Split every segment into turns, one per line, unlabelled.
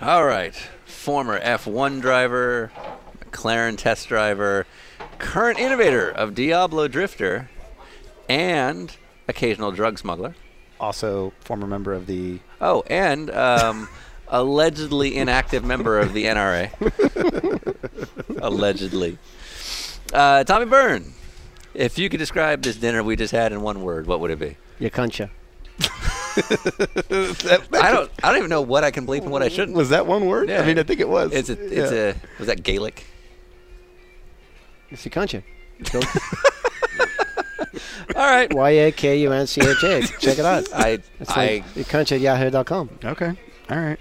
All right. Former F1 driver, McLaren test driver, current innovator of Diablo Drifter, and occasional drug smuggler.
Also, former member of the.
Oh, and um, allegedly inactive member of the NRA. allegedly. Uh, Tommy Byrne, if you could describe this dinner we just had in one word, what would it be?
Yakuncha.
I don't. I don't even know what I can bleep and what I shouldn't.
Was that one word?
Yeah.
I mean, I think it was.
It's a. It's
Yeah.
a. Was that Gaelic?
It's Yakuncha.
All right.
Y A K U N C H A. Check it out.
I.
It's
I.
like Yakuncha at yahoo.com.
Okay. All right.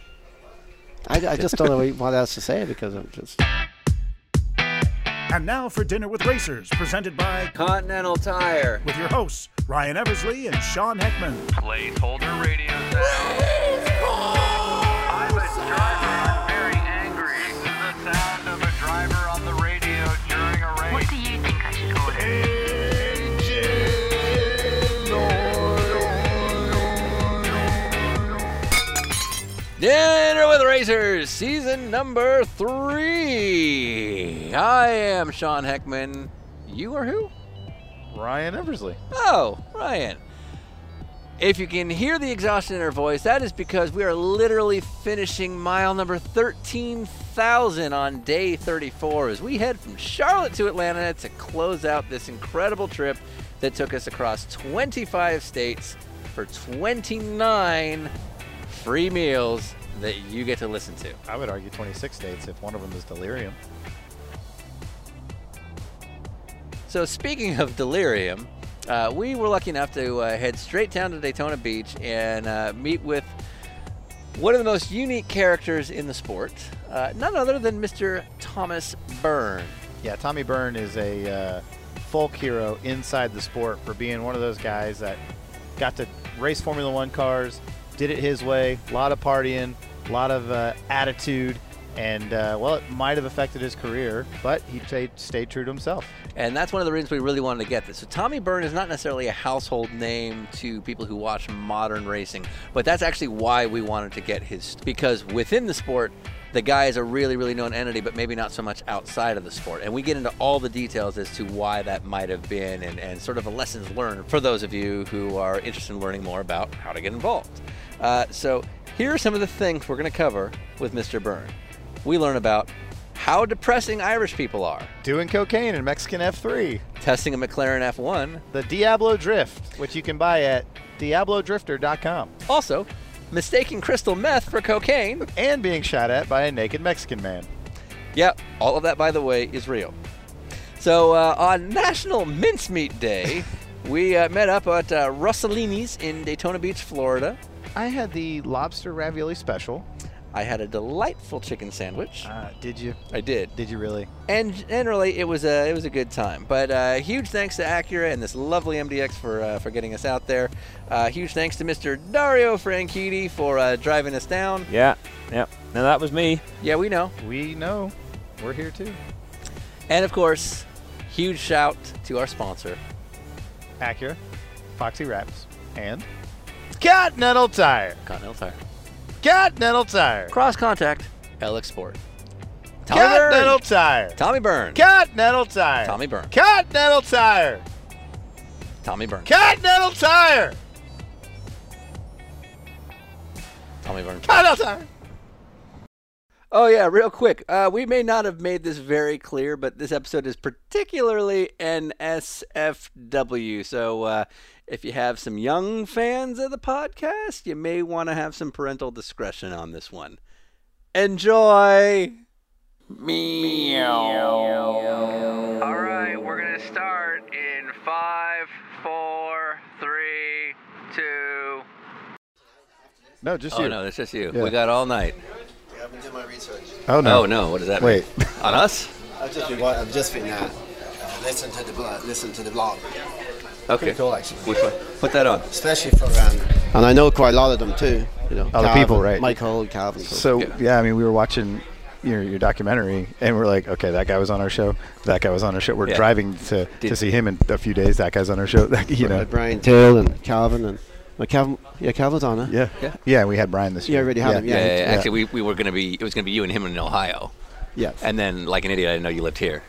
I, I just don't know what else to say because I'm just.
And now for Dinner with Racers, presented by
Continental Tire.
with your hosts Ryan Eversley and Sean Heckman.
Placeholder radio sound. I'm a driver. I'm very angry. This is the sound of a driver on the radio during a race.
What do you think I should order?
Dinner with Racers, season number three. I am Sean Heckman. You are who?
Ryan Eversley.
Oh, Ryan. If you can hear the exhaustion in her voice, that is because we are literally finishing mile number 13,000 on day 34 as we head from Charlotte to Atlanta to close out this incredible trip that took us across 25 states for 29 free meals that you get to listen to.
I would argue 26 states if one of them is delirium.
So speaking of delirium, uh, we were lucky enough to uh, head straight down to Daytona Beach and uh, meet with one of the most unique characters in the sport, uh, none other than Mr. Thomas Byrne.
Yeah, Tommy Byrne is a uh, folk hero inside the sport for being one of those guys that got to race Formula One cars, did it his way, a lot of partying, a lot of uh, attitude, and uh, well, it might have affected his career, but he stayed, stayed true to himself.
And that's one of the reasons we really wanted to get this. So Tommy Byrne is not necessarily a household name to people who watch modern racing, but that's actually why we wanted to get his because within the sport, the guy is a really, really known entity, but maybe not so much outside of the sport. And we get into all the details as to why that might have been and, and sort of the lessons learned for those of you who are interested in learning more about how to get involved. Uh, so here are some of the things we're going to cover with Mr. Byrne. We learn about how depressing Irish people are
Doing cocaine in Mexican F3,
testing a McLaren F1.
the Diablo Drift, which you can buy at diablodrifter.com,
Also, mistaking crystal meth for cocaine.
and being shot at by a naked Mexican man.
Yep, all of that, by the way, is real. So uh, on National Mincemeat Day, we uh, met up at uh, Rossellini's in Daytona Beach, Florida.
I had the lobster ravioli special.
I had a delightful chicken sandwich.
Uh, did you?
I did.
Did you really?
And generally, it was a it was a good time. But uh, huge thanks to Acura and this lovely MDX for uh, for getting us out there. Uh, huge thanks to Mr. Dario Franchitti for uh, driving us down.
Yeah, yeah. Now that was me.
Yeah, we know.
We know. We're here too.
And of course, huge shout to our sponsor.
Acura, Foxy Wraps, and Continental Tire.
Continental Tire.
Continental Tire.
Cross Contact, LX Sport. Tommy
Continental
Byrne.
Tire.
Tommy Byrne.
Continental Tire.
Tommy Byrne.
Continental Tire.
Tommy Byrne.
Continental Tire.
Tommy Byrne.
Continental Tire.
Oh yeah, real quick. Uh, we may not have made this very clear, but this episode is particularly NSFW. So uh, if you have some young fans of the podcast, you may want to have some parental discretion on this one. Enjoy.
All right, we're gonna start in five, four, three, two.
No, just
Oh
you.
no, that's just you.
Yeah.
We got all night.
Oh
Oh no, what does that
Wait.
mean? On us?
I've just been, wa- I've just been uh, listen to the blog, listen to the blog.
Okay.
Cool, actually.
Which one? Put that on.
Especially for um,
And I know quite a lot of them too. You know,
Oh, the
Calvin,
people, right.
Michael Calvin.
So
Yeah.
yeah. I mean, we were watching your your documentary, and we're like, okay, that guy was on our show. That guy was on our show. We're
Yeah.
driving to
Did-
to see him in a few days. That guy's on our show. you know.
Brian Till and Calvin and Like Cal- yeah, Calvadonna.
Yeah.
Yeah.
Yeah, we had Brian this
You
year.
already had him,
Yeah,
Yeah,
yeah,
it's-
yeah. actually, we, we were gonna be. It was gonna be you and him in Ohio,
Yeah.
and then like an idiot, I didn't know you lived here.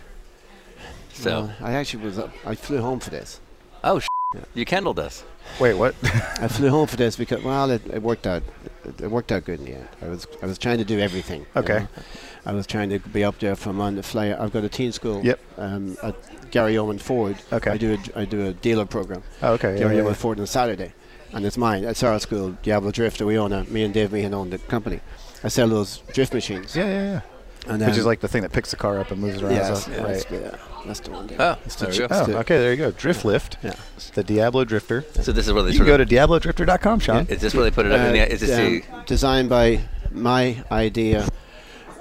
So,
Uh, I actually was. Up, I flew home for this.
oh, sh- you kindled us.
Wait, what?
I flew home for this because well, it, it worked out. It, it worked out good in the end. I was I was trying to do everything. you
Okay.
know. I was trying to be up there from on the fly. I've got a teen school.
Yep.
Um, at Gary Owen Ford.
Okay.
I do a, I do a dealer program.
Oh, okay, yeah,
Gary
yeah,
Owen
yeah.
Ford on Saturday, and it's mine. It's our school, Diablo Drifter. We own a, me and Dave Meehan own the company. I sell those drift machines.
yeah, yeah,
And
yeah. Which
um,
is like the thing that picks the car up and moves it around.
yeah, that's,
so,
yeah,
right.
that's, yeah, that's the one. There.
Oh,
It's the
there we go.
cheapest.
Oh,
the-
okay. There you go. Drift lift.
Yeah.
The Diablo Drifter.
So this is where they
You can
sort
go
of.
to DiabloDrifter.com, Sean.
is this where they put it up? in
Uh,
the, is this the,
um, designed by my idea.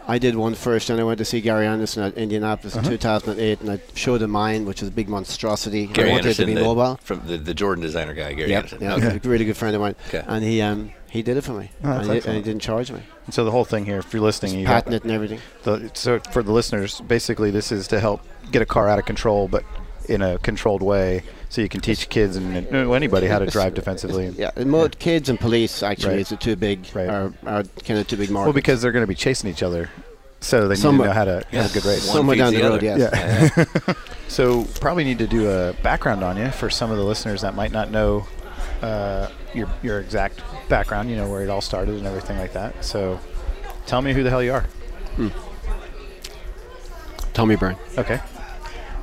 I did one first, and I went to see Gary Anderson at Indianapolis
Uh-huh.
in 2008, and I showed him mine, which is a big monstrosity.
Gary
I wanted
Anderson,
it to be
the,
mobile.
from the, the Jordan designer guy, Gary
Yep,
Anderson.
yeah,
Okay.
a really good friend of mine,
Okay.
and he um, he did it for me,
Oh, that's
and, he, and he
excellent.
didn't charge me.
And So the whole thing here, if you're listening, you got
Patent it and everything.
the, so for the listeners, basically this is to help get a car out of control, but in a controlled way, so you can teach kids and, and anybody how to drive defensively.
Yeah, and mo- kids and police actually
Right.
is the two big
Right.
are, are kind of two big markets.
Well, because they're going to be chasing each other, so they need
Somewhat.
to know how to have a good race.
One
somewhere
feeds
down
the
the road,
other.
yes.
Yeah. So probably need to do a background on you for some of the listeners that might not know uh, your your exact background. You know where it all started and everything like that. So tell me who the hell you are.
Tommy Byrne.
Okay.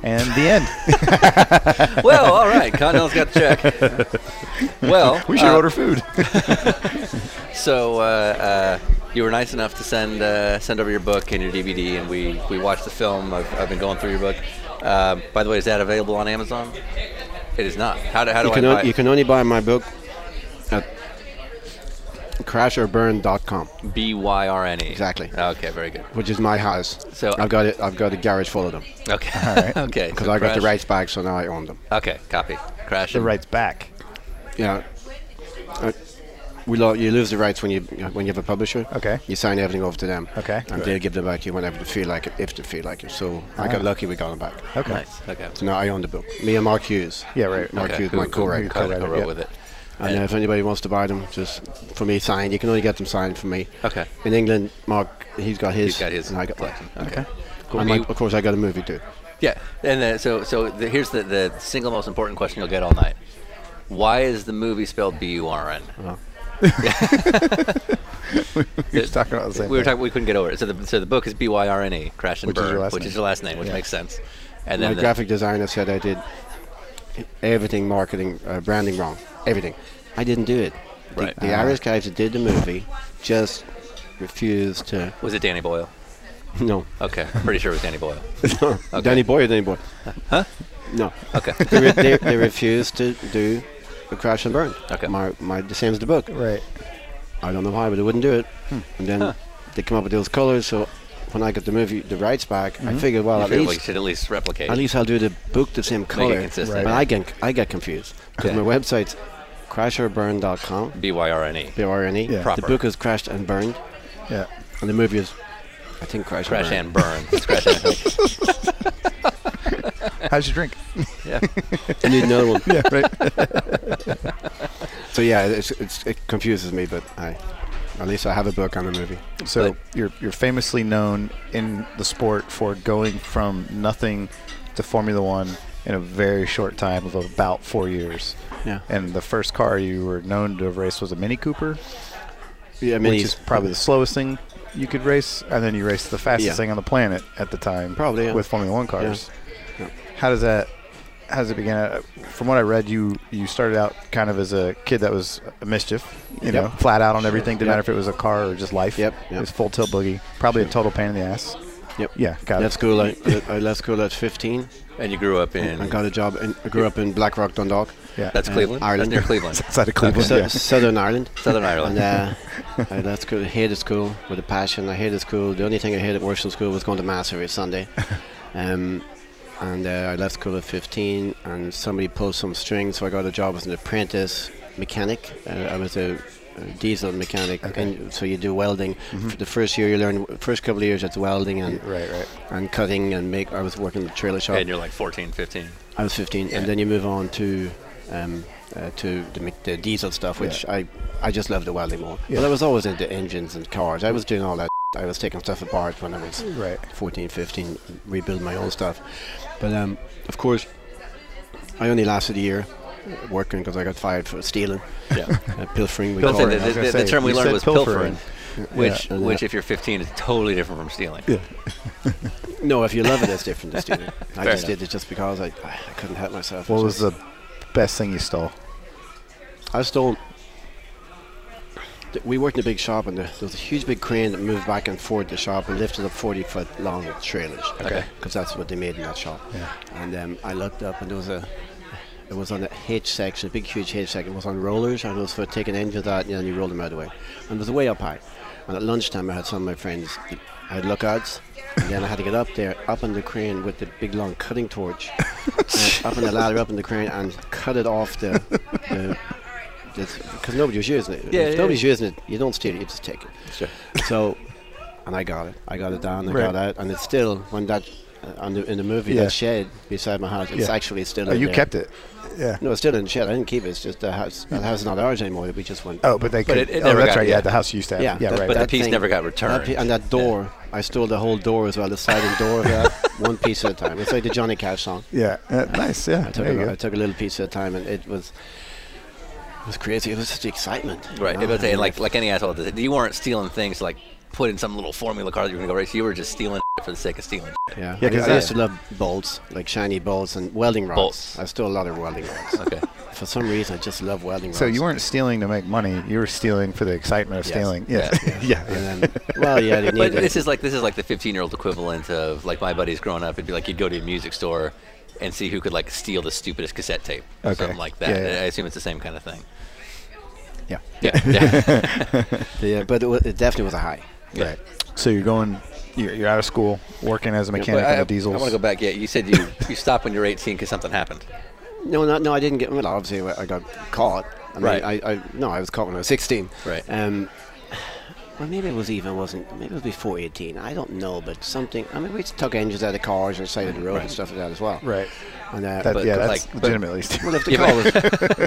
And the end.
well, all right. Connell's got the check. Well,
We should
uh,
order food.
So uh, uh, you were nice enough to send uh, send over your book and your DVD, and we, we watched the film. I've, I've been going through your book. Uh, by the way, is that available on Amazon? It is not. How do, how do
You
I
can,
buy
on, you
it?
can only buy my book at crasherburn.com.
B Y R N E.
Exactly.
Okay, very good.
which is my house.
So-
So I've got it. I've got a garage full of them
Okay. okay.
because
so
I got the
Crash-
rights back, so now I own them.
Okay, copy. Crash.
the
and-
rights back.
Yeah, Uh, we lo- you lose the rights when you when you have a publisher.
Okay.
you sign everything over to them.
Okay.
and they give them back to you whenever they feel like it, if they feel like it. So I got lucky. We got them back.
Ah. Okay.
Nice. Okay.
So now I own the book. Me and Mark Hughes.
Yeah, right.
Mark
Okay,
Hughes,
who-
my
who-
co-writer.
who
Co-writer,
co-wrote
yeah.
with it.
And uh, if anybody wants to buy them, just for me signed, you can only get them signed for me.
Okay.
In England, Mark he's got his.
He's got his
and I got mine.
collection. Okay.
And
Do
my-
you-
of course, I got a movie too.
Yeah, and uh, so so the, here's the the single most important question you'll get all night. Why is the movie spelled B U R N?
We were just talking about the same
We were
thing.
talking. We couldn't get over it. So the so the book is B Y R N E, Crash and
Which is
Burn,
your last
which
name.
is your last name, which
Yeah.
makes sense. And
My
then the-
graphic designer said I did everything marketing, uh, branding wrong. Everything. I didn't do it. The,
Right.
the Irish guys that did the movie just refused to.
was it Danny Boyle?
No.
Okay, I'm pretty sure it was Danny Boyle.
Danny Boy or Danny Boy? Huh? No.
Okay,
they, re- they, they refused to do the crash and burn.
Okay.
My, my, the same as the book.
Right.
I don't know why, but they wouldn't do it. And then they come up with those colors. So when I got the movie, the rights back, I figured, well,
I
at
feel
least
we should at least replicate.
At least I'll do the book the same color.
consistent.
But I get I get confused because
Yeah.
my website's crasherburn.com.
B Y R N E.
B R N E.
Yeah.
Proper.
The book is crashed and burned,
Yeah.
and the movie is, I think, crashed.
Crash
and
and burn. It's crash and burn.
How's your drink?
Yeah.
Burned. I need another one.
yeah. Right.
So yeah, it's, it's, it confuses me, but I, at least I have a book and a movie.
So
But-
you're you're famously known in the sport for going from nothing to Formula One in a very short time of about four years.
Yeah.
And the first car you were known to have raced was a Mini Cooper,
Yeah, I mean,
which
he's
is probably the slowest thing you could race, and then you raced the fastest
Yeah.
thing on the planet at the time,
Probably, yeah.
with Formula One cars.
Yeah.
How does that? How does it begin? Uh, From what I read, you you started out kind of as a kid that was a mischief, you
Yep.
know, flat out on everything. Didn't
Yep.
matter if it was a car or just life.
Yep,
It
yep.
was full tilt boogie. Probably a total pain in the ass.
Yep.
Yeah, got
Left
it.
school, I, I left school at 15.
And you grew up
I
in.
got a job. In, I grew up in Blackrock, Dundalk,
Yeah,
That's
Uh,
Cleveland.
Ireland.
That's near Cleveland.
outside of Cleveland.
so,
yeah.
Southern Ireland.
Southern Ireland.
And uh, I left school, hated school with a passion. I hated school. The only thing I hated worse than school was going to mass every Sunday. Um, and uh, I left school at 15, and somebody pulled some strings, so I got a job as an apprentice mechanic. Uh, I was a, a diesel mechanic, and so you do welding. For the first year, you learn first couple of years it's welding and
Mm-hmm. Right, right.
and cutting and make. I was working in the trailer shop.
And you're like 14, 15.
I was 15, and then you move on to um, uh, to the, mc- the diesel stuff, which I, I just loved the welding more.
Yeah.
But I was always into engines and cars. I was doing all that. I was taking stuff apart when I was
Right.
14, 15, rebuild my own stuff. But um, of course, I only lasted a year uh, working because I got fired for stealing,
Yeah.
uh, pilfering. We
Pilfering.
call it.
The, the- the term we
you
learned
said
was
pilfering.
pilfering, which,
Yeah, and, uh,
which if you're 15, is totally different from stealing.
No, if you love it, that's different to stealing. I
Fair
just
enough.
did it just because I, I couldn't help myself.
What was the best thing you stole?
I stole. th- We worked in a big shop, and there there was a huge big crane that moved back and forth the shop and lifted up 40 foot long trailers.
Okay.
Because that's what they made in that shop. And um, I looked up, and there was a. It was on a H section, a big, huge H section. It was on rollers, and it was for taking engines out, and then you roll them out of the way. And it was way up high. And at lunchtime, I had some of my friends. I had lookouts, and then I had to get up there, up on the crane with the big long cutting torch, and up on the ladder, up on the crane, and cut it off the, the because nobody was using it.
Yeah,
if
yeah,
nobody's using it, you don't steal it, you just take it.
Sure.
So, and I got it. I got it down, I
Right.
got out, and it's still, when that, uh, on the, in the movie,
Yeah.
that shed beside my house, it's
Yeah.
actually still
Oh,
in
you
there.
kept it. Yeah.
No, it's still in the shed. I didn't keep it. It's just the house. That house is not ours anymore. We just went.
Oh, but they could.
it- it
oh,
never
that's
got-
right.
yeah.
Yeah, the house used to have.
Yeah,
Yeah,
that-
right.
But
that
the piece
thing-
never got
That
returned.
pi- and that door, I stole the whole door as well, the sliding door, of that, one piece at a time. It's like the Johnny Cash song.
yeah. Uh, nice. Yeah.
I took,
there you
a,
go.
I took a little piece at a time, and it was it was crazy. It was such excitement. you
Right.
know?
It was
I
a,
mean,
like like any asshole, does it. you weren't stealing things to, like put in some little formula car that you were gonna go race. You were just stealing for the sake of stealing.
Yeah,
Yeah,
yeah
'cause
I,
that-
used to love bolts, like shiny bolts and welding rods.
Bolts.
I still a lot of welding rods.
Okay.
For some reason, I just love welding rods.
So you weren't stealing to make money. You were stealing for the excitement of
Yes.
stealing. Yeah. Yeah. yeah.
And then, well, yeah, they
But
needed.
this is like this is like the 15 year old equivalent of like my buddies growing up. It'd be like you'd go to a music store and see who could like steal the stupidest cassette tape, or
Okay.
something like that.
Yeah, yeah.
I assume it's the same kind of thing.
Yeah.
Yeah. yeah.
yeah, but it, wa it definitely was a high.
Right. So you're going. You're, you're out of school, working as a mechanic
But I,
on the
I
diesels.
want to go back. Yeah, you said you you stopped when you were 18 because something happened.
No, no, no, I didn't get. Well, obviously, I got caught. I mean,
Right.
I, I, no, I was caught when I was 16.
Right.
Um, well, maybe it was even wasn't. Maybe it was before 18. I don't know, but something. I mean, we took engines out of cars and side of the road and stuff like that as well.
Right.
And uh,
That,
But-
yeah,
but
that's
like- but-
legitimately stealing.
well, if the car was,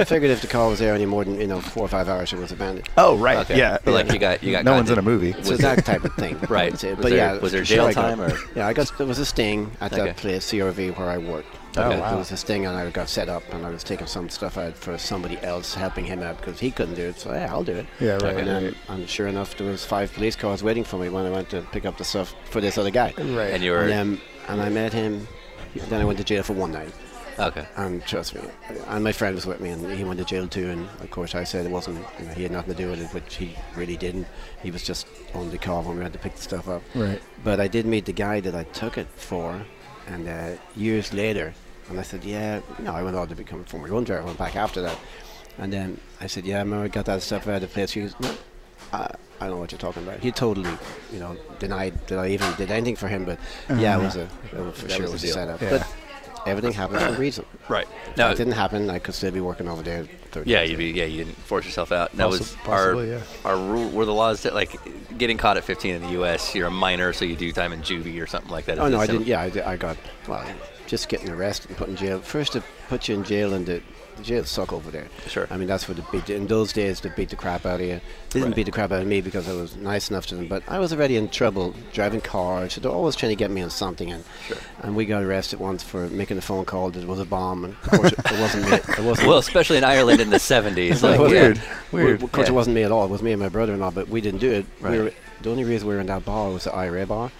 I figured if the car was there any more than you know four or five hours, it was abandoned.
Oh, right.
Okay.
Yeah.
But, like,
yeah.
you got- you got
No one's in a
content.
movie.
So that type of thing,
Right.
That's it.
Was
But
there-
yeah,
was there
sure
jail
I got-
time or-
Yeah, I got there was a sting at
Okay.
that place, CRV, where I worked.
Oh,
Uh,
wow.
There was a sting, and I got set up, and I was taking some stuff out for somebody else, helping him out because he couldn't do it. So yeah, I'll do it.
Yeah, right,
And,
right,
um, and sure enough, there was five police cars waiting for me when I went to pick up the stuff for this other guy.
Right.
And you were
And, um, and I met him. Then I went to jail for one night.
okay.
And trust me, and my friend was with me, and he went to jail too. And of course, I said it wasn't, you know, he had nothing to do with it, which he really didn't. He was just on the car when we had to pick the stuff up.
Right.
But I did meet the guy that I took it for, and uh, years later, and I said, yeah, no, I went on to become a former drone driver. I went back after that, and then I said, yeah, I remember I got that stuff out of the place. He goes, no, I, I don't know what you're talking about. He totally, you know, denied that I even did anything for him. But yeah, it was a, it was for
That
sure
was
it was
the
a
deal.
setup.
Uh-huh. Yeah.
But everything happened for a reason.
Right.
No,
No.
it didn't happen. I could still be working over there. 30
Yeah,
years
you'd be. Yeah, you didn't force yourself out. That
Possi-
was
possibly,
our
yeah.
our rule. Were the laws that like getting caught at 15 in the U.S. You're a minor, so you do time in juvie or something like that.
later. Oh
Is
no,
it
I
sim-
didn't. Yeah, I, did- I got well, just getting arrested and put in jail. First, to put you in jail and the, the jail suck over there.
Sure.
I mean, that's what they beat. In those days, they beat the crap out of you. They didn't
Right.
beat the crap out of me because I was nice enough to them, but I was already in trouble driving cars. They're always trying to get me on something, and and we got arrested once for making a phone call that was a bomb. And of course, it wasn't me. It wasn't.
Well, especially in Ireland in the 70s.
Well,
Like,
it wasn't-
weird.
we-
Weird.
Of course,
Yeah.
it wasn't me at all. It was me and my brother-in-law, but we didn't do it. We
Right.
were, the only reason we were in that bar was the IRA bar.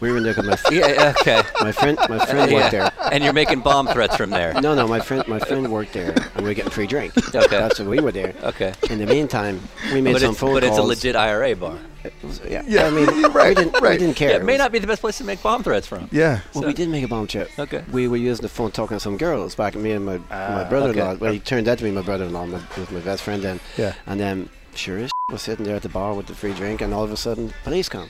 We were in there because my, fr-
Yeah. Okay.
my friend, my friend
Yeah.
worked there.
And you're making bomb threats from there.
No, no, my friend, my friend worked there, and we were getting free drink.
Okay.
That's when we were there.
Okay.
In the meantime, we made
But,
some
it's,
phone
but it's
calls.
a legit IRA bar.
Yeah, I mean, we, didn't, we didn't care.
Yeah, it may
was-
not be the best place to make bomb threats from.
Yeah.
Well, we did make a bomb chip.
Okay.
We were using the phone talking to some girls back. Me and my
Ah,
my brother-in-law. Well, he turned out to be my brother-in-law. My, was my best friend then.
Yeah.
And then, sure as was sitting there at the bar with the free drink, and all of a sudden, police come,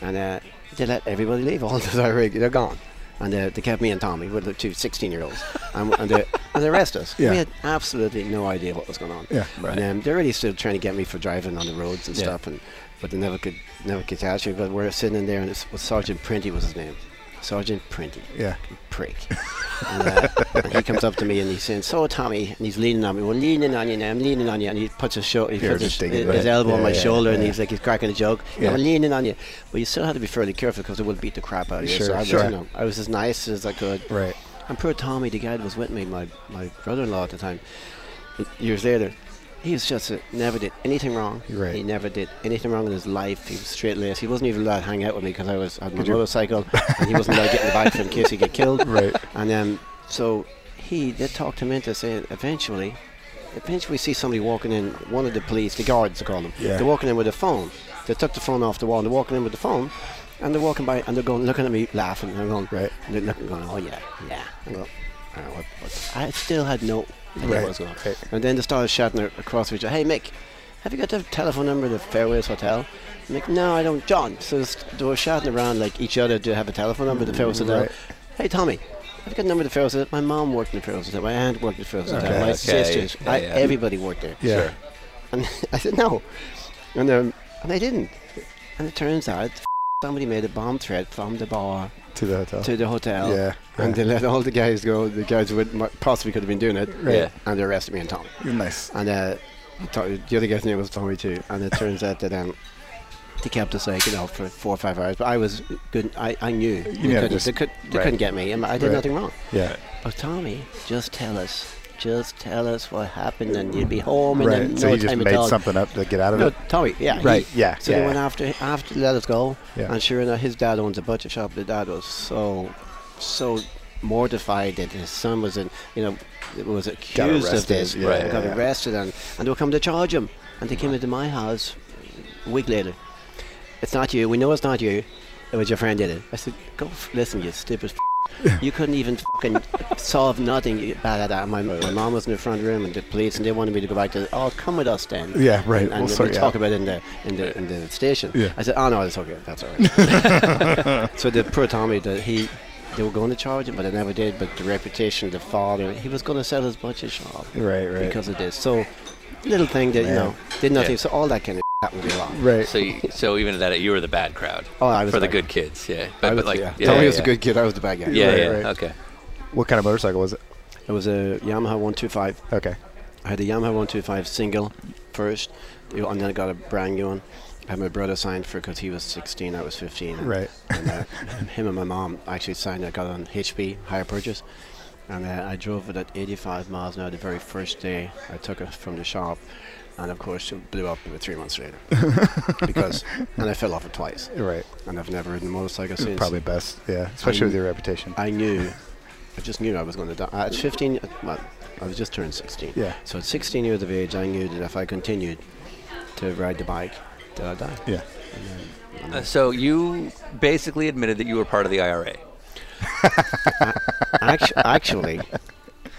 and uh, they let everybody leave. All the rig, they're gone. And uh, they kept me and Tommy, with the two 16-year-olds, and, and, they, and they arrest us.
Yeah.
We had absolutely no idea what was going on.
Yeah.
And um, they're really still trying to get me for driving on the roads and stuff, and but they never could never could catch me. But we're sitting in there, and it's, Sergeant Printy was his name. Sergeant Printy
Yeah.
prick. And, uh, and he comes up to me and he's saying, "So Tommy," and he's leaning on me. We're leaning on you now. I'm leaning on you, and he puts his shoulder, he
You're
puts his,
just digging,
his
right?
elbow on
Yeah,
my
yeah,
shoulder, and
yeah.
he's like, he's cracking a joke.
Yeah.
Yeah. I'm leaning on you, but you still have to be fairly careful because it will beat the crap out of you.
Sure,
so I was,
sure.
you know, I was as nice as I could.
Right.
And poor Tommy, the guy that was with me, my, my brother-in-law at the time, years later, he was just a, never did anything wrong.
You're right.
He never did anything wrong in his life. He was straight laced. He wasn't even allowed to hang out with me because I was on my motorcycle, and he wasn't allowed to get in the bike for in case he get killed.
Right.
And um, so he they talked him into saying eventually, eventually we see somebody walking in. One of the police, the guards, they call them.
Yeah.
They're walking in with a phone. They took the phone off the wall. and They're walking in with the phone, and they're walking by and they're going looking at me, laughing. And I'm going
Right.
And they're looking, going, oh yeah, yeah. I'm going, "Ah, what, what?" I still had no idea
Right,
what was going on.
right.
And then they started shouting a- across each other, hey Mick, have you got the telephone number of the Fairways Hotel? I'm like, no, I don't, John. So s- they were shouting around like each other to have a telephone number of the Fairways Hotel.
right.
Hey Tommy, have you got the number of the Fairways Hotel? My mom worked in the Fairways Hotel. My aunt worked in the Fairways Hotel.
Okay,
My
okay,
sisters,
yeah,
I,
yeah.
everybody worked there.
Yeah.
And I said, no. And, um, and I didn't. And it turns out somebody made a bomb threat from the bar
To the hotel.
to the hotel.
Yeah,
And
yeah.
they let all the guys go. The guys who would mu- possibly could have been doing it.
Right. Yeah.
And they arrested me and Tom.
nice.
And uh, Tom, the other guy's name was Tommy too. And it turns out that um, they kept us like you know for four or five hours. But I was good. I, I knew they,
never
couldn't,
just-
they, could, they
Right.
couldn't get me. and I did
Right.
nothing wrong.
Yeah.
But Tommy, just tell us. Just tell us what happened, and you'd be home in
Right.
no
so you just
time
made
at all.
something up to get out of
No,
it.
Tommy. Yeah. he-
Right, yeah,
So
yeah.
they went after after let us go,
Yeah.
and sure enough, his dad owns a butcher shop. The dad was so so mortified that his son was in you know was accused of
arrested,
this,
yeah, Right.
got
yeah.
arrested, and and they were coming to charge him, and they came into my house a week later. It's not you. We know it's not you. It was your friend did it. I said, go f- listen, you stupid. F- you couldn't even fucking solve nothing. you- Blah, blah, blah. My, my mom was in the front room and the police, and they wanted me to go back to. Oh, come with us then.
Yeah, right.
And, and
We'll
we'll
sort you out.
talk about it in the in the in the station.
Yeah.
I said, oh no, it's okay. That's all right. so the poor Tommy, that he. They were going to charge him, but they never did. But the reputation, the father, he was going to sell his butcher shop
Right. Right.
because of this. So, little thing that you
Man.
know did nothing.
Yeah.
So all that kind of happened to me a lot.
right.
So, you, so even at that, you were the bad crowd.
Oh, I was
for the
bad.
good kids. Yeah,
I
but,
was,
but like,
yeah.
yeah,
Tommy
yeah,
was a good kid. I was the bad guy.
Yeah,
Right,
yeah.
right.
Okay.
what kind of motorcycle was it?
It was a Yamaha 125.
Okay.
I had a Yamaha 125 single first, you- and then I got a brand new one. I had my brother signed for because he was 16, I was 15. and-
Right.
And, uh, him and my mom actually signed. I got on HB hire purchase, and uh, I drove it at 85 miles an hour the very first day I took it from the shop, and of course it blew up about three months later because and I fell off it twice,
Right.
and I've never ridden a motorcycle since.
Probably best. Yeah. Especially with your reputation.
I knew, I just knew I was going to die. At 15, uh, well, I was just turned 16.
Yeah.
So at 16 years of age, I knew that if I continued to ride the bike, that I'd die.
yeah.
Uh, So you basically admitted that you were part of the IRA.
Actu- actually,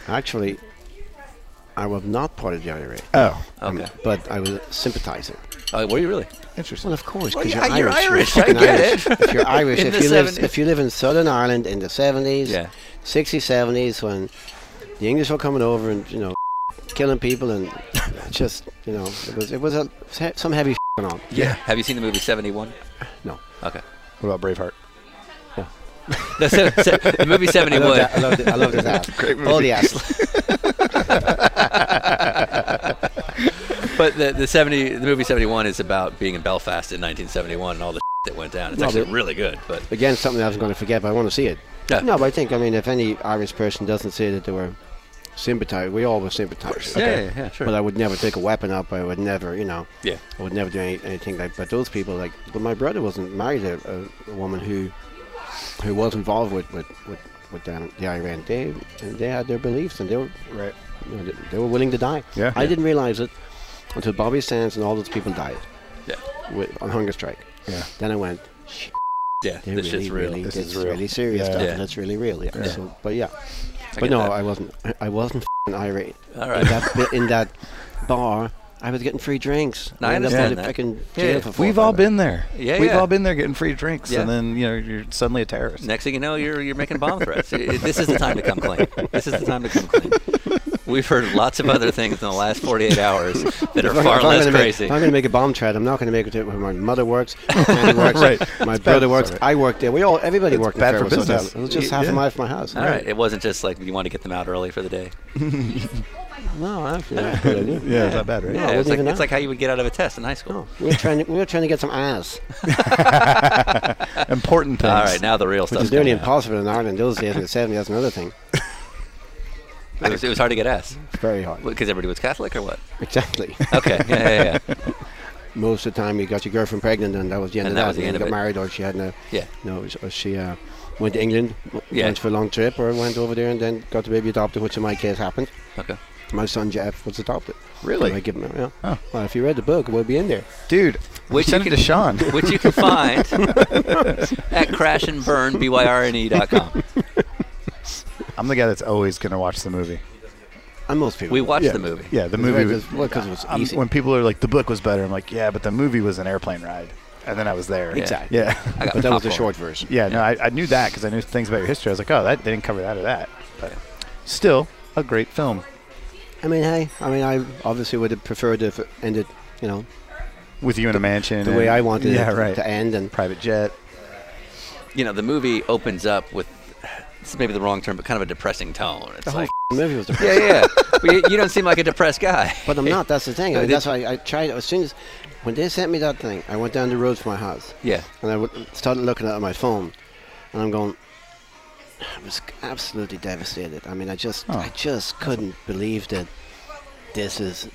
actually, I was not part of the IRA,
Oh.
Okay.
but I was sympathizing.
Uh, were you really?
Interesting.
Well, of course,
Well,
because
yeah,
you're,
you're Irish,
You're
I
fucking
get
Irish.
it.
If you're Irish,
In
if
the
you live
70s.
if you live in Southern Ireland in the 70s,
Yeah.
60s, 70s, when the English were coming over and you know killing people and just you know it was it was a, some heavy going on.
Yeah.
Have you seen the movie Seventy One?
No.
Okay.
What about Braveheart?
The, se- se- the movie Seventy
I love
One.
that. I love that. I love that.
Great
Oh yes.
But the, the seventy the movie Seventy One is about being in Belfast in 1971 and all the that went down. It's
No,
actually
but-
really good. But
Again, something I was going to forget, but I want to see it.
Yeah.
No, but I think I mean if any Irish person doesn't say that they were sympathized, we all were sympathized.
yeah, yeah, yeah, sure.
But I would never take a weapon up. I would never, you know.
yeah.
I would never do any, anything like. But those people, like, but my brother wasn't married a, a, a woman who, who was involved with with with, with them, the Iran. They and they had their beliefs and they were
Right.
you know, they, they were willing to die.
Yeah.
I
Yeah.
didn't realize it until Bobby Sands and all those people died
Yeah.
with, on hunger strike.
Yeah.
Then I went, "Shit,
Yeah.
they
this
really,
shit's real.
really,
This
this,
is
is
real."
really serious
Yeah.
stuff.
Yeah.
And that's really real. Yeah.
Yeah.
So, but yeah,
I
but
get
no,
that.
I wasn't. I, I wasn't f***ing irate
All
in
right.
that bi- in that bar. I was getting free drinks.
No, I
ended up
understand
in a
that.
fucking
Yeah,
jail
yeah.
for four or
We've
five
all
hours.
been there.
Yeah,
We've
yeah.
all been there getting free drinks,
Yeah.
and then you know you're suddenly a terrorist.
Next thing you know, you're you're making bomb threats. I- I- This is the time to come clean. This is the time to come clean. We've heard lots of other things in the last 48 hours that are
If I'm-
far
if I'm
less
gonna make-
crazy.
if I'm going to make a bomb threat. I'm not going to make it where my mother works, my family works,
Right.
my brother works.
sorry.
I work there. We all, everybody worked. in
bad for
Fairwoods Hotel.
business.
It was just
Y-
half
yeah.
a mile from my house.
All right. It wasn't just like you want to get them out early for the day.
No, actually, that's a good idea.
Yeah, it's not bad, right?
Yeah,
I
it's,
wouldn't
like,
Oh, even Oh,
it's
know.
like how you would get out of a test in high school.
No, we were trying. To, we were trying to get some ass.
Important things.
All right, now the real
Which
stuff.
is nearly impossible in Ireland those days in the 70s. That's another thing.
It was, it was hard to get asked
It's very hard.
because everybody was Catholic or what?
Exactly.
Okay, yeah, yeah, yeah.
Most of the time, you got your girlfriend pregnant, and that was the end
And
of
that
that.
was the
And
end
you
of
got
it.
married, or she had no.
Yeah.
No, it was- or she uh, went to England, w-
Yeah.
went for a long trip, or went over there and then got the baby adopted, which in my case happened.
Okay.
My son Jeff was adopted.
Really?
I give him, yeah.
Oh.
Well, if you read the book, it will be in there.
Dude,
Which
Which
you
send it
can-
to Sean.
Which you can find at crashandburnbyrne.com.
I'm the guy that's always going to watch the movie.
And most people.
We watched
yeah.
the movie.
Yeah, the
Right,
movie. Was, Uh,
'cause- well, 'cause it was
I'm-
easy.
when people are like, the book was better, I'm like, yeah, but the movie was an airplane ride. And then I was there.
Exactly.
Yeah.
I got
but that was the
popcorn.
short version.
Yeah, no, I, I knew that because I knew things about your history. I was like, oh, that they didn't cover that or that. But still, a great film.
I mean, hey, I mean, I obviously would have preferred if it ended, you know,
With you in a mansion.
the way
and-
I wanted
yeah,
it
right.
to end. And
Private jet.
You know, the movie opens up with this is maybe the wrong term, but kind of a depressing tone. It's like,
the movie was the
yeah, yeah. Well, you, you don't seem like a depressed guy.
But I'm not. That's the thing. I mean,
did-
that's why I, I tried. As soon as when they sent me that thing, I went down the road from my house
Yeah.
and I w- started looking at my phone, and I'm going. I was absolutely devastated. I mean, I just, I just couldn't believe that this is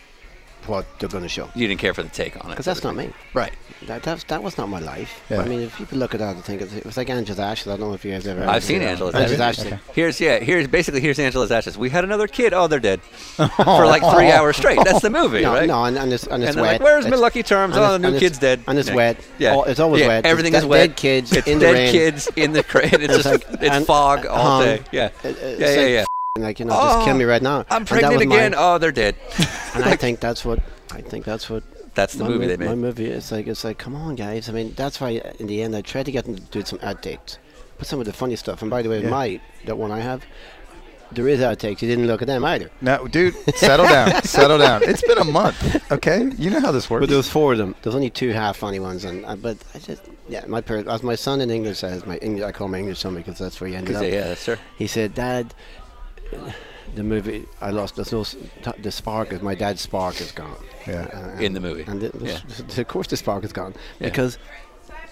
what they're going to show.
You didn't care for the take on it.
Because that's not me.
Right.
That, that, was, that was not my life.
Yeah.
I mean, if people look at that and think it's, it was like Angela's Ashes. I don't know if you guys ever.
I've seen Angela's
Angela's
Ashes.
Ashes.
Here's yeah. Here's basically here's Angela's ashes. We had another kid. Oh, they're dead for like three hours straight. That's the movie,
No,
right?
no, and, and it's and it's
And they're
wet.
like, "Where's my
It's-
lucky charms?
and
Oh,
it's-
the new
and it's-
kid's dead."
And it's
Yeah.
wet.
Yeah.
Oh, it's always
Yeah,
wet. There's
Everything
de-
is wet.
Dead kids
it's
in the
dead
rain.
kids in the cra- and It's,
It's
just
like,
it's
and-
fog all
um,
day. Yeah,
it- it's
yeah, yeah,
like,
yeah.
And like you know, just kill
Oh,
me right now.
I'm
And that was
pregnant
mine.
again. Oh, they're dead.
and I think that's what I think that's what
That's the
my
movie
mov-
they
My
made.
movie is like it's like come on guys. I mean that's why uh, in the end I tried to get them to do some outtakes, put some of the funny stuff. And by the way, my that one I have, there is outtakes. You didn't look at them either.
No, dude, settle down. settle down. It's been a month, okay? You know how this works.
But there was four of them. There's only two half funny ones, and uh, but I just yeah, my parents, as my son in English says, my English I call him my English son because that's where he ended
Yeah,
up.
yeah, sure.
He said, Dad, the movie I lost. There's no s- t- the spark is my dad's spark is gone.
Yeah.
Uh,
In the movie.
And it was- of course the spark is gone
Yeah.
because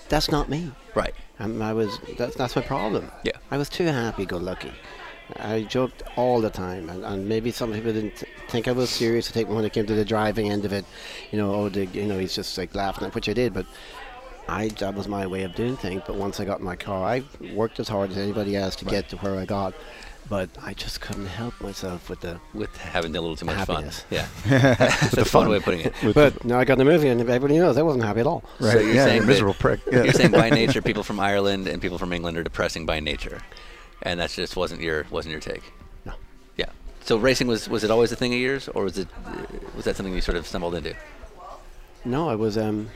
that's not me.
Right.
Um, I was that's that's my problem.
Yeah.
I was too happy-go-lucky. I joked all the time, and, and maybe some people didn't th- think I was serious. I think when it came to the driving end of it, you know, oh, the, you know, he's just like laughing at which I did, but I that was my way of doing things. But once I got in my car, I worked as hard as anybody else to get to where I got, but I just couldn't help myself with the.
With having a little too much
Happiness.
fun. Yeah, that's a fun way of putting it.
But now I got in the movie, and everybody knows I wasn't happy at all.
right.
So you're
yeah,
saying
you're a
that-
miserable prick. Yeah.
You're saying by nature, people from Ireland and people from England are depressing by nature, and that's just wasn't your wasn't your take.
No.
Yeah. So racing was was it always a thing of yours, or was it uh, was that something you sort of stumbled into?
No, I was. Um,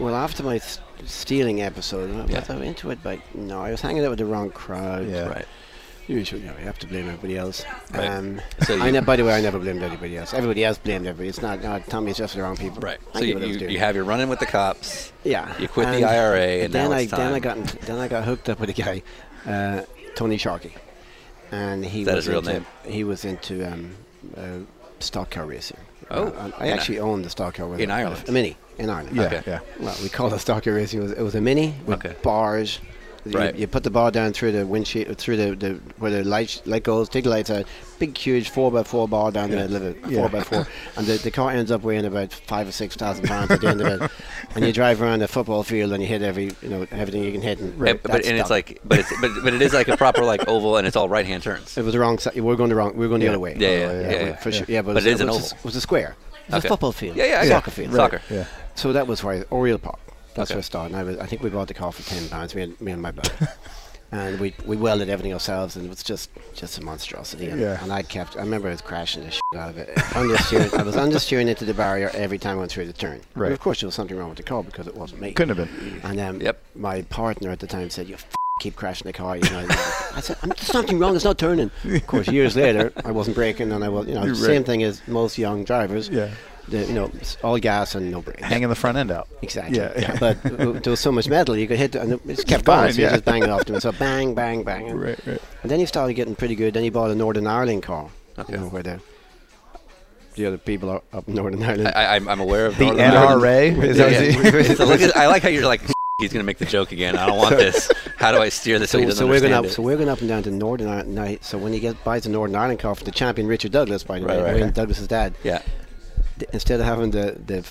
well, after my s stealing episode, I
Yeah.
was I was into it, but no, I was hanging out with the wrong crowd.
Yeah.
Right.
Usually, you, know, you have to blame everybody else.
Right.
Um,
So
I
you-
ne- by the way, I never blamed anybody else. Everybody else blamed everybody. It's not, no, Tommy, it's just the wrong people.
Right.
I
so
knew
you,
what I was
you,
doing.
you have your running with the cops.
Yeah.
You quit the IRA, and
then
now
I
it's time.
then I got in- then I got hooked up with a guy, uh, Tony Sharkey, and he
that
was
his real
into,
name?
He was into um, uh, stock car racing.
Oh,
Uh, I, I
in
actually owned the stock car
in Ireland?
a mini in Ireland.
yeah,
Okay.
yeah.
Well, we call it stock car racing. It was, it was a mini with
Okay.
bars. You,
Right.
you put the bar down through the windshield, through the, the where the light light goes. Take the lights out. Big, huge four by four bar down the middle of it. Four by four, and the, the car ends up weighing about five or six thousand pounds at the end of it. And you drive around the football field and you hit every you know everything you can hit. And
And- but
that's
and it's
stock.
like, but it's but, but it is like a proper like oval, and it's all right hand turns.
it was the wrong side. We were going the wrong. We were going the other way.
Yeah, yeah,
Oh,
yeah,
we-
yeah.
for sure. Yeah, but,
But it
it
is an
was,
oval.
It was a square. It was
Okay.
a football field.
Yeah, yeah, I got
soccer
it.
field.
Soccer.
Yeah.
So that was why Oriel Park. That's
Okay.
where I started. And I, was, I think we bought the car for ten pounds. Me and me and my brother. and we we welded everything ourselves, and it was just just a monstrosity. And,
Yeah.
and I kept. I remember I was crashing the shit out of it. Understeering. I was understeering into the barrier every time I went through the turn. And
Right.
of course, there was something wrong with the car because it wasn't me.
Couldn't have been.
And um,
Yep.
my partner at the time said, "You keep crashing the car. You know, I said, I'm, there's something wrong. It's not turning. Of course, years later, I wasn't braking, and I was, you know,
You're
same
right.
thing as most young drivers.
Yeah.
The- you know, it's all gas and no brakes.
Hanging the front end out.
Exactly.
Yeah, yeah.
But uh, there was so much metal, you could hit, and it just kept
fine,
going. So you
yeah.
just bang it off to it. So bang, bang, bang. And,
Right, right.
and then you started getting pretty good. Then you bought a Northern Ireland car. You know, where the, the other people are up in Northern Ireland.
I, I'm, I'm aware of
The
Northern Ireland.
NRA? Is
Oh, Yeah,
that what you-
yeah. So look at- I like how you're like, he's going to make the joke again. I don't want this. How do I steer this so, he
so,
doesn't
so we're going
understand
up.
it?
So we're going up and down to Northern Ireland. now, So when you get buys the Northern Ireland car from the champion Richard Douglas, by the
Right,
way,
right.
Wayne Douglas's dad,
yeah.
th- instead of having the the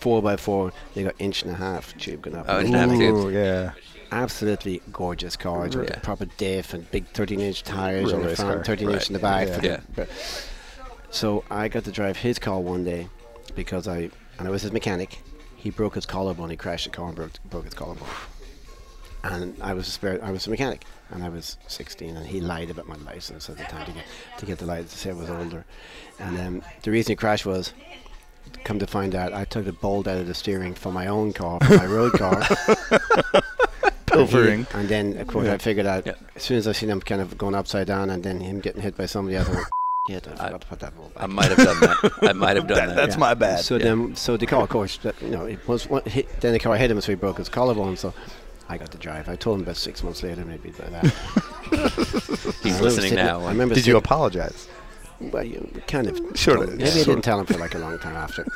four by four, they got inch and a half tube going up.
Oh, inch and a half tubes.
Ooh, yeah.
absolutely gorgeous cars with
Yeah.
the proper diff and big 13 inch tires on
Real
the
race car.
front, 13
Right.
inch in the back.
Yeah.
for
Yeah.
The, but- so I got to drive his car one day because I, and I was his mechanic. He broke his collarbone. He crashed the car and broke, broke his collarbone. And I was a spare, I was a mechanic, and I was 16, and he lied about my license at the time to get, to get the license to say I was older. And um, the reason he crashed was, come to find out, I took the bolt out of the steering for my own car, for my road car.
Pilfering.
And then, of course, I figured out
Yeah.
as soon as I seen him kind of going upside down and then him getting hit by somebody else, I went, shit, I forgot to put that ball back.
I might have done that. I might have done that.
That's my bad.
so then, so the car, of course, that, you know, it was one hit, then the car hit him, so he broke his collarbone. So I got to drive. I told him about six months later, maybe about that. I
He's
remember
listening
sitting-
now.
I remember.
Did you
sitting-
apologize?
Well, you kind of.
Sure,
told-
yeah,
Mm. Maybe I
sure.
didn't tell him for like a long time after.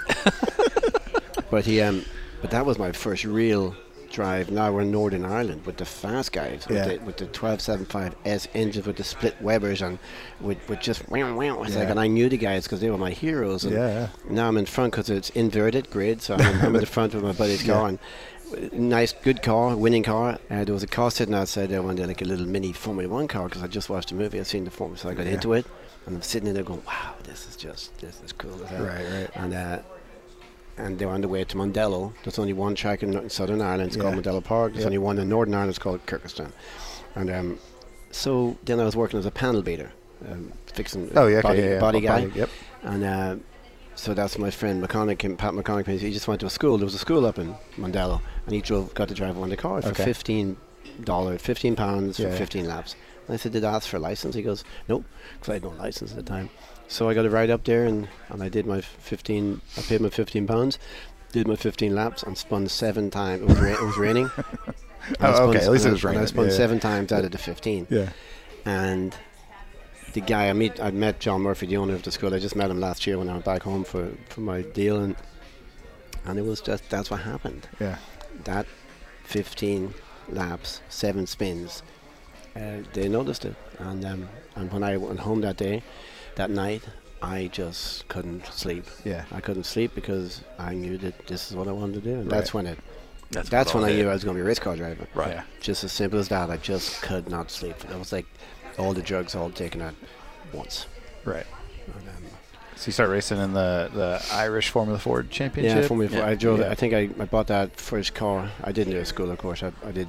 but he, um, but that was my first real drive. Now we're in Northern Ireland with the fast guys,
Yeah.
with, the, with the 1275 S engines, with the split Webers, and with, with just wow wow. It's like,
Yeah.
and I knew the guys because they were my heroes. And
Yeah.
Now I'm in front because it's inverted grid, so I'm, I'm in the front with my buddy's car. And, uh, Nice, good car, winning car. Uh, there was a car sitting outside there one day, like a little mini Formula One car, because I just watched a movie. I'd seen the Formula, so I got
Yeah.
into it. And I'm sitting in there going, wow, this is just, this is cool as hell.
Right, right.
And, uh, and they were on the way to Mondello. There's only one track in Nor- Southern Ireland, it's called
Yeah.
Mondello Park. There's
Yeah.
only one in Northern Ireland, it's called Kirkeston. And um, so then I was working as a panel beater, um, fixing
Oh, yeah, okay,
body,
yeah, yeah.
body guy.
Body, yep.
And uh, so that's my friend McConaughey, came- Pat McConaughey. came- He just went to a school. There was a school up in Mondello, and he drove, got to drive one of the cars for
Okay.
fifteen dollars, fifteen pounds
Yeah.
for fifteen laps. And I said, "Did I ask for a license?" He goes, "Nope," because I had no license at the time. So I got a ride up there, and, and I did my fifteen. I paid my fifteen pounds, did my fifteen laps, and spun seven times. It was, ra- it was raining. And I
Oh,
spun
okay,
s-
at least it
and I-
was
and I
raining,
spun
yeah.
seven times out of the fifteen
Yeah.
and the guy I meet, I met John Murphy, the owner of the school. I just met him last year when I went back home for, for my deal, and and it was just that's what happened.
Yeah.
That 15 laps, seven spins, uh, they noticed it, and um, and when I went home that day, that night, I just couldn't sleep.
Yeah.
I couldn't sleep because I knew that this is what I wanted to do, and that's
Right.
when it.
That's
That's,
what
when
all
I
did.
knew I was going to be a race car driver.
Right.
Yeah.
Just as simple as that. I just could not sleep. It was like all the drugs all taken at once.
Right. So you start racing in the, the Irish Formula Ford Championship.
Yeah, for me,
Yeah.
I drove.
Yeah.
I think I, I bought that first car. I didn't do a school, of course. I, I did.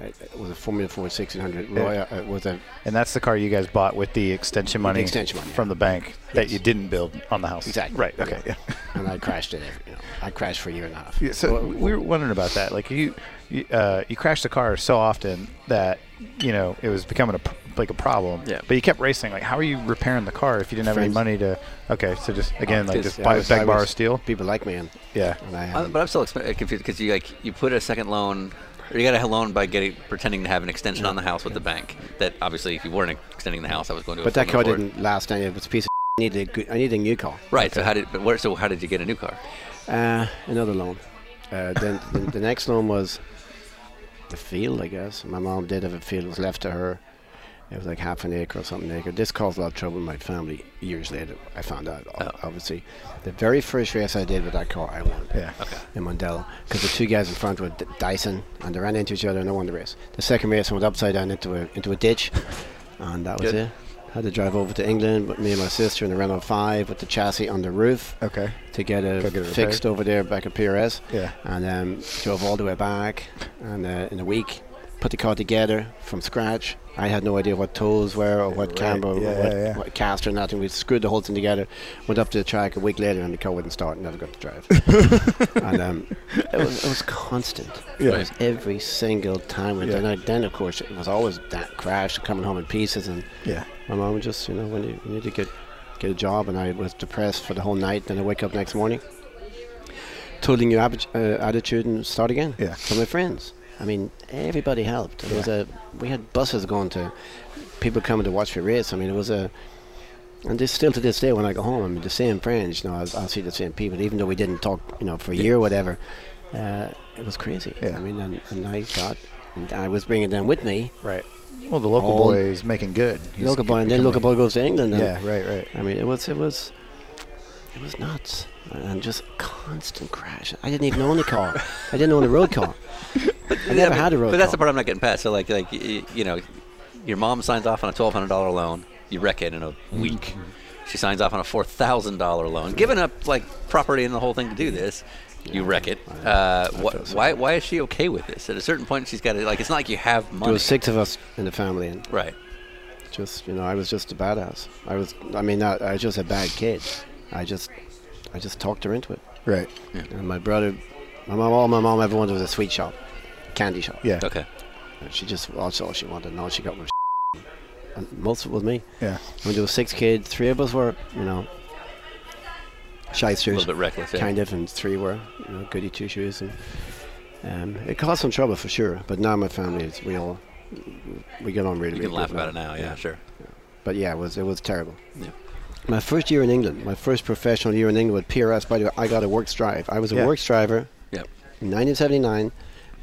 I, it was a Formula Ford 1600 Roy.
Yeah.
I- uh, It was a
And that's the car you guys bought with the extension money,
extension money, yeah.
from the bank that
Yes.
you didn't build on the house.
Exactly.
Right. Okay. Yeah.
and I crashed it. every- You know, I crashed for a year and a half.
Yeah, so
Well,
we were wondering about that. Like you, you, uh, you crashed the car so often that you know it was becoming a pr- like a problem.
Yeah.
But you kept racing. Like, how are you repairing the car if you didn't have any
Frames.
money to? Okay, so just again, like
it's-
just
I
buy
was- I
beg, borrow,
was-
steal.
People like me, and,
Yeah.
and I,
Uh,
um,
but I'm still exp- confused because you like you put a second loan, or you got a loan by getting pretending to have an extension on the house with the bank. That obviously, if you weren't extending the house, I was going to. a
but that car
Formula Ford.
didn't last. Any, it was a piece. Of I needed a good, I needed a new car.
Right. So how did? But where, so how did you get a new car?
Uh, another loan. Uh, then the, the next loan was the field, I guess. My mom did have a field. It was left to her. It was like half an acre or something acre. This caused a lot of trouble in my family years later. I found out, o-
Oh.
obviously. The very first race I did with that car, I won
Yeah.
in Mondello because the two guys in front were D- Dyson and they ran into each other and I won the race. The second race I went upside down into a into a ditch, and that was
Good.
it. Had to drive over to England with me and my sister in a Renault 5 with the chassis on the roof
Okay.
to get it,
Go get it
fixed over there back at PRS.
Yeah.
And um, drove all the way back, and uh, in a week, put the car together from scratch. I had no idea what tools were or what camber,
Yeah,
or what,
yeah, yeah.
what caster, nothing. We screwed the whole thing together. Went up to the track a week later, and the car wouldn't start. Never got to drive. and um, it, was, it was constant.
Yeah.
It was every single time. And then, I, then, of course, it was always that crash, coming home in pieces, and
Yeah.
my mom would just, you know, when you, you need to get get a job, and I was depressed for the whole night. Then I wake up next morning, totally new ab- uh, attitude, and start again.
Yeah.
For my friends, I mean, everybody helped. It was a we had buses going to people coming to watch the race. I mean, it was a and this still to this day when I go home, I mean, the same friends. You know, I, I see the same people, even though we didn't talk, you know, for a year or whatever. Uh, it was crazy.
Yeah.
I mean, and, and I thought, and I was bringing them with me.
Right. Well, the local
All-
boy is making good. He's
Local boy, and then
becoming-
local boy goes to England. and-
Yeah, right, right.
I mean, it was it was it was nuts and just constant crash. I didn't even own a car. I didn't own a road car. I never had a road
But that's the
car.
part I'm not getting past. So like like y- you know, your mom signs off on a twelve hundred dollar loan. You wreck it in a
Mm-hmm.
week. She signs off on a four thousand dollar loan, giving up like property and the whole thing to do this. You wreck it. Uh,
Mm-hmm. feel
wh-
so
why? Why is she okay with this? At a certain point, she's got to like. It's not like you have
There
money,
were six of us in the family, and
right?
just you know, I was just a badass. I was, I mean, not, I was just a bad kid. I just, I just talked her into it.
Right.
And my brother, my mom, all my mom ever wanted was a sweet shop, candy shop.
Yeah.
Okay.
And she just that's all she wanted, and all she got was. And most of it was me.
Yeah.
I mean, there were six kids. Three of us were, you know,
A
shysters.
little bit reckless. Yeah.
kind of, and three were you know, goody two shoes, and um, it caused some trouble for sure. But now my family is we all we get on really.
You
really
can laugh
good
about it now. Yeah, sure.
But yeah, it was it was terrible.
Yeah.
My first year in England, my first professional year in England with PRS. By the way, I got a works drive. I was a
Yeah.
works driver
Yep.
in 1979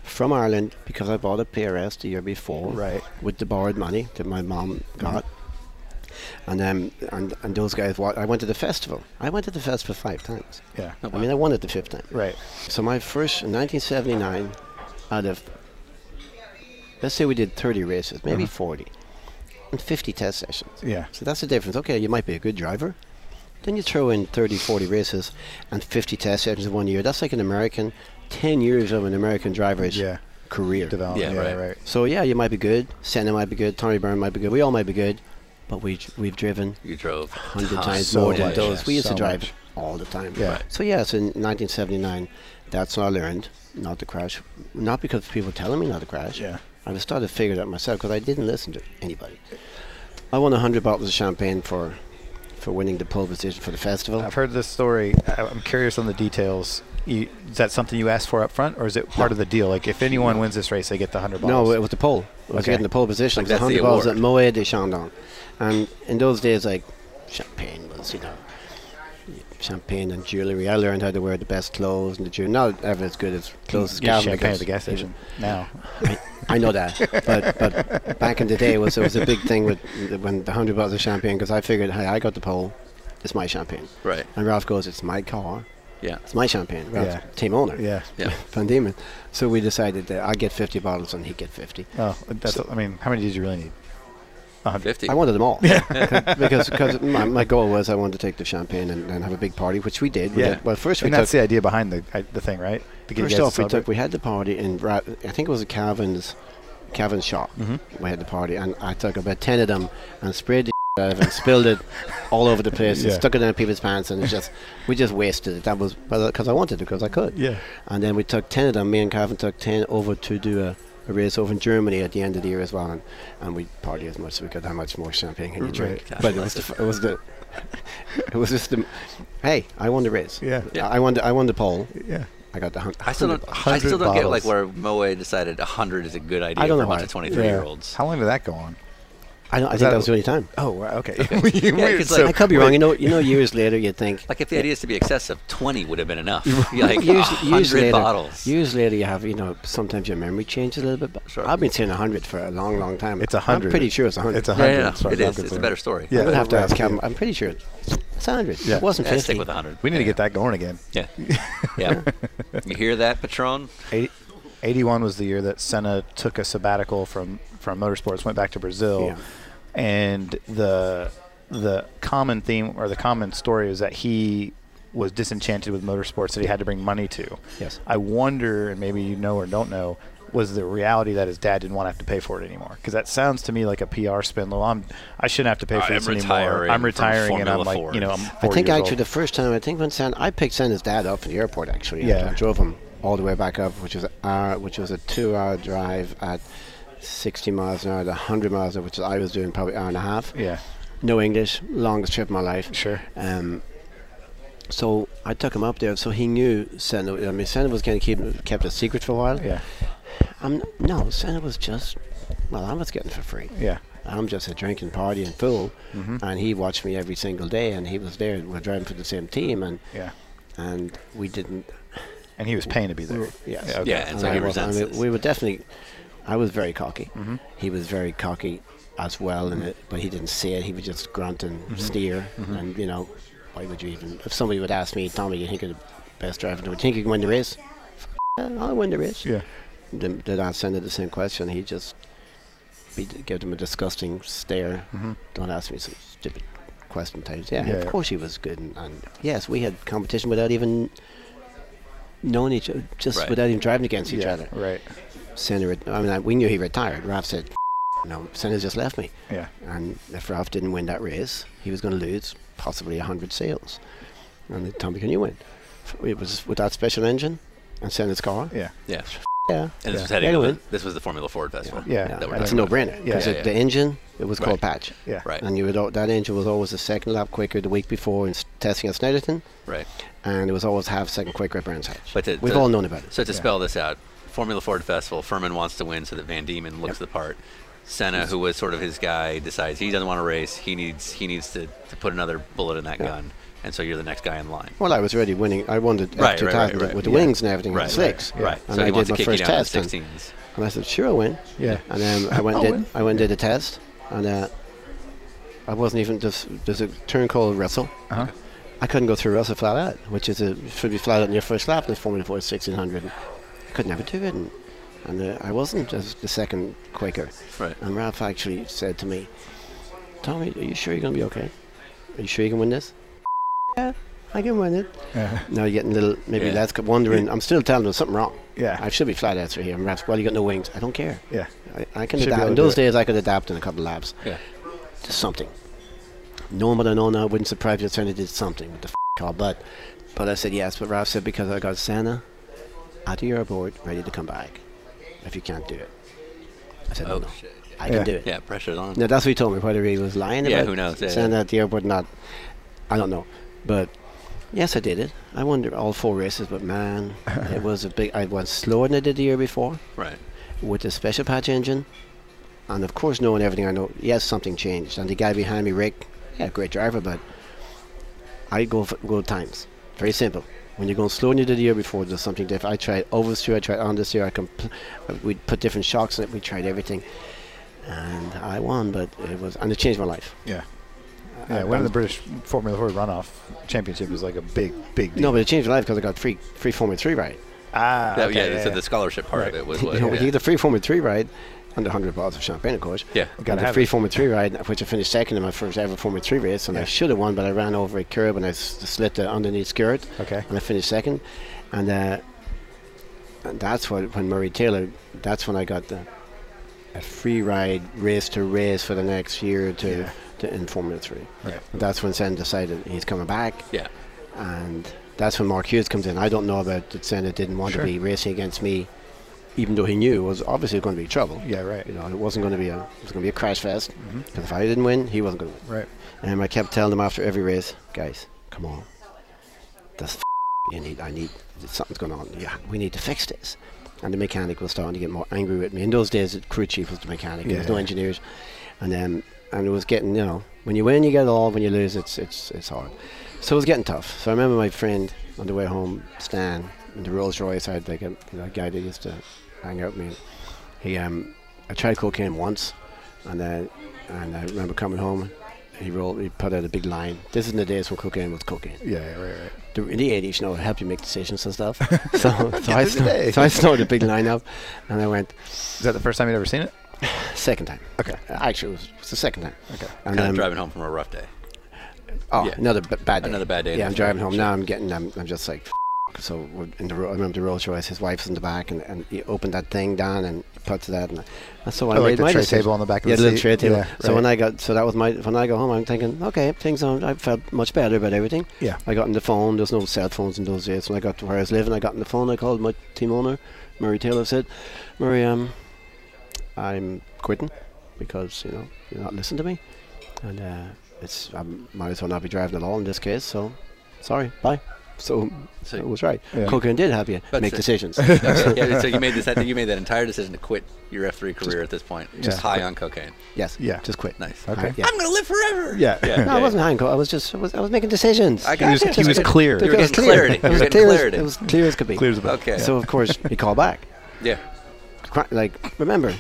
from Ireland because I bought a PRS the year before
Right.
with the borrowed money that my mom got. And um, and and those guys. Wa- I went to the festival. I went to the festival five times.
Yeah.
I mean, I won it the fifth time.
Right.
So my first in 1979, out of let's say we did 30 races, maybe 40, and 50 test sessions.
Uh-huh. Yeah.
So that's the difference. Okay, you might be a good driver. Then you throw in 30, 40 races and 50 test sessions in one year. That's like an American, 10 years of an American driver's
Yeah.
career.
Development.
Yeah,
Yeah.
right.
Right.
So yeah, you might be good. Senna might be good. Tommy Byrne might be good. We all might be good, but we we've driven
You drove. Ah,
hundred
tons.
times
so
more than
much,
those. We used
so
to drive
much.
all the time.
Yeah. Right.
So yeah, so in 1979, that's what I learned not to crash, not because people telling me not to crash.
Yeah.
I was starting to figure it out myself because I didn't listen to anybody. I won 100 bottles of champagne for for winning the pole position for the festival.
I've heard this story. I- I'm curious on the details. You, is that something you asked for up front, or is it part of the deal? Like, if anyone wins this race, they get the hundred
No,
balls.
it was the pole. It was
Okay.
getting the pole position.
Like
it was
that's the
100 balls
award.
at Moët de Chandon. And in those days, like, champagne was, you know, champagne and jewelry. I learned how to wear the best clothes and the jewelry. Not ever as good as clothes as
Get
Calvin.
champagne at
because
the gas station. Now,
I, I know that. But, but back in the day, it was, it was a big thing with when the 100 bottles of champagne because I figured, hey, I got the pole. It's my champagne.
Right.
And Ralph goes, it's my car.
Yeah.
It's my champagne. Ralph's
Yeah.
team owner.
yeah.
Yeah.
Van Diemen. So we decided that I get 50 bottles and he get 50.
Oh, that's. I mean, how many did you really need?
Fifty.
I wanted them all. because because my, my goal was I wanted to take the champagne and, and have a big party, which we did. We
Yeah.
did- well, first we
And that's
took.
the idea behind the I- the thing, right? To get you
First
guys
off,
to
we took.
celebrate?
We had the party in. Ra- I think it was a Calvin's, Calvin's shop.
Mm-hmm.
We had the party, and I took about ten of them and sprayed the out of it and spilled it all over the place and
Yeah.
stuck it in people's pants, and it just we just wasted it. That was because I wanted to, because I could.
Yeah.
And then we took 10 of them. Me and Calvin took 10 over to do a, a race over in Germany at the end of the year as well. And, and we party as much as we could. How much more champagne can you drink? But it was, the, f- it was the, it was just the, hey, I won the race.
Yeah.
Yeah.
I won the, I won the pole.
Yeah.
I got the hundred.
I still don't. I
100
still don't get like
bottles.
where Moe decided hundred is a good idea
I don't
for a
know
bunch
why.
of twenty-three-year-olds.
How long did that go on?
I, don't, I
Was
think that,
that-
was the only time.
Oh, wow, okay.
Yeah, 'cause, like,
I could be wrong. You know, you know, years later you'd think.
Like if the idea is to be excessive, twenty would have been enough. You're like "Ah,
Years, years
hundred
later,
bottles.
years later, you have you know. Sometimes your memory changes a little bit. But
Sure.
I've been saying hundred for a long, long time.
It's a
I'm
hundred.
pretty sure it's a hundred.
It's a
yeah,
hundred.
yeah,
as far as
it is.
I'm
It's a
concerned.
better story.
I'm gonna have to
right,
ask
yeah.
Calvin. I'm pretty sure it's a hundred.
Yeah.
It wasn't
Yeah,
fifty.
stick with hundred.
We need to get that going again.
Yeah, yeah. you hear that, Patron?
80, 81 was the year that Senna took a sabbatical from, from motorsports, went back to Brazil,
Yeah.
and the the common theme or the common story is that he was disenchanted with motorsports that he had to bring money to.
Yes.
I wonder, and maybe you know or don't know, was the reality that his dad didn't want to have to pay for it anymore. Because that sounds to me like a PR spin. Well, I'm I shouldn't have to pay for
I'm
this anymore.
retiring
I'm
from
retiring, and
Formula
I'm like,
Ford.
you know, I'm.
I
four
think
years
actually
old.
the first time I think when San I picked San's dad up from the airport actually. and
Yeah.
I drove him all the way back up, which was hour, which was a two-hour drive at 60 miles an hour, to 100 miles an hour, which I was doing probably hour and a half.
yeah,
No English, longest trip of my life.
sure.
Um, so I took him up there, so he knew Senna. I mean, Senna was going to keep kept a secret for a while.
Yeah,
Um, no, Senna was just, well, I was getting for free.
yeah, Mm-hmm.
I'm just a drinking, partying fool, and he watched me every single day, and he was there. and We're driving for the same team, and
yeah.
and we didn't.
And he was paying to be there.
Yes.
Yeah, okay.
Yeah, and so
I
he
was- I
resents
mean,
this.
we were definitely. I was very cocky.
Mm-hmm.
He was very cocky as well, in it, but he didn't see it. He would just grunt and
Mm-hmm.
sneer, and you know, why would you even? If somebody would ask me, Tommy, you think you're the best driver? Do you think you can win the race? F- yeah, I'll win the race.
Yeah.
Did, did I send him the same question? He just he d- gave him a disgusting stare. Don't ask me some stupid question types. Yeah,
Mm-hmm. Yeah,
of
yeah.
course he was good, and, and yes, we had competition without even knowing each other, just
Right.
without even driving against each
Yeah,
other.
Right.
Senna, re- I mean, I, we knew he retired. Ralph said, "F- "No, Senna just left me."
Yeah.
And if Ralph didn't win that race, he was going to lose possibly hundred sales. And then, Tommy, can you win? F- It was with that special engine and Senna's car.
Yeah.
Yeah.
Yeah,
And this was
Yeah.
heading.
Anyway.
to- This was the Formula Ford festival.
Yeah.
yeah.
That we're
that's a
talking about.
no-brainer
Yeah.
because
Yeah, yeah.
the engine it was called
Right.
Patch,
Yeah.
Right.
and you would al- that engine was always a second lap quicker the week before in s- testing at Snetterton,
Right.
and it was always half second quicker at Brands Hatch.
But the-
we've
the-
all known about it.
So to spell this out, Formula Ford Festival, Furman wants to win so that Van Diemen looks the part. Senna, who was sort of his guy, decides he doesn't want to race. He needs he needs to, to put another bullet in that gun, and so you're the next guy in line.
Well, I was already winning. I won the
Right,
F2000
right, right, right.
with the
Yeah.
wings and everything
Right,
at six.
right, right.
And
So
I
he
did
wants
my
to kick you
first
down to
test. and-
16s.
And I said, sure, I'll win.
Yeah.
And um, I went
I'll
did
win.
I went did a test, and uh, I wasn't even just there's a turn called Russell.
Uh-huh.
I couldn't go through Russell flat out, which is a should be flat out in your first lap in the Formula Four 1600. I could never do it, and, and uh, I wasn't just the second quicker.
Right.
And Ralph actually said to me, Tommy, are you sure you're going to be okay? Are you sure you can win this? Yeah, I can win it.
Yeah.
Now you're getting a little, maybe
Yeah.
that's wondering. I'm still telling them something wrong.
Yeah.
I should be flat out through here. And Ralph's, well, you got no wings. I don't care.
Yeah.
I, I can
Should be
adapt.
able to
In
do
those
it.
days, I could adapt in a couple of laps
Yeah.
to something. Knowing what I know now, it wouldn't surprise you if Santa did something with the f- car. But, but I said yes. But Ralph said, because I got Santa out of your board, ready to come back if you can't do it. I said,
Oh
no, no.
shit.
I
Yeah.
can do it.
Yeah, pressure's on.
No, that's what he told me. Whether he was lying
Yeah,
about
who knows? Yeah,
saying
yeah.
that at the airport, not. I don't know, but yes, I did it. I won the- all four races, but man, it was a big. I went slower than I did the year before
Right.
with the special patch engine, and of course, knowing everything I know, yes, something changed. And the guy behind me, Rick, yeah, great driver, but I go f- go times. Very simple. When you're going slower than you did the year before, there's something different. I tried oversteer, I tried understeer, I compl- we put different shocks in it, we tried everything, and I won. But it was and it changed my life.
Yeah.
I-
Yeah.
I-
Winning the British Formula Ford runoff championship is like a big, big deal.
no, but it changed my life because I got free free Formula Three ride.
Ah.
That-
okay,
Oh, yeah, so the scholarship part
Right.
of it was
you
what.
know,
yeah.
with either free Formula Three ride and a hundred bottles of champagne, of course.
yeah.
Gotta
Got the
have
free
it.
Formula 3 ride, which I finished second in my first ever Formula 3 race, and I
Yeah.
should have won, but I ran over a curb and I s- slit the underneath skirt,
Okay.
and I finished second. And, uh, and that's what, when Murray Taylor, that's when I got the, a free ride race to race for the next year to,
Yeah.
to in Formula 3.
Right.
And that's when Sen decided he's coming back,
Yeah.
and that's when Mark Hughes comes in. I don't know about that Senna didn't want
Sure.
to be racing against me, even though he knew it was obviously going to be trouble.
Yeah. Right. Mm-hmm.
You know, it wasn't going to be a it was going to be a crash fest. Because if I didn't win, he wasn't going to win.
Right.
And I kept telling him after every race, guys, come on, that's f- you need. I need something's going on. Yeah, we need to fix this. And the mechanic was starting to get more angry with me. In those days, the crew chief was the mechanic. There was no
Yeah.
engineers, and um, and it was getting you know when you win you get it all. When you lose, it's it's it's hard. So it was getting tough. So I remember my friend on the way home, Stan, in the Rolls Royce. I had like a, you know, a guy that used to hang out with me. He um, I tried cocaine once, and uh, and I remember coming home. He rolled. He put out a big line. This is in the days when cocaine was cocaine.
Yeah. Right. Right.
The, in the 80s, you know, it helped you make decisions and stuff. So, so, I,
through the day.
sno- so I snorted a big line up, and I went
Is that the first time you'd ever seen it?
second time. Uh,
Okay.
Actually, it was, it was the second time.
Okay.
And
Kind
then
of driving home from a rough day.
oh,
yeah.
another b- bad day.
Another bad day in
Yeah,
the
I'm driving home
Sure.
now. I'm getting. I'm, I'm just like, "F- So we're in the, ro- I remember the Rolls Royce. His wife's in the back, and, and he opened that thing down and plucked it out. And that's so I
Oh, like
made
the
my
tray
decision.
table on the back of
yeah,
the
little
seat?
tray table.
Yeah,
so when I got, so that was my when I go home, I'm thinking, okay, things on. I felt much better about everything.
Yeah.
I got on the phone. There's no cell phones in those days. When I got to where I was living, I got on the phone. I called my team owner, Murray Taylor. Said, Murray, um, I'm quitting because you know you're not listening to me, and uh, it's I might as well not be driving at all in this case. So, sorry, bye. So,
So-
it was right.
Yeah.
Cocaine did help you
That's
make
it.
decisions.
Okay, yeah, so you made this. I think you made that entire decision to quit your F3 career at this point, just
Yeah.
high on cocaine.
yes.
Yeah.
Just quit.
Nice.
All
Okay.
yeah.
I'm gonna live forever.
Yeah.
yeah,
No, I wasn't high on coke. I was just I was, I was making decisions.
I got
was-
it.
he was
You were
clear. You
getting
It was
clarity. You
It
were
was
getting
clear.
clarity.
As, it was clear as could be.
Clear as a bell.
Okay.
So of course he called back.
Yeah,
Cri- Like remember,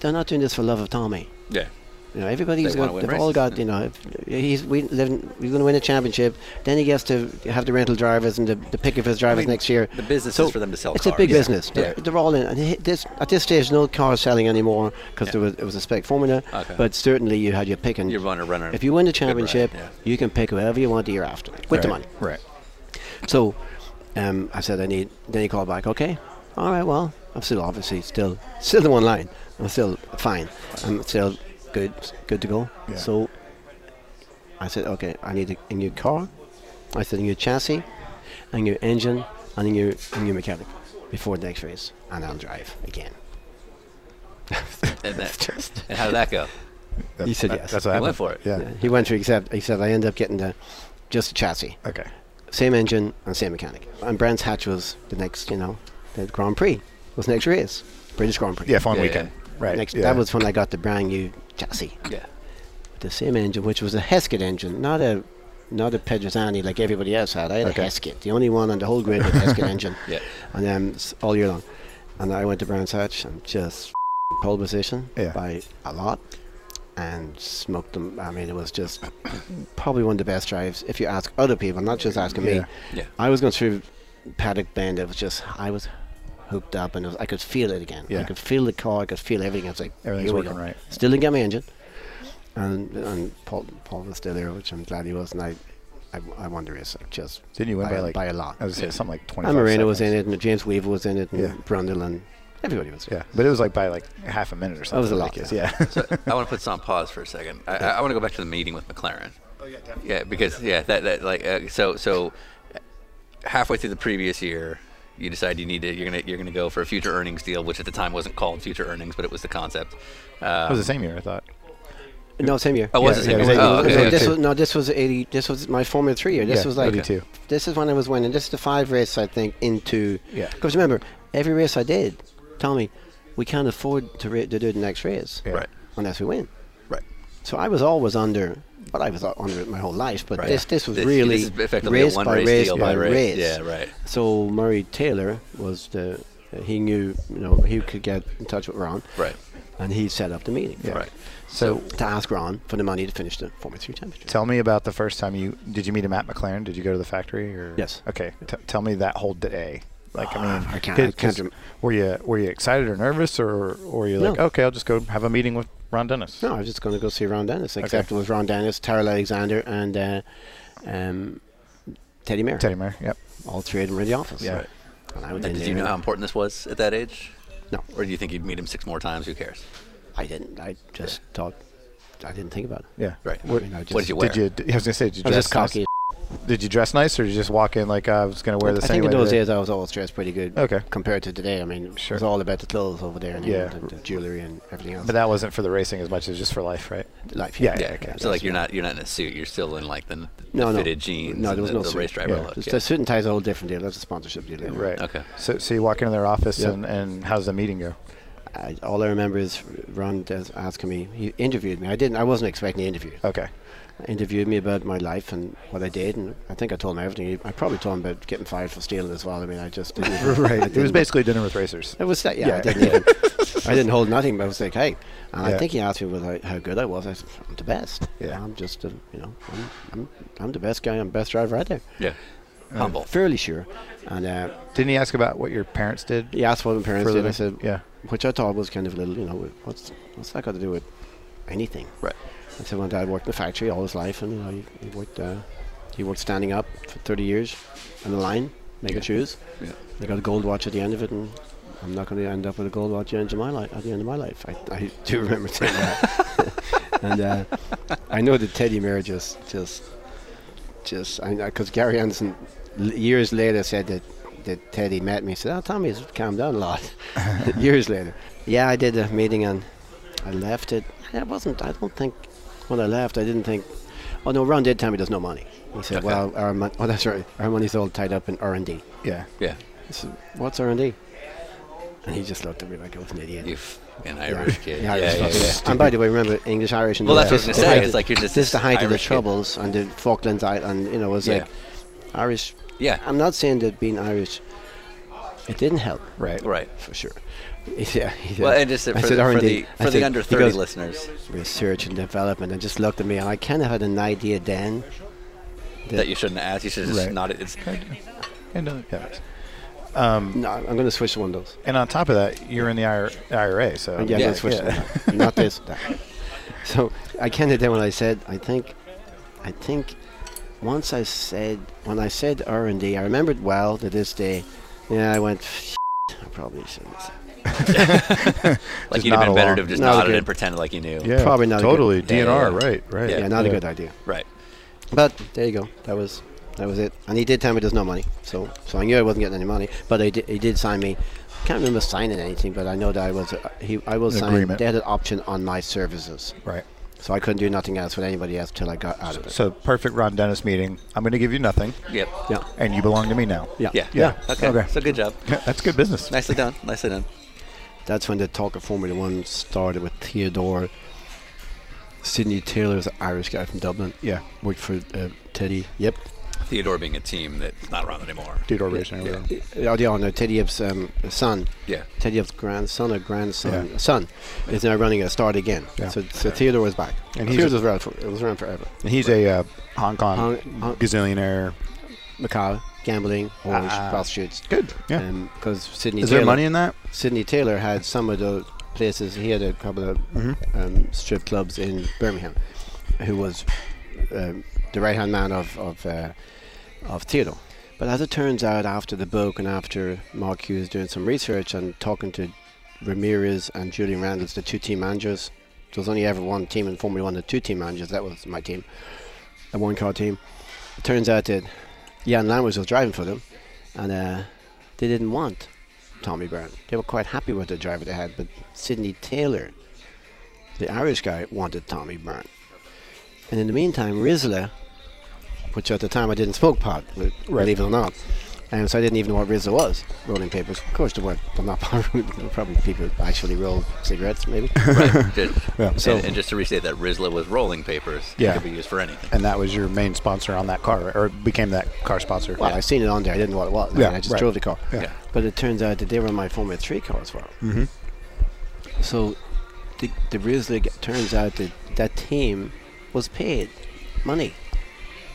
they're not doing this for love of Tommy.
yeah.
You know, everybody's
They wanna
got,
win
they've all
races,
got,
yeah.
you know, he's we live in, we're going to win a championship. Then he gets to have the rental drivers and the, the pick of his drivers
mean,
next year.
The business
So
is for them to sell.
It's
cars.
a big
Yeah.
business.
Yeah.
They're, they're all in. And he- this, at this stage, no car selling anymore because
Yeah.
there was, it was a spec formula.
Okay.
But certainly you had your pick. And
You're runner, runner.
if you win the
Good runner,
championship,
yeah.
you can pick whoever you want the year after with the money.
Right.
So um, I said, I need. Then he called back. Okay, all right. Well, I'm still obviously still still the one line. I'm still fine. I'm still good. Good to go.
Yeah.
So I said, okay, I need a, a new car. I said a new chassis, a new engine, and a new a new mechanic before the next race, and I'll drive again.
And, that, and how did that go?
That-
He said
that-
yes.
That's what
I
happened.
went for it.
Yeah.
He went through except except I ended up getting the just the chassis,
Okay.
same engine and same mechanic. And Brands Hatch was the next, you know, the Grand Prix was the next race, British Grand Prix.
Yeah. Fun
Yeah,
weekend. Right.
Next,
yeah.
That was when I got the brand new chassis,
Yeah.
the same engine, which was a Heskett engine, not a not a Pedrozani like everybody else had. I had
Okay.
a Heskett, the only one on the whole grid with a Heskett engine,
Yeah.
and um, s- all year long. And I went to Brands Hatch and just pole position
Yeah.
by a lot, and smoked them. I mean, it was just probably one of the best drives. If you ask other people, not just asking me,
Yeah.
Yeah.
I was going through paddock bend. It was just I was hooked up, and it was, I could feel it again. I
Yeah.
could feel the car. I could feel everything. I was like,
Everything's
here we
working
go.
right.
Still didn't get my engine, and and Paul Paul was still there, which I'm glad he was, and I I, I won the race. I just
Didn't you win
by,
by
a-
like
by a lot.
I was
Yeah.
something like twenty.
And Moreno was in it, and James Weaver was in it, and
Yeah.
Brundle, and everybody was.
Yeah, but it was like by like half a minute or something.
was a lot,
ridiculous.
yeah.
Yeah.
So I want to put this on pause for a second. I, I, I want to go back to the meeting with McLaren. Oh yeah, definitely. Yeah, because yeah, that, that like uh, so so uh, halfway through the previous year, you decide you need to you're gonna you're gonna go for a future earnings deal, which at the time wasn't called future earnings, but it was the concept.
it was the same year, I thought.
No, same year.
Oh, was
Yeah,
it?
yeah,
same?
it
oh, okay,
was- it
okay.
was-
this
okay.
was no, this was eighty. This was my former three year. This
Yeah,
was like
82.
This is when I was winning. This is the five race I think into.
Yeah.
Because remember, every race I did, Tommy, we can't afford to, ra- to do the next race
Yeah.
Right.
unless we win.
Right.
So I was always under, but I was u- under it my whole life. But
Right.
this this was
This-
really
this is effectively a
race
one
by
race
race
deal
by
by race.
race.
Yeah, right.
So Murray Taylor was the he knew you know he could get in touch with Ron,
Right.
and he set up the meeting.
Yeah.
Right.
So,
To ask Ron for the money to finish the Formula Three championship.
tell me about the first time you did you meet him at McLaren? Did you go to the factory? Or?
Yes.
Okay. T- tell me that whole day. Like I mean,
I can't-
c-
I can't
'cause
rem-
Were you were you excited or nervous or or were you like
No.
okay I'll just go have a meeting with Ron Dennis?
No, I was just going to go see Ron Dennis. Except it was Ron Dennis, Terrell Alexander, and uh, um, Teddy Mayer.
Teddy Mayer. Yep.
All three of them were in the office.
Yeah. Right.
And I went in
And did you
there
know how
and-
important this was at that age?
No.
Or do you think you'd meet him six more times? Who cares?
I didn't. I just thought. I didn't think about it.
Yeah.
Right.
I mean, I
what
just-
did you wear?
Did you? d- I was gonna say, did you
I was
dress
just cocky. as
Nice? Did you dress nice, or did you just walk in like I was gonna wear
I
this
think
anyway?
in those
today?
days I was always dressed pretty good.
Okay.
Compared to today, I mean, it
Sure.
was all about the clothes over there and you
Yeah.
know, the, the jewelry and everything else.
But that wasn't for the racing as much as just for life, right?
life.
yeah,
Yeah.
okay.
So like you're not you're not in a suit. You're still in like the, the
No, no.
fitted jeans.
No,
and
there was
the,
no
the
suit.
race driver
Yeah.
look.
Just
yeah.
The suit and tie is a whole different deal. That's a sponsorship deal. anyway.
Right.
Okay.
So, so you walk into their office,
Yeah.
and, and how's the meeting go?
I, all I remember is Ron des- asking me. He interviewed me. I didn't. I wasn't expecting the interview.
Okay.
interviewed me about my life and what I did, and I think I told him everything. I probably told him about getting fired for stealing as well. I mean, I just didn't even- I
Right. It was
didn't-
basically dinner with racers.
It was that, yeah.
Yeah.
I didn't even. I didn't hold nothing, but I was like, hey, and I
Yeah.
think he asked me was I, how good I was. I said, I'm the best.
Yeah.
I'm just, a, you know, I'm, I'm, I'm the best guy. I'm best driver out there.
Yeah. Humble.
Fairly sure. And uh,
Didn't he ask about what your parents did?
he asked what my parents
For
did. I
living?
said,
Yeah.
which I thought was kind of a little, you know, what's what's that got to do with anything?
Right.
I said my dad worked in a factory all his life, and you know, he, he worked uh, he worked standing up for 30 years on the line, make a choose.
Yeah.
I got a gold watch at the end of it, and I'm not going to end up with a gold watch at the end of my life. At the end of my life, I, I do remember saying that. and uh, I know that Teddy Mayer just, just, just, because Gary Anderson l- years later said that that Teddy met me. He said, "Oh, Tommy's calmed down a lot." years later, yeah, I did a meeting and I left it. I wasn't. I don't think when I left, I didn't think. Oh no, Ron did tell me there's no money. He said,
Okay.
"Well, our mon- oh that's right, our money's all tied up in R and D."
Yeah.
Yeah.
I said, "What's R and D?" And he just looked at me like I was an idiot.
You f- an Irish kid.
Yeah, Irish fucking- And by the way, remember English Irish. And
Well,
the-
that's what I was
the
gonna say,
height
it's
of-
like you're just
this is the height of the
Irish kid.
troubles and the Falklands Island. You know, it was
Yeah.
like Irish.
Yeah.
I'm not saying that being Irish, it didn't help
Right.
Right.
for sure. Yeah. he
Well,
said-
and just for,
I
the,
said,
for
"R&D."
the
I
for the
said,
under
he
thirty
goes,
listeners
research and development and just looked at me and I kind of had an idea then.
that you shouldn't ask, you should just
Right.
not. It's
And uh, yeah.
No, I'm going to switch to one of those.
And on top of that, you're in the IR, IRA, so
Yeah,
Yeah, I'm going to switch to one of those. Not this. that. So I kind of did what I said. I think, I think, once I said when I said R and D, I remembered well to this day. Yeah, I went. "Shit, I probably shouldn't. say
like
Just
you'd have
nod
been better
along.
to have just
Not
nodded
good.
and pretended like you knew.
yeah,
Probably not a good-
totally
Yeah, yeah,
DNR.
yeah.
Right, right.
Yeah.
Yeah, not a good idea.
Right.
But there you go. That was that was it. And he did tell me there's no money, so so I knew I wasn't getting any money. But I di- he did sign me. Can't remember signing anything, but I know that I was uh, he I was
An
signed.
agreement.
They had an option on my services,
Right.
so I couldn't do nothing else with anybody else till I got out of it.
So perfect Ron Dennis meeting. I'm going to give you nothing,
Yep.
Yeah,
and you belong to me now.
yeah,
Yeah.
Yeah.
Okay.
Okay.
So good job.
That's good business.
Nicely done. Nicely done.
That's when the talk of Formula One started with Theodore. Sidney Taylor's an Irish guy from Dublin.
Yeah.
worked for uh, Teddy. Yep,
Theodore being a team that's not around anymore.
Theodore Racing. or whatever.
Oh, yeah, no, Teddy Yip's um, son.
Yeah.
Teddy Yip's grandson or grandson.
Yeah.
Son is now running a start again.
Yeah.
So, so Theodore was back.
And
And
he's
Theodore
a-
was around, for, it was around forever.
And he's a uh, Hong Kong
Hong- Hong-
gazillionaire.
Macau, gambling, whores,
Ah.
prostitutes.
Good. Yeah.
Because Sydney
Is
Taylor,
there money in that?
Sydney Taylor had some of the places. He had a couple of um, strip clubs in Birmingham, who was um, the right hand man of of, uh, of Theodore. But as it turns out, after the book and after Mark Hughes doing some research and talking to Ramirez and Julian Randalls, the two team managers, there was only ever one team in Formula One, the two team managers. That was my team, the one car team. It turns out that Jan Lamers was driving for them, and uh, they didn't want Tommy Byrne. They were quite happy with the driver they had, but Sidney Taylor, the Irish guy, wanted Tommy Byrne. And in the meantime, Rizla, which at the time I didn't smoke pot, but believe it or not, and so I didn't even know what Rizla was, rolling papers. Of course, there weren't, well, not probably people actually rolled cigarettes, maybe.
Just,
So-
and, and just to restate that, Rizla was rolling papers.
Yeah.
It could be used for anything.
And that was your main sponsor on that car, right? or became that car sponsor.
Well, I seen it on there. I didn't know what it was. I,
Yeah,
mean, I just
right.
drove the car.
Yeah.
Yeah.
But it turns out that they were my Formula 3 car as well. Mm-hmm. So the, the Risley g- turns out that that team was paid money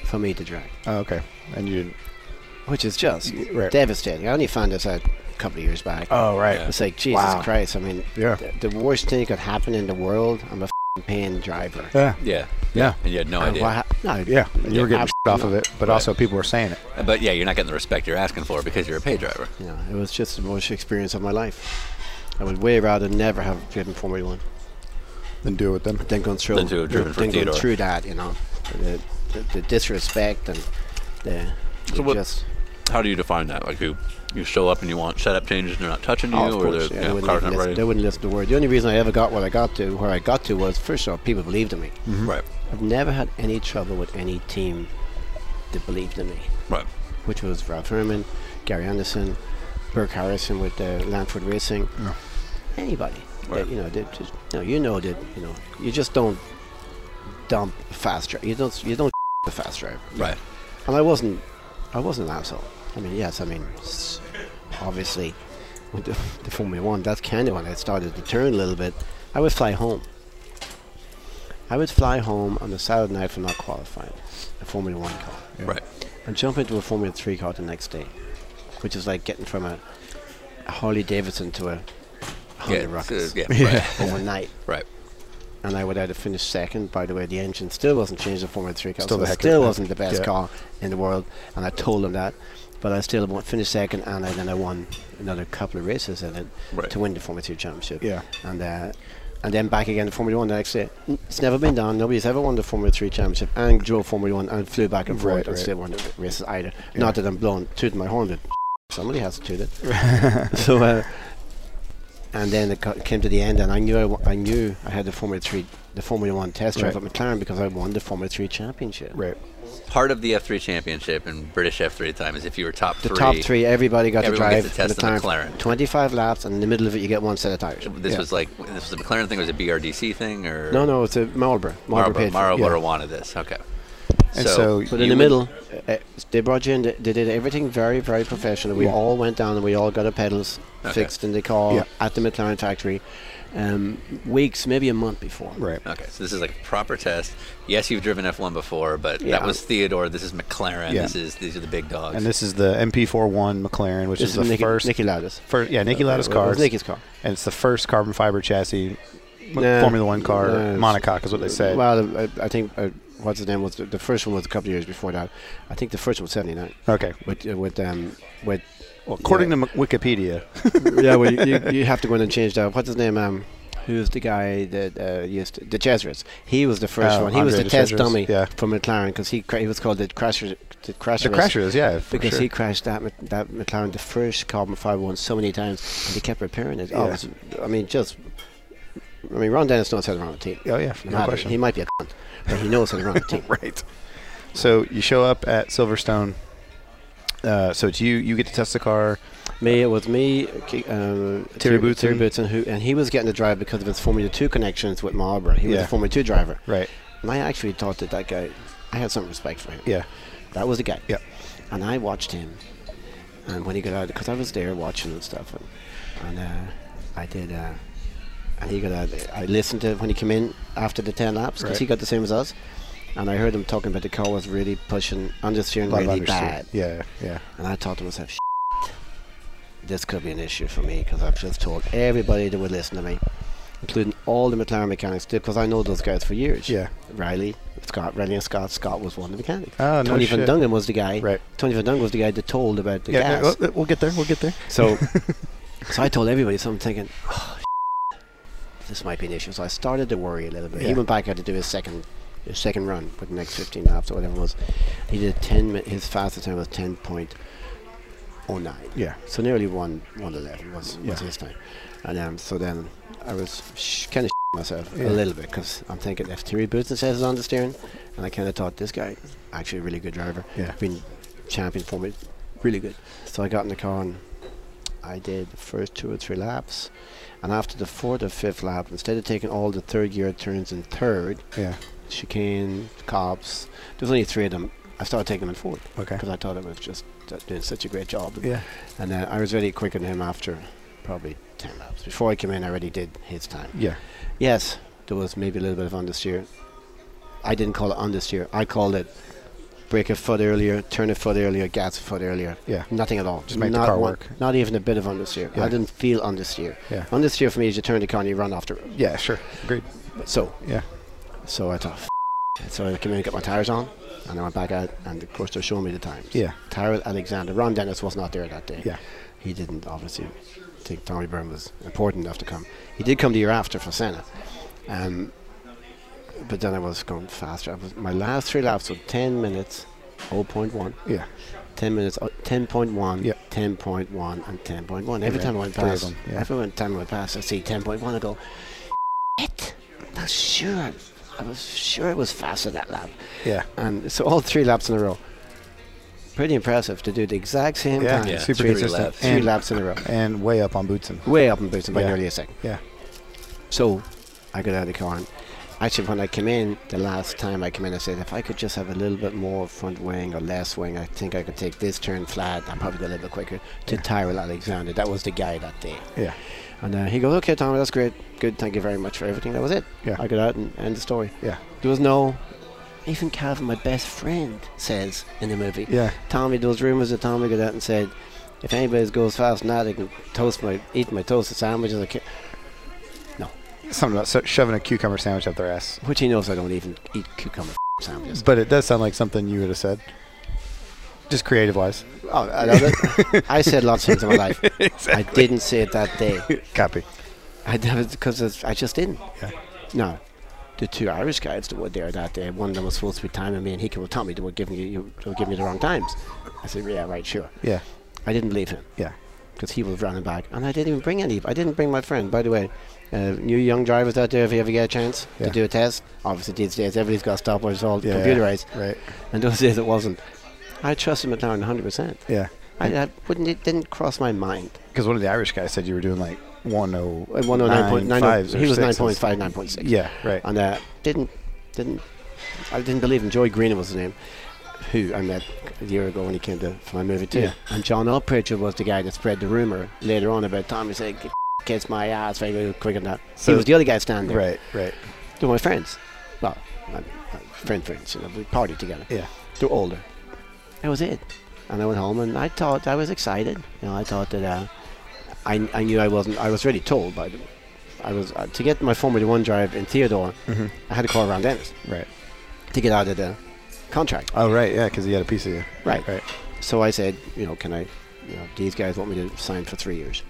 for me to drive,
Oh, okay. And you didn't.
which is just
right.
devastating. I only found this out a couple of years back.
Oh, right.
It's like, Jesus
Wow.
Christ. I mean,
Yeah.
th- the worst thing that could happen in the world, I'm a f***ing paying driver.
Yeah.
Yeah.
Yeah.
And you had no
And
idea.
what hap- no, I-
Yeah. And you were getting
abs-
shit off of it, but also people were saying it.
But yeah, you're not getting the respect you're asking for because you're a pay driver.
You know, it was just the worst experience of my life. I would way rather never have driven Formula One.
Then do it with them.
then going through
Than to have driven for
then going
Theodore.
through that, you know, the, the, the disrespect and the,
So what-
just
How do you define that? Like you, you show up and you want setup changes and they're not touching you,
oh, of
or
course,
the you
yeah, they,
know,
wouldn't
car's
even
not
listen,
ready.
they wouldn't listen to a word. The only reason I ever got what I got to, where I got to, was first of all, people believed in me.
Mm-hmm.
Right.
I've never had any trouble with any team that believed in me,
Right.
which was Ralph Herman, Gary Anderson, Burke Harrison with uh, Lanford Racing, anybody.
Right.
That, you know, that just, no, you know that you know you just don't dump a fast drive. You don't you don't the fast driver.
Right.
and I wasn't, I wasn't an asshole. I mean, yes, I mean, s- obviously, with the, the Formula One, that's kind of when I started to turn a little bit. I would fly home. I would fly home on the Saturday night for not qualifying, a Formula One car,
Right.
and jump into a Formula Three car the next day, which is like getting from a, a Harley Davidson to a
Yeah.
Honda
it's, uh,
Ruckus
yeah. Right.
overnight.
Right.
and I would either finish second. By the way, the engine still wasn't changed in Formula 3 car,
Still
so
the
it
heck-
still wasn't the best
yeah.
car in the world, and I told him that. But I still won- finished second, and I, then I won another couple of races in it
Right.
to win the Formula 2 championship.
Yeah.
And uh, and then back again to Formula 1 the next day. N- It's never been done. Nobody's ever won the Formula 3 championship and drove Formula 1 and flew back and forth
Right,
and
right.
still won the races either. Not that I'm blowing tooting my horn, but somebody has to toot it so uh, and then it co- came to the end and I knew I, wa- I knew I had the Formula 3 the Formula 1 test drive
Right.
at McLaren because I won the Formula 3 championship
Right.
Part of the F3 championship in British F3 time is if you were top
the
three.
top three everybody got
Everyone gets
to drive
to test
the
the
time
McLaren.
25 laps and in the middle of it you get one set of tires
This was like this was a McLaren thing. Was it BRDC thing or
no no it's a Marlboro Marlboro,
Marlboro,
paid for it.
Marlboro wanted this. Okay.
And so-
But in
you
the
would-
middle, uh, uh, they brought you in. They, they did everything very, very professional. We
Yeah.
all went down and we all got our pedals
Okay.
fixed in the car
Yeah.
at the McLaren factory, um, weeks, maybe a month before.
Right.
Okay, so this is like a proper test. Yes, you've driven F1 before, but
Yeah.
that was Theodore. This is McLaren.
Yeah.
This is these are the big dogs.
And this is the MP41 McLaren, which
This
is
is
the
Nicky,
first,
Nicky Lauda's.
first, yeah, Nicky Lauda's
It was
car.
Nicky's car.
and it's the first carbon fiber chassis m-
Nah,
Formula One car
nah, it's-
monocoque is what they said.
Well, I, I think uh, what's his name was the, the first one was a couple of years before that. I think the first one was '79.
okay.
With uh, with um with
Well, according to M- Wikipedia,
yeah, well, you, you, you have to go in and change that. What's his name? Um, who's the guy that uh, used to, the Jesuits? He was the first
Oh,
one. He was
Andre
the
De
test
Cesaris,
dummy
yeah.
for McLaren because he cra- he was called the crasher the crasher
the crashers, yeah, for
because
sure.
he crashed that Mc- that McLaren the first carbon fiber one so many times and they kept repairing it. Oh,
Yeah.
it's- I mean just. I mean, Ron Dennis knows how to run a team.
Oh yeah, no
No matter.
question.
He might be a cunt, but he knows how to run a team.
right. So you show up at Silverstone. Uh, so it's you. You get to test the car.
Me, it was me, Ke- um,
Terry Bootsen.
Terry Bootsen, who, and he was getting the drive because of his Formula Two connections with Marlboro. He was
Yeah.
a Formula Two driver,
Right.
and I actually thought that that guy, I had some respect for him.
Yeah.
that was the guy.
Yeah.
and I watched him, and when he got out, because I was there watching and stuff, and, and uh, I did. Uh, and he got out. I listened to when he came in after the ten laps because
Right.
he got the same as us, and I heard him talking about the car was really pushing understeering
A lot of
really
understeer.
bad.
Yeah. Yeah.
And I thought to myself, Shit, this could be an issue for me because I've just told everybody that would listen to me, including all the McLaren mechanics, because I know those guys for years.
Yeah.
Riley, Scott, Riley and Scott. Scott was one of the mechanics.
Oh, no
Tony Van
shit.
Dungen was the guy.
Right.
Tony Van Dungen was the guy that told about the
yeah.
gas.
no, we'll- we'll get there. We'll get there.
So, so I told everybody. So I'm thinking, oh, shit, this might be an issue. So I started to worry a little bit.
Yeah.
He went back out to do his second, his second run with the next 15 laps or whatever it was. He did 10. mi- His fastest time was 10.09.
Yeah.
So nearly one 111 was, was
Yeah.
his time. And um, so then I was sh- kind of myself
Yeah.
a little bit because I'm thinking if Terry Bootsen says it's on the steering, and I kind of thought this guy actually a really good driver.
Yeah.
Been champion for me, really good. So I got in the car and I did the first two or three laps. And after the fourth or fifth lap, instead of taking all the third gear turns in third,
Yeah.
chicane, cops, there's only three of them. I started taking them in fourth
Okay.
because I thought it was just uh, doing such a great job.
Yeah.
And uh, I was really quick on him after probably 10 laps. Before I came in, I already did his time.
Yeah.
Yes, there was maybe a little bit of understeer. I didn't call it understeer. I called it break a foot earlier, turn a foot earlier, gas a foot earlier.
Yeah.
Nothing at all.
Just make the
Not
car
one-
work.
Not even a bit of understeer.
Yeah.
I didn't feel understeer.
Yeah.
Understeer for me is you turn the car and you run after it.
Yeah. Sure. Agreed.
So,
Yeah.
so I thought, F-. so I came in and got my tires on, and I went back out, and of course they're showing me the times.
Yeah.
Tyrell Alexander, Ron Dennis was not there that day.
Yeah.
He didn't obviously think Tommy Byrne was important enough to come. He did come the year after for Senna. Um, but then I was going faster. I was, my last three laps were 10 minutes, 0.1.
Yeah.
10 minutes, uh, 10.1,
Yeah.
10.1, and 10.1. Every
Yeah,
time I went
three of
past,
them, yeah.
every time I went past, I see 10.1. I go, it. I was sure, I was sure it was faster that lap.
Yeah.
And so all three laps in a row. Pretty impressive to do the exact same
Yeah.
time.
Yeah,
Super
three
consistent.
laps.
Three
And,
laps in a row.
and way up on Bootsen.
Way up in Brisbane by
Yeah.
nearly a second.
Yeah.
So I got out of the car and actually when I came in, the last time I came in I said if I could just have a little bit more front wing or less wing, I think I could take this turn flat, I'm probably go a little bit quicker to Tyrell Alexander. That was the guy that day.
Yeah.
And uh, he goes, Okay Tommy, that's great. Good, thank you very much for everything. That was it.
Yeah.
I got out and end the story.
Yeah.
There was no even Calvin, my best friend, says in the movie.
Yeah.
Tommy, those rumors that Tommy got out and said, if anybody goes fast now, they can toast my, eat my toasted sandwiches. I can't. No,
something about so- shoving a cucumber sandwich up their ass.
Which he knows I don't even eat cucumber sandwiches.
But it does sound like something you would have said, just creative wise.
Oh, I, love it. I said lots of things in my life. I didn't say it that day.
Copy.
I because I just didn't.
Yeah.
No, the two Irish guys that were there that day, one of them was supposed to be timing me, and he came and told me they were giving you, you they were giving me the wrong times. I said, yeah, right, sure.
Yeah.
I didn't believe him
Yeah.
because he was running back, and I didn't even bring any. I didn't bring my friend. By the way, uh, new young drivers out there, if you ever get a chance
Yeah.
to do a test, obviously these days everybody's got stopwatches, it's all
Yeah, yeah.
computerized,
Right.
and those days it wasn't. I trust him at now 100. percent
Yeah.
I, I wouldn't. It didn't cross my mind.
Because one of the Irish guys said you were doing like one oh
Uh, 109.90
fives or
He was
sixes.
9.5, 9.6.
Yeah. Right.
and uh, didn't didn't I didn't believe him. Joy Greener was his name, who I met a year ago when he came to for my movie too.
Yeah.
And John Upritchard was the guy that spread the rumor later on about Tommy saying "Get- kiss my ass very, very quick and that.
So-
he was the other guy standing there.
Right. Right.
They were my friends. Well, my, my friend friends. You know, we partied together.
Yeah.
They're older. That was it. And I went home and I thought I was excited. You know, I thought that uh, I, I knew I wasn't. I was really told by them. I was uh, to get my Formula One drive in Theodore.
Mm-hmm.
I had to call around Dennis
Right.
to get out of the contract.
Oh right. Yeah. Because he had a piece of you.
Right.
Right.
So I said, you know, can I? You know, these guys want me to sign for three years.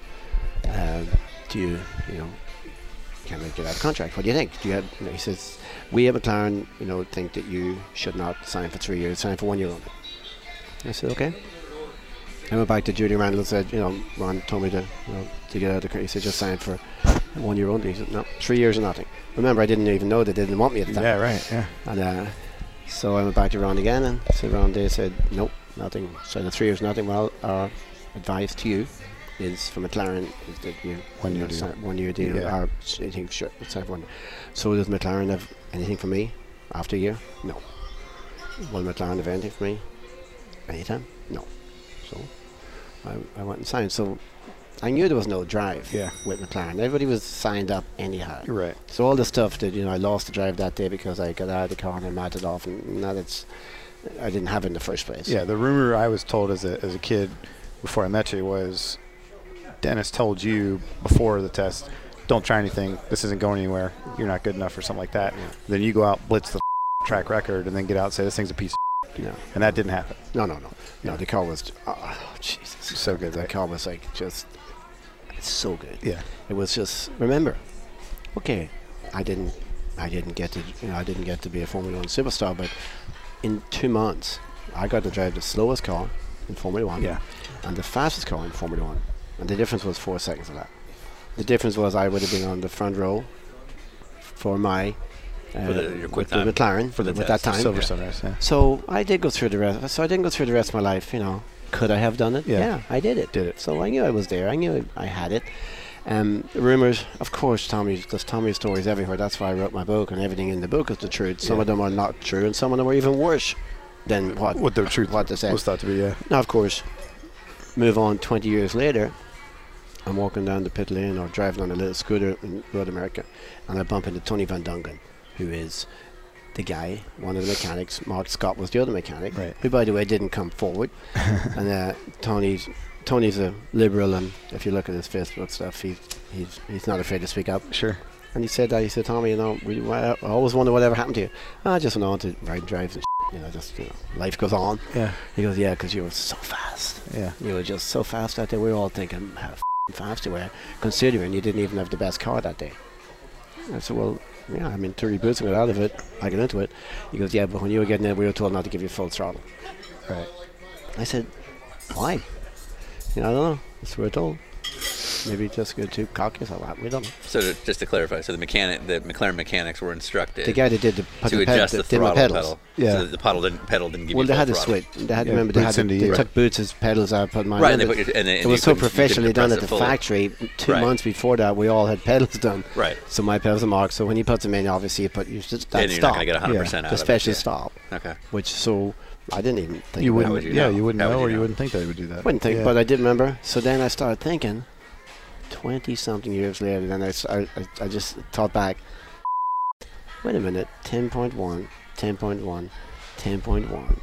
Um, do you, you know, can I get out of contract? What do you think? Do you have? You know, he says, we at McLaren, you know, think that you should not sign for three years. Sign for one year only. I said, okay. I went back to Judy Randall and said, you know, Ron told me to, you know, to get out of the. cr-" He said, just sign for one year only. He said, no, three years or nothing. Remember, I didn't even know they didn't want me at the time.
Yeah. Right. Yeah.
And uh, so I went back to Ron again, and so Ron they said, nope, nothing. So the three years, nothing. Well, our advice to you is from McLaren is that you
One
you
year
know,
deal.
sign- one year deal.
Yeah.
Or s- anything short, sign one. So does McLaren have anything for me after a year? No. Will McLaren have anything for me anytime? No. So I, I went and signed. So I knew there was no drive
Yeah.
with McLaren. Everybody was signed up anyhow.
You're right.
So all the stuff that you know, I lost the drive that day because I got out of the car and I matted off, and now that's I didn't have it in the first place.
Yeah, the rumor I was told as a, as a kid before I met you was Dennis told you before the test, don't try anything. This isn't going anywhere. You're not good enough or something like that. Then you go out, blitz the track record, and then get out and say, this thing's a piece of
No,
shit. And that didn't happen.
no, no, no.
Yeah.
No, the car was oh, Jesus,
So good,
The
right?
car was like just it's so good.
Yeah.
It was just remember, okay, I didn't, I didn't get to, you know, I didn't get to be a Formula One superstar, but in two months, I got to drive the slowest car in Formula One.
Yeah.
and the fastest car in Formula One, and the difference was four seconds of that. The difference was I would have been on the front row for my uh,
For the- your quick
with the
time.
McLaren
For the
with
test.
that time.
Silver Sunrise, yeah.
So I did go through the rest. So I didn't go through the rest of my life. You know, could I have done it?
Yeah.
I did it.
Did it.
So I knew I was there. I knew I had it. Um, rumors, of course, Tommy. There's Tommy stories everywhere. That's why I wrote my book, and everything in the book is the truth. Some of them are not true, and some of them are even worse than what
What the truth
what they said.
was thought to be, yeah.
Now, of course, move on 20 years later. I'm walking down the pit lane or driving on a little scooter in Road America, and I bump into Tony Van Dungan, who is the guy, one of the mechanics. Mark Scott was the other mechanic,
Right.
who, by the way, didn't come forward. and uh, Tony's Tony's a liberal, and if you look at his Facebook stuff, he's he's he's not afraid to speak up.
Sure.
And he said that he said, Tommy, you know, we, I always wonder whatever happened to you. I just went on to ride drives and you know, just you know, life goes on.
Yeah.
He goes, yeah, 'cause you were so fast.
Yeah.
You were just so fast out there. We were all thinking how f***ing fast you were, considering you didn't even have the best car that day. I said, well, yeah, I mean, 30 boots, I got out of it. I got into it. He goes, yeah, but when you were getting in, we were told not to give you full throttle.
Right.
I said, why? You know, I don't know. That's what we're told. Maybe just go too cocky or something. We don't know.
So to, just to clarify, so the mechanic, the McLaren mechanics were instructed
The guy that did the,
to
the ped-
adjust the,
that did my
throttle
pedals.
pedal.
Yeah.
So that the pedal didn't pedal didn't give
Well,
you
they
full
had to
throttle.
switch. They had
Yeah,
remember they had
boots
to,
into
they
you.
took Boots' pedals out, put mine.
Right, and
on
they
it.
put your- and then-
it
and
was
you
so
couldn't- you couldn't
professionally done
press
at
it
the
fully.
factory. Two
Right.
months before that, we all had pedals done.
Right.
So my pedals are marked. So when he puts them in, obviously you put you just that
And you're not gonna
stop.
get 100% out of
the
it,
special
yeah.
stop,
Okay.
which so I didn't even think
You
about
wouldn't,
would you
yeah,
know?
you wouldn't
How would
know
you
or you
know?
wouldn't think they would do that.
I wouldn't think,
yeah.
but I did remember. So then I started thinking, twenty something years later. Then I, s- I- I- I just thought back. Wait a minute, 10.1, 10.1, 10.1.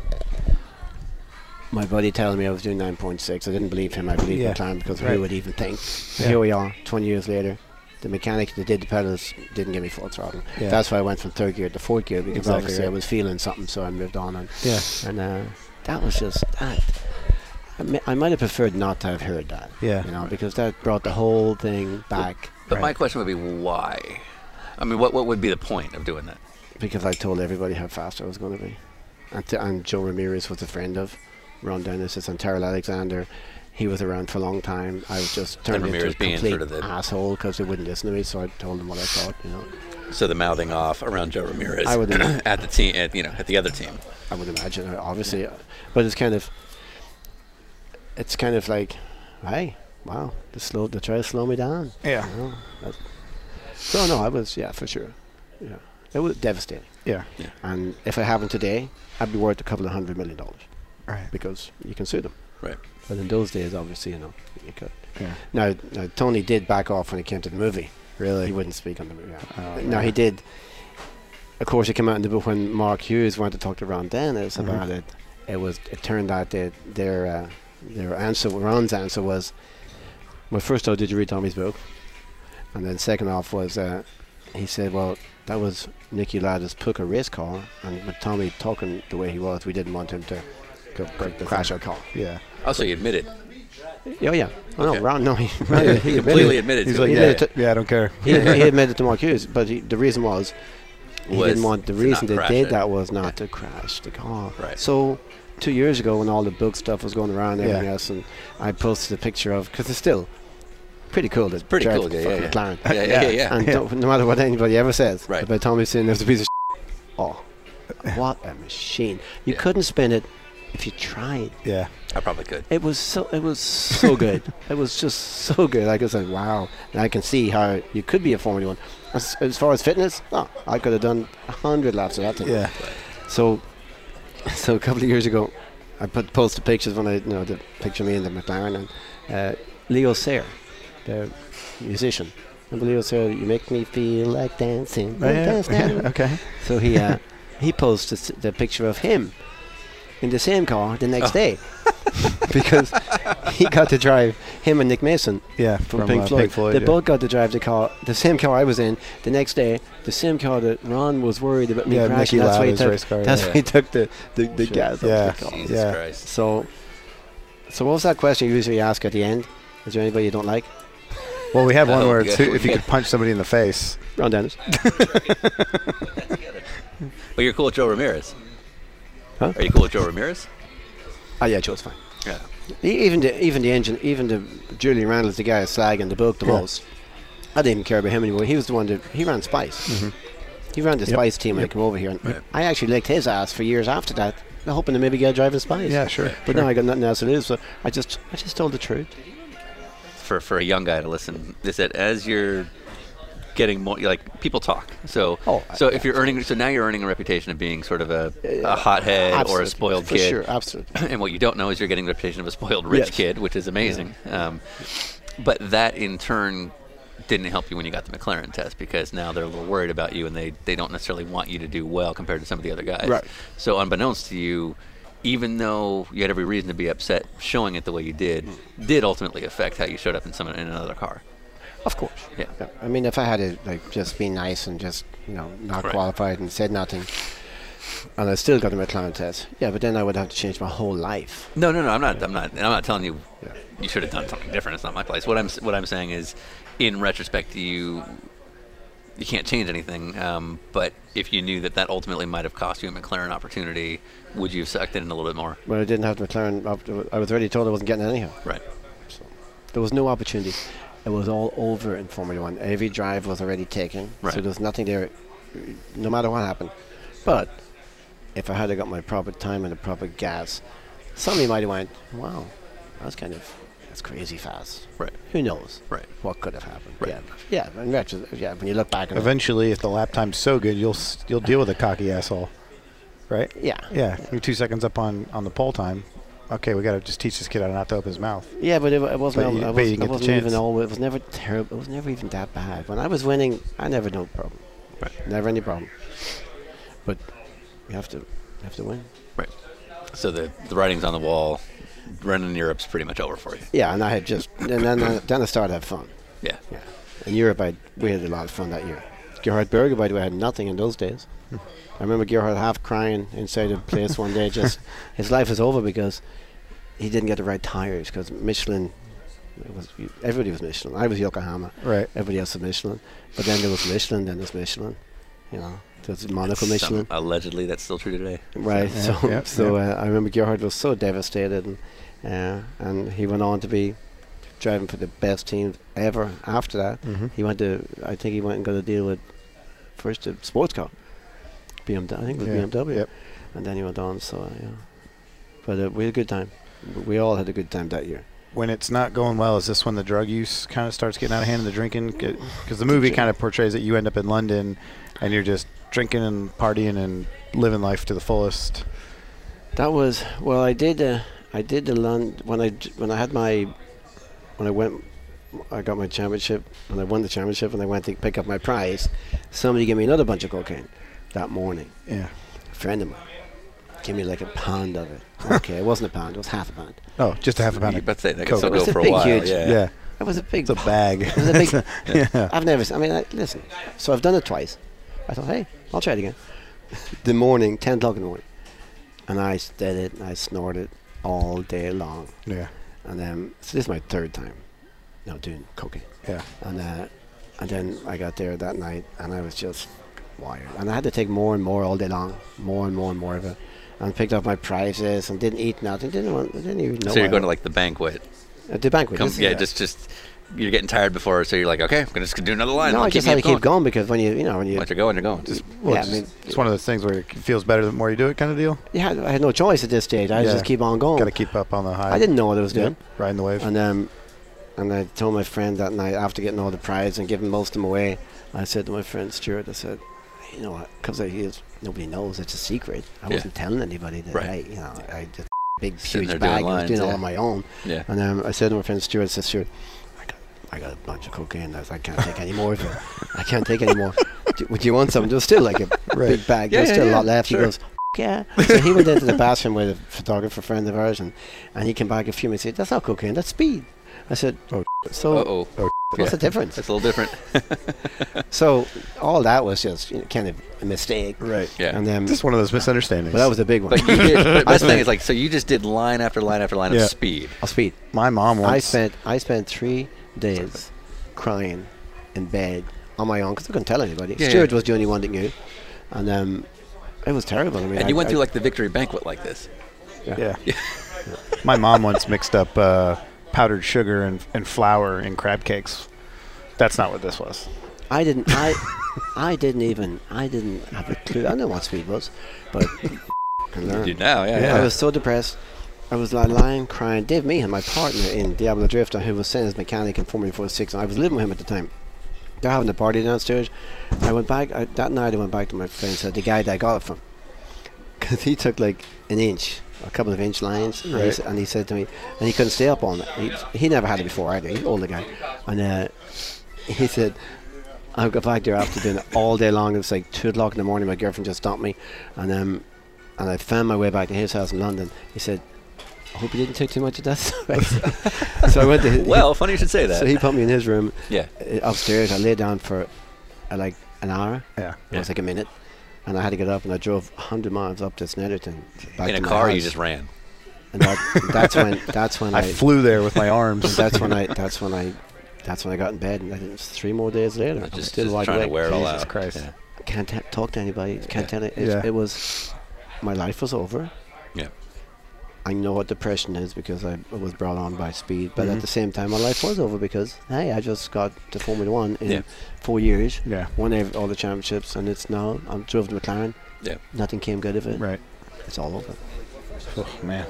My buddy telling me I was doing 9.6. I didn't believe him. I believed
Yeah,
the time because
right.
who would even think?
Yeah.
Here we are, 20 years later. the mechanic that did the pedals didn't give me full throttle.
Yeah.
That's why I went from third gear to fourth gear because
Exactly
obviously I
right.
was feeling something, so I moved on. And,
Yeah.
and uh, that was just that. I, mi- I might have preferred not to have heard that.
Yeah.
You know, because that brought the whole thing back
But my question would be why? I mean, what, what would be the point of doing that?
because I told everybody how fast I was going to be. And, t- and Joe Ramirez was a friend of Ron Dennis. It's on Terrell Alexander. He was around for a long time. I was just turned into a
Ramirez being
complete
sort of the-
asshole because they wouldn't listen to me. So I told them what I thought. You know,
So the mouthing off around Joe Ramirez
I would-
at the team, at, you know, at the other team.
I would imagine, uh, obviously, uh, but it's kind of, it's kind of like, hey, wow, they slow, they try to slow me down.
Yeah.
you know, that- so no, I was yeah for sure, yeah, it was devastating.
Yeah.
And if it happened today, I'd be worth a couple of hundred million dollars.
Right.
Because you can sue them.
Right.
But in those days, obviously, you know, you could.
Yeah.
Now, now, Tony did back off when it came to the movie. Really? He wouldn't speak on the movie. Yeah. no, he did. Of course, it came out in the book when Mark Hughes went to talk to Ron Dennis about it. It was. It turned out that their uh, their answer, Ron's answer was, well, first off, did you read Tommy's book? And then second off was, uh, he said, well, that was Nicky Ladder's Puka race car, and with Tommy talking the way he was, we didn't want him to go crash our car.
Yeah.
Also, you admit it.
Oh yeah. Oh,
Okay.
no, Ron. No, he,
He completely admitted
He's
to
like,
it.
yeah,
did it
yeah, I don't care.
he, he admitted to Mark Hughes, but he, the reason was he
Was
didn't want. The
to
reason
not
they
crash
did
it.
that was not to crash the car.
Right.
So two years ago, when all the book stuff was going around and
Yeah.
everything else, and I posted a picture of because it's still pretty cool. That
pretty
Jared
cool, yeah, yeah,
fucking
yeah.
McLaren.
Yeah, yeah, yeah. yeah.
And don't- no matter what anybody ever says
Right.
about Tommy Sin, there's a piece of oh, what a machine! You
Yeah.
couldn't spin it if you tried.
Yeah.
I probably could.
It was so. It was so good. it was just so good. Like I said, wow. And I can see how you could be a Formula One. As, as far as fitness, oh, I could have done a hundred laps of that thing.
Yeah.
So, so a couple of years ago, I put posted pictures when I, you know, the picture of me in the McLaren and uh, Leo Sayer, the musician. And Leo Sayer, you make me feel like dancing.
Oh, Yeah.
Dance now."
okay.
So he uh, he posted s- the picture of him in the same car the
Oh.
next day because he got to drive him and Nick Mason
Yeah.
from,
uh,
Pink, Floyd. They
yeah.
both got to drive the car, the same car I was in the next day, the same car that Ron was worried about me
Yeah,
crashing.
Nicky
that's why he
Lauda's
took,
race car,
that's
yeah.
why he took the the, the gas.
Yeah.
Off the car.
Jesus
Yeah.
Christ.
So, so what was that question you usually ask at the end? Is there anybody you don't like?
Well, we have one
Oh,
where it's
good.
who, if you could punch somebody in the face.
Ron Dennis.
Well, you're cool with Joe Ramirez.
Huh?
Are you cool with Joe Ramirez?
Oh yeah, Joe's fine.
Yeah.
E- Even the even the engine, even the Julian Randall's the guy slagging the book the
Yeah.
most. I didn't even care about him anymore. He was the one that he ran Spice.
Mm-hmm.
He ran the Spice team when I came over here. And I actually licked his ass for years after that, hoping to maybe get a drive in Spice.
Yeah, sure.
But now I got nothing else to do, so I just I just told the truth.
For for a young guy to listen, is that as you're getting more like people talk. So
Oh,
so
I-
if you're earning so now you're earning a reputation of being sort of a, a hothead or a
Absolutely,
spoiled
for
kid.
sure, absolutely.
and what you don't know is you're getting the reputation of a spoiled rich
Yes.
kid, which is amazing. Um, but that in turn didn't help you when you got the McLaren test because now they're a little worried about you and they, they don't necessarily want you to do well compared to some of the other guys.
Right.
So unbeknownst to you, even though you had every reason to be upset, showing it the way you did
Mm.
did ultimately affect how you showed up in some in another car.
Of course.
Yeah.
Yeah, I mean, if I had to like just be nice and just you know not
Right.
qualified and said nothing, and I still got a McLaren test, yeah, but then I would have to change my whole life.
No, no, no. I'm not. I'm not. I'm not telling you.
Yeah.
You should have done something different. It's not my place. What I'm. s- What I'm saying is, in retrospect, you. You can't change anything. Um, but if you knew that that ultimately might have cost you a McLaren opportunity, would you have sucked it in a little bit more?
When I didn't have the McLaren, op- I was already told I wasn't getting it anyhow.
Right.
There was no opportunity. It was all over in Formula One. Every drive was already taken,
Right.
so there was nothing there, no matter what happened. But if I had got my proper time and the proper gas, somebody might have went, "Wow, that's kind of that's crazy fast."
Right.
Who knows?
Right.
What could have happened?
Right.
Yeah. Yeah. In retro, yeah. When you look back, on it,
Eventually, if the lap time's so good, you'll s- you'll deal with a cocky asshole, right?
Yeah.
Yeah. You're two seconds up on on the pole time. Okay, we got to just teach this kid how not to open his mouth.
Yeah, but it, wa- it wasn't.
But
al-
you-
I
but you
wasn't, I
get the
wasn't even
chance.
all. It was never terrible. It was never even that bad. When I was winning, I never no problem.
Right.
Never any problem. But you have to, you have to win.
Right. So the the writing's on the wall. Running Europe's pretty much over for you.
Yeah, and I had just, and then then I started to have fun.
Yeah.
Yeah, In Europe, I we had a lot of fun that year. Gerhard Berger, by the way, had nothing in those days. I remember Gerhard half crying inside the place one day. Just his life was over because he didn't get the right tires because Michelin. It was everybody was Michelin. I was Yokohama.
Right.
Everybody else was Michelin. But then there was Michelin. Then there's Michelin. You know, there's Monaco
Some-
Michelin.
allegedly, that's still true today.
Right.
Yeah,
so
yeah,
so Uh, I remember Gerhard was so devastated, and uh, and he went on to be driving for the best team ever. After that,
Mhm.
he went to I think he went and got a deal with first a sports car, BMW. I think it was
Yeah,
BMW.
yep.
And then he went on. So uh, yeah, but uh, we had a good time. W- We all had a good time that year.
When it's not going well, is this when the drug use kind of starts getting out of hand and the drinking? Because the movie kind of portrays that you end up in London and you're just drinking and partying and living life to the fullest.
That was well. I did. Uh, I did the London when I j- when I had my when I went. I got my championship and I won the championship and I went to pick up my prize. Somebody gave me another bunch of cocaine that morning.
Yeah.
A friend of mine gave me like a pound of it. Okay, it wasn't a pound. It was half a pound.
Oh, just a half a pound
You
of
bet say that could
Coke.
still
It was
go
a
for a
big,
while.
huge-
yeah.
Yeah.
It was a big.
It's a bag.
It was a big.
yeah.
I've never. s- I mean, I, listen. So I've done it twice. I thought, hey, I'll try it again. the morning, ten o'clock in the morning, and I s- did it and I snorted all day long.
Yeah.
And then, so this is my third time now doing cocaine.
Yeah.
And, uh, and then I got there that night and I was just wired. And I had to take more and more all day long, more and more and more of it. And picked up my prizes and didn't eat nothing. Didn't want, didn't even know.
so you're
why.
going to like the banquet.
At the banquet.
Come,
this is
yeah,
it.
just just you're getting tired before, so you're like, okay, I'm gonna just do another line.
No,
I'll
I
keep
just had
me
to keep
going.
going because when you, you know, when you,
Once you're going, you're going. Just
Well,
yeah,
it's,
I mean,
it's one of those things where it feels better the more you do it, kind of deal.
yeah, I had no choice at this stage. I
Yeah.
just keep on going.
Got to keep up on the high.
Oh. I didn't know what I was
Yeah,
doing.
riding the wave.
And um, and I told my friend that night after getting all the prize and giving most of them away, I said to my friend Stuart, I said, you know what? Because nobody knows it's a secret. I
Yeah.
wasn't telling anybody that.
Right.
I, you know, I just big
Sitting there doing
huge bag. I was
lines,
doing it all
yeah.
on my own.
yeah.
And um, I said to my friend Stuart, I said, Stuart, I got, I got a bunch of cocaine. I, I can't take any more of it. I can't take any more. do, would you want some? There was still like a
Right.
big bag.
Yeah,
There's
yeah,
still
yeah,
a lot left.
sure.
He goes, "F- yeah. So he went into the bathroom with a photographer friend of ours, and, and he came back a few minutes. He said, that's not cocaine. That's speed. I said,
Oh,
Uh
so
oh,
what's the difference?
that's a little different.
So all that was just you know, kind of a mistake.
right.
Yeah.
And then,
Just one of those misunderstandings.
but that was a big one.
Like you did, but the best thing is like so you just did line after line after line
Yeah.
of speed.
I'll speed.
my mom once.
I spent I spent three days crying in bed on my own because I couldn't tell anybody.
Yeah,
Stuart
yeah.
was the only one that knew, and um, it was terrible. I mean,
And
I,
you went
I-
through like the victory banquet like this.
Yeah. My mom once mixed up uh, powdered sugar and, and flour in crab cakes. That's not what this was.
I didn't. I I didn't even. I didn't have a clue. I know what speed was, but I can learn.
You do now, yeah.
I was so depressed. I was like lying, crying. Dave Meehan, my partner in Diablo Drifter, who was Senna's mechanic in Formula 46, and I was living with him at the time. They're having a party downstairs. I went back, I, that night I went back to my friend, said the guy that I got it from. Because he took like an inch, a couple of inch lines, and, he, s- and he said to me, and he couldn't stay up all night. He, he never had it before either, he's an older guy. And uh, he said, I got back there after doing it all day long. It was like two o'clock in the morning. My girlfriend just stopped me, and um, and I found my way back to his house in London. He said, "I hope you didn't take too much of that." stuff." so I went to his,
Well, funny you should say that.
so he put me in his room
yeah.
uh, upstairs. I lay down for uh, like an hour.
Yeah.
It was like a minute, and I had to get up and I drove hundred miles up to Snetterton. back
In a
to my
car you
house.
just ran.
And that, that's when that's when I,
I flew there with my
and
arms.
that's when I that's when I that's when I got in bed. And I think it was three more days later. I was
Just,
still
just
wide
trying to
awake.
wear it all
Jesus
out.
Christ.
Yeah.
can't t- talk to anybody. Can't tell it. It,
Yeah.
it was my life was over.
Yeah.
I know what depression is because I was brought on by speed, but
Mm-hmm.
at the same time, my life was over because hey, I just got to Formula One in
Yeah.
four years,
Yeah.
won ev- all the championships, and it's now I'm drove to McLaren.
Yeah.
Nothing came good of it.
Right.
It's all over.
Oh, man.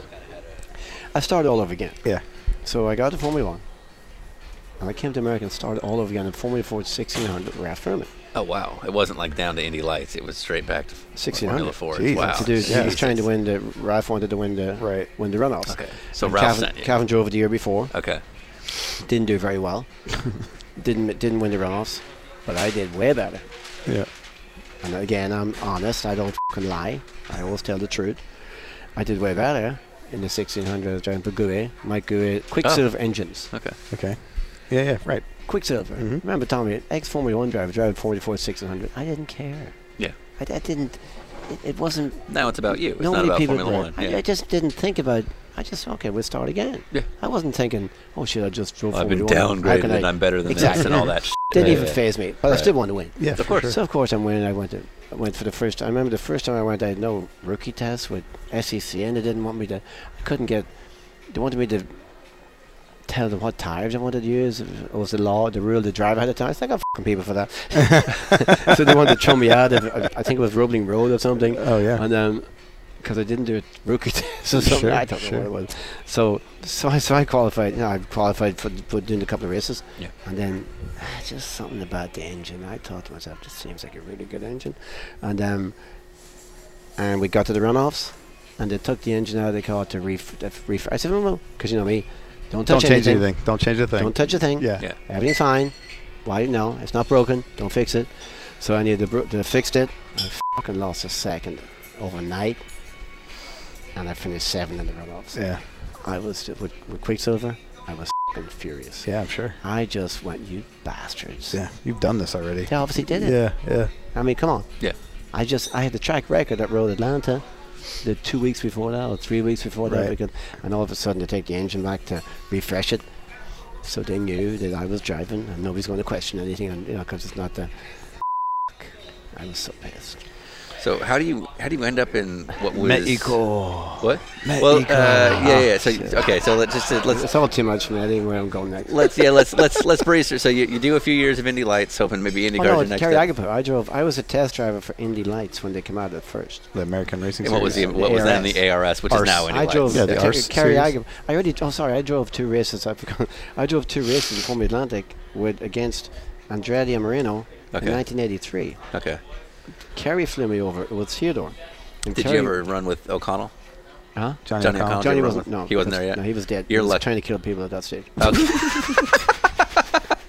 I started all over again.
Yeah.
So I got to Formula One, and I came to America and started all over again in Formula Ford 1600 Ralph Furman.
Oh wow! It wasn't like down to Indy Lights. It was straight back to Formula
1600.
Ford.
Jesus.
Wow.
to do. He was
Jesus.
trying to win the. Ralph wanted to win the
Right.
win the runoffs.
Okay. So
And
Ralph
Cavan-
sent you.
Cavan drove it the year before.
Okay.
Didn't do very well. didn't didn't win the runoffs, but I did way better.
Yeah.
And again, I'm honest. I don't fucking lie. I always tell the truth. I did way better in
Oh.
the 1600 I was driving for Gouet, Mike Gouet, Quicksilver engines.
Okay.
Okay. Yeah, yeah, right.
Quicksilver.
Mm-hmm.
Remember, Tommy, ex Formula One driver, driving 44, 600. I didn't care.
Yeah.
I, I didn't. It, it wasn't.
Now it's about you. It's
no
not
many
about
people
Formula One.
I,
Yeah.
I just didn't think about. I just okay. We'll start again.
Yeah.
I wasn't thinking. Oh shit! I just drove.
I've been
Formula One. How
downgraded
can
and
I-
I'm better than
Exactly.
this and all that. shit.
Didn't
Yeah,
even
yeah.
phase me, but I
Right.
still wanted to win.
Yeah,
Of course.
So of course I'm winning. I went to I went for the first. I remember the first time I went, I had no rookie test with SEC, and they didn't want me to. I couldn't get. They wanted me to tell them what tires I wanted to use. It was the law, the rule, the driver had to tell. I think I'm fucking people for that. so they wanted to throw me out. Of, I I think it was Roebling Road or something.
Oh yeah.
And um 'cause because I didn't do a rookie test or something,
Sure,
I don't
sure.
know what it was. So, so I, so I qualified. You know, I qualified for, for doing a couple of races.
Yeah.
And then ah, just something about the engine. I thought to myself, this seems like a really good engine. And um, and we got to the runoffs, and they took the engine out of the car to ref. to ref- I said, no, no, because you know me, don't
Don't
touch
change
anything.
anything. Don't change a thing.
Don't touch a thing.
yeah.
Yeah.
Everything's fine. Why you know? It's not broken. Don't fix it. So I needed to, bro- to fixed it. I fucking lost a second overnight, and I finished seventh in the runoffs.
Yeah.
I was with, with Quicksilver. I was fucking furious.
Yeah, I'm sure.
I just went, you bastards.
Yeah. You've done this already.
They obviously did it.
Yeah. Yeah.
I mean, come on.
Yeah.
I just I had the track record at Road Atlanta, the two weeks before that or three weeks before that,
Right.
because, and all of a sudden they take the engine back to refresh it, so they knew that I was driving and nobody's going to question anything, and you know because it's not the. I was so pissed.
So how do you how do you end up in what was
Mexico.
what? well, uh, yeah, yeah. So okay, so let's just uh, let's
It's all too much for me. I didn't know where I'm going next.
let's yeah let's let's let's brace it. So you, you do a few years of Indy Lights, hoping maybe IndyCar's
Oh, no,
your
it's
next.
Terry
step.
Agapoo. I drove. I was a test driver for Indy Lights when they came out at first.
The American Racing
And what was the
Series.
what was that in
ARS.
the ARS, which
Arse.
is now Indy
I
Lights?
drove.
Yeah, the
I
R
think- Kerry
series.
Agam- I already. Oh, sorry. I drove two races. I forgot. I drove two races in Formula Atlantic with against Andretti Marino
Okay.
in 1983.
Okay.
Kerry flew me over with Theodore. And
Did
Kerry-
you ever run with O'Connell?
Huh?
Johnny,
Johnny
O'Connell.
O'Connell.
Johnny
run
wasn't.
with-
No,
he wasn't there yet.
No, he was dead.
You're
he was
lucky.
trying to kill people at that stage.
Okay.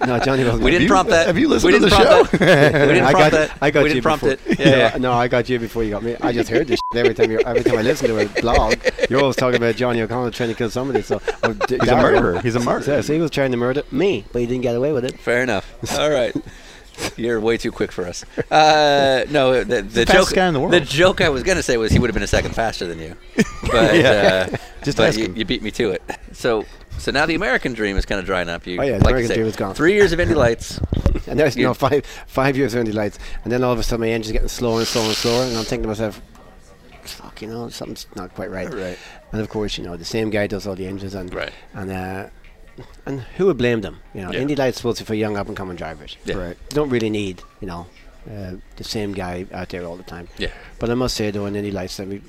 No, Johnny wasn't.
we
there.
didn't
you-
prompt that.
have you listened
we
to
didn't
the
prompt
show?
That. We didn't
I
prompt
got,
that.
I got
we
you
didn't prompt
before.
it. Yeah, yeah.
No, no, I got you before you got me. I just heard this shit every time you every time I listen to a blog. You're always talking about Johnny O'Connell trying to kill somebody. So oh, or D-
He's a
Darryl.
murderer. He's a murderer.
Yeah, so he was trying to murder me, but he didn't get away with it.
Fair enough. All right. You're way too quick for us. Uh, no, the, the, joke
fastest guy in the world.
joke I was gonna say was he would have been a second faster than you, but uh,
Just
but
ask
you,
him.
you beat me to it. So so now the American dream is kind of drying up. You
Oh, yeah,
like
the
you
American
say,
dream is gone.
Three years of Indy Lights.
And there's
You-
no five five years of Indy lights, and then all of a sudden my engine's getting slower and slower and slower, and I'm thinking to myself, "Fuck, you know, something's not quite right."
Right.
And of course, you know, the same guy does all the engines, and
Right.
and uh, and who would blame them? You know,
Yeah.
Indy lights supposed to be for young up and coming drivers.
Yeah.
Right.
You don't really need, you know, uh, the same guy out there all the time.
Yeah.
But I must say though, in Indy lights, that we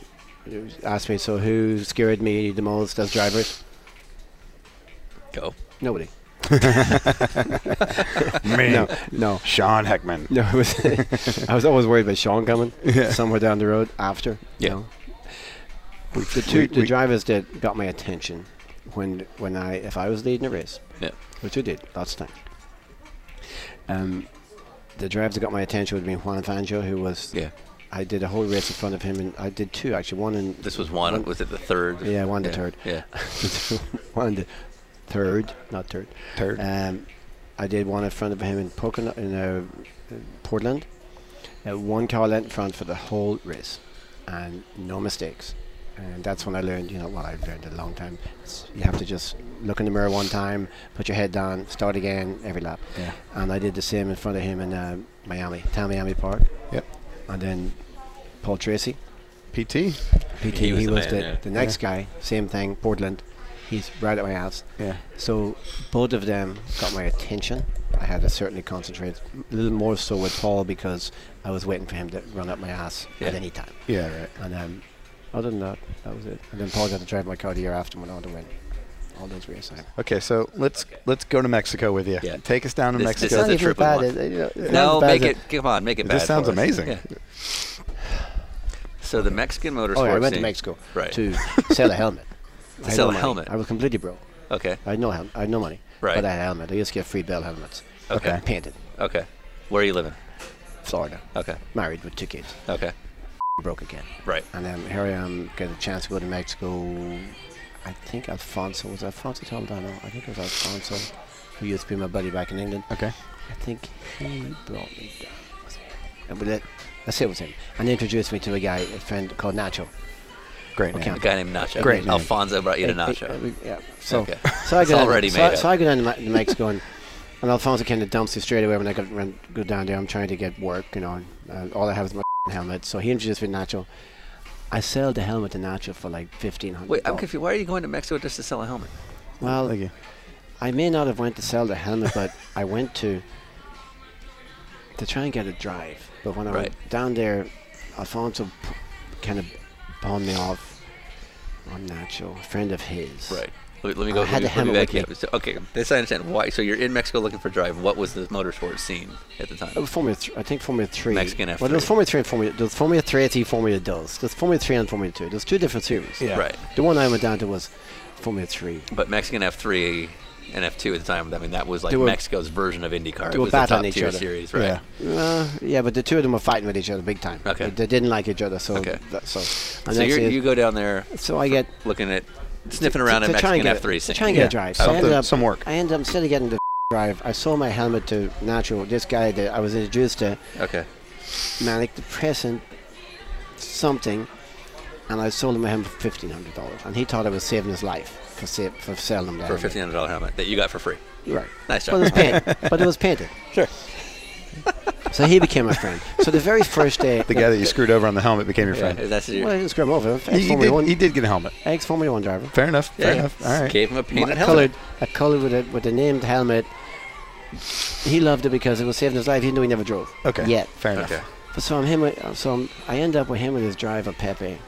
asked me, so who scared me the most as drivers?
Go.
Nobody.
Me.
No, no.
Sean Heckman.
No, it was, I was always worried about Sean coming somewhere down the road after. you
Yeah.
know. the two the
we-
drivers that got my attention when when I if I was leading a race,
Yeah.
which I did lots of times. Um, the drivers that got my attention would be Juan Fangio, who was
Yeah.
I did a whole race in front of him, and I did two actually. One in
This was one. Was it the third?
Yeah, one the third.
Yeah.
one in the third, not third.
Turd.
Um, I did one in front of him in, Pocono, in uh, uh, Portland. Uh, one car length in front for the whole race, and no mistakes. And that's when I learned, you know, what I've learned a long time. It's, you have to just look in the mirror one time, put your head down, start again every lap.
Yeah.
And I did the same in front of him in uh, Miami, Town Miami Park.
Yep.
And then Paul Tracy,
PT.
PT,
He
he
was
was,
the man,
the,
yeah.
the next guy, same thing, Portland. He's right at my house.
Yeah.
So both of them got my attention. I had to certainly concentrate a little more so with Paul because I was waiting for him to run up my ass at
Yeah.
any time.
Yeah. Right.
And um, other than that, that was it. And then Paul got to drive my car the year after and went on to win all those races.
Okay. So let's let's go to Mexico with you.
Yeah.
Take us down to
This- this
Mexico.
is a trip we
bad.
want.
It, you know, it's not
No,
as
make
bad as
it. Come on, make it.
It
bad
just sounds
for us.
amazing.
Yeah. So the Mexican motorsports.
Oh, yeah, I went to
scene-
Mexico
Right.
to sell a helmet. I had
sell
no
a
money.
helmet.
I was completely broke.
Okay.
I had no, hel- I had no money.
Right.
But I had a helmet. I used to get free bell helmets.
Okay. Okay.
Painted.
Where are you living?
Florida.
Okay.
Married with two kids.
Okay.
Broke again.
Right.
And then here I am, get a chance to go to Mexico. I think Alfonso was Alfonso Toledano. I think it was Alfonso. who used to be my buddy back in England.
Okay.
I think he brought me down. Was it him? And we let, I say it was him. And he introduced me to a guy, a friend called Nacho.
Great
Okay.
name.
A guy named Nacho. Mm-hmm.
Great name.
Alfonso brought you to
Eh, eh,
Nacho.
eh, yeah. So,
Okay.
so I
It's
go down,
already
so,
made
I- so
up.
I go down to Ma- to Mexico and, and Alfonso kind of dumps me straight away when I go, when, go down there. I'm trying to get work, you know, and, and all I have is my helmet. So he introduced me to Nacho. I sell the helmet to Nacho for like fifteen hundred.
Wait, I'm confused. Why are you going to Mexico just to sell a helmet?
Well,
Thank you.
I may not have went to sell the helmet, but I went to to try and get a drive. But when I
Right.
went down there, Alfonso p- kind of pawned me off on Nacho, a friend of his.
Let me, let me
I
go. let me, let
had a
me
helmet
back
with me.
up. So, okay, this I understand. Why? So you're in Mexico looking for drive. What was the motorsport scene at the
It
time?
was Formula three, I think Formula 3.
Mexican
Well,
F3.
there's Formula 3 and Formula... There's Formula 3 and Formula 2. There's Formula 3 and Formula 2. There's two different series.
Yeah.
Right.
The one I went down to was Formula 3.
But Mexican F3 and F2 at the time. I mean, that was like
They were-
Mexico's version of IndyCar. It
they were
was the
battling
top
each
tier
other.
series, right?
Yeah.
Uh, yeah, but the two of them were fighting with each other big time.
Okay.
They, they didn't like each other, so...
Okay.
That, so, and
So
that's
you're,
it.
you go down there
so I get...
looking at sniffing around
to,
at
to try
Mexican
and get,
F3
To
scene.
try and
Yeah.
get a drive. So I
Something-
ended up,
some work.
I ended up instead of getting the drive. I sold my helmet to Nacho, this guy that I was introduced to,
Okay.
manic depressant, something, and I sold him my helmet for fifteen hundred dollars, and he thought I was saving his life for sa- for selling him that.
For a
helmet.
fifteen hundred dollar helmet that you got for free.
Right.
Nice
But it was
job.
painted. but it was painted.
Sure.
So he became my friend. So the very first day,
The guy that you screwed over on the helmet became your
Yeah,
friend.
that's your,
well, I just grabbed him
He,
over. Ex
he
Formula
did, he
One,
did get a helmet.
ex Formula One driver.
Fair enough. Fair
yeah,
enough. All right.
Gave him a
I
painted helmet.
colored, I colored with a with a named helmet. He loved it because it was saving his life, even though he never drove.
Okay.
Yet.
Fair enough.
Okay.
But so I'm him. With, so I'm, I end up with him and his driver Pepe,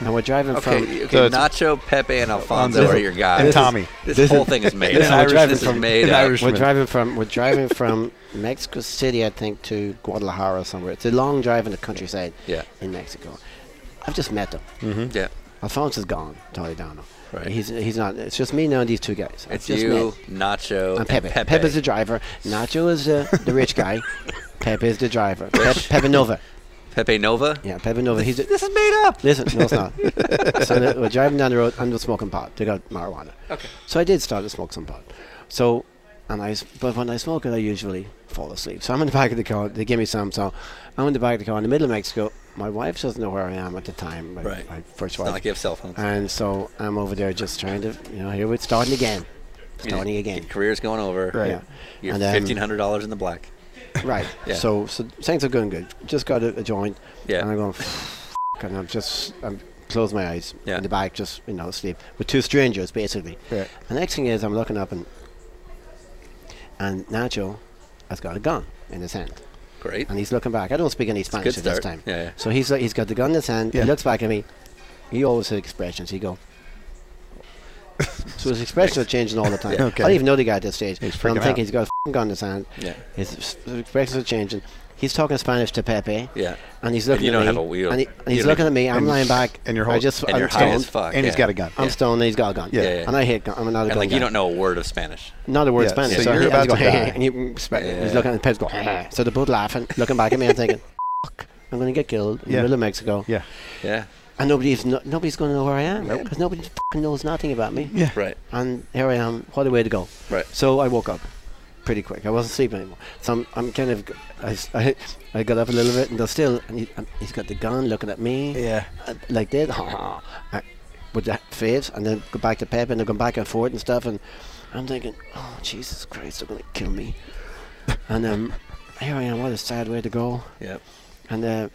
and we're driving from.
Okay,
So
okay.
it's-
Nacho, Pepe, and Alfonso
this-
are your guys.
and Tommy.
This, whole thing is made.
this is
up.
Irish-
This is
from-
made.
an
up.
Irish-
We're
Richmond.
driving from we're driving from Mexico City, I think, to Guadalajara somewhere. It's a long drive in the countryside
Yeah.
in Mexico. I've just met them.
Yeah.
Alfonso's gone, Tony Dono.
Right.
He's he's not. It's just me now and these two guys. I've
It's
just
you,
met-
Nacho,
and Pepe.
Pepe.
Pepe's the driver. Nacho is uh, the, the rich guy. Pepe is the driver. Pepe, Pepe Nova.
Pepe Nova.
Yeah, Pepe Nova. He's the,
This is made up.
Listen, no, it's not. so the- we're driving down the road. I'm just smoking pot. They got marijuana.
Okay.
So I did start to smoke some pot. So, and I, s- but when I smoke it, I usually fall asleep. So I'm in the back of the car. They give me some. So I'm in the back of the car in the middle of Mexico. My wife doesn't know where I am at the time. My,
Right.
My first
It's
wife.
not like you have cell phones.
and so I'm over there just trying to, you know, here it's starting again, starting again.
Your career's going over.
Right.
Yeah.
You're
And, um,
fifteen hundred dollars in the black.
Right.
Yeah.
So so things are going good. Just got a, a joint.
Yeah.
And I'm going, "F- and I'm just I'm close my eyes
Yeah.
in the back, just you know sleep with two strangers basically.
Right.
The next thing is I'm looking up and and Nacho has got a gun in his hand
Great.
and he's looking back. I don't speak any Spanish at this
start.
time.
Yeah, yeah.
So he's like, he's got the gun in his hand.
Yeah.
He looks back at me. He always has expressions. He go. so his expressions are changing all the time.
Yeah.
I
Okay.
don't even know the guy at this stage.
He's
but I'm
freaking out.
thinking he's got a f***ing gun in his hand.
Yeah.
His s- expressions are changing. He's talking Spanish to Pepe.
Yeah.
And he's
And
looking
you don't
at me.
have a wheel.
And, he- and
You
he's
don't
looking
even-
at me. I'm
and-
lying back.
and you're
I
hold-
just
and
I'm
you're high as
stoned.
fuck.
And
yeah.
he's got a gun.
I'm stoned and he's got a gun.
Yeah.
Yeah, yeah.
And I hate gun. I'm not a gun
And like
guy.
you don't know a word of Spanish.
Not a word
Yeah,
Spanish.
so
So,
you're
he-
about
he's
to
going,
die.
and he- he's
Yeah.
looking at the pets going, so they're both laughing, looking back at me and thinking, fuck, I'm going to get killed in
Yeah.
the middle of Mexico.
Yeah.
Yeah.
And nobody's, no, nobody's going to know where I am because nobody fucking knows nothing about me.
Yeah.
Right.
And here I am. What a way to go.
Right.
So I woke up pretty quick. I wasn't sleeping anymore. So I'm, I'm kind of, I, s- I- I got up a little bit and they're still, and he, and he's got the gun looking at me
Yeah.
uh, like that, uh, with that face, and then go back to Pep, and they're going back and forth and stuff, and I'm thinking, oh Jesus Christ, they're gonna kill me, and um, here I am, what a sad way to go,
Yep.
and uh,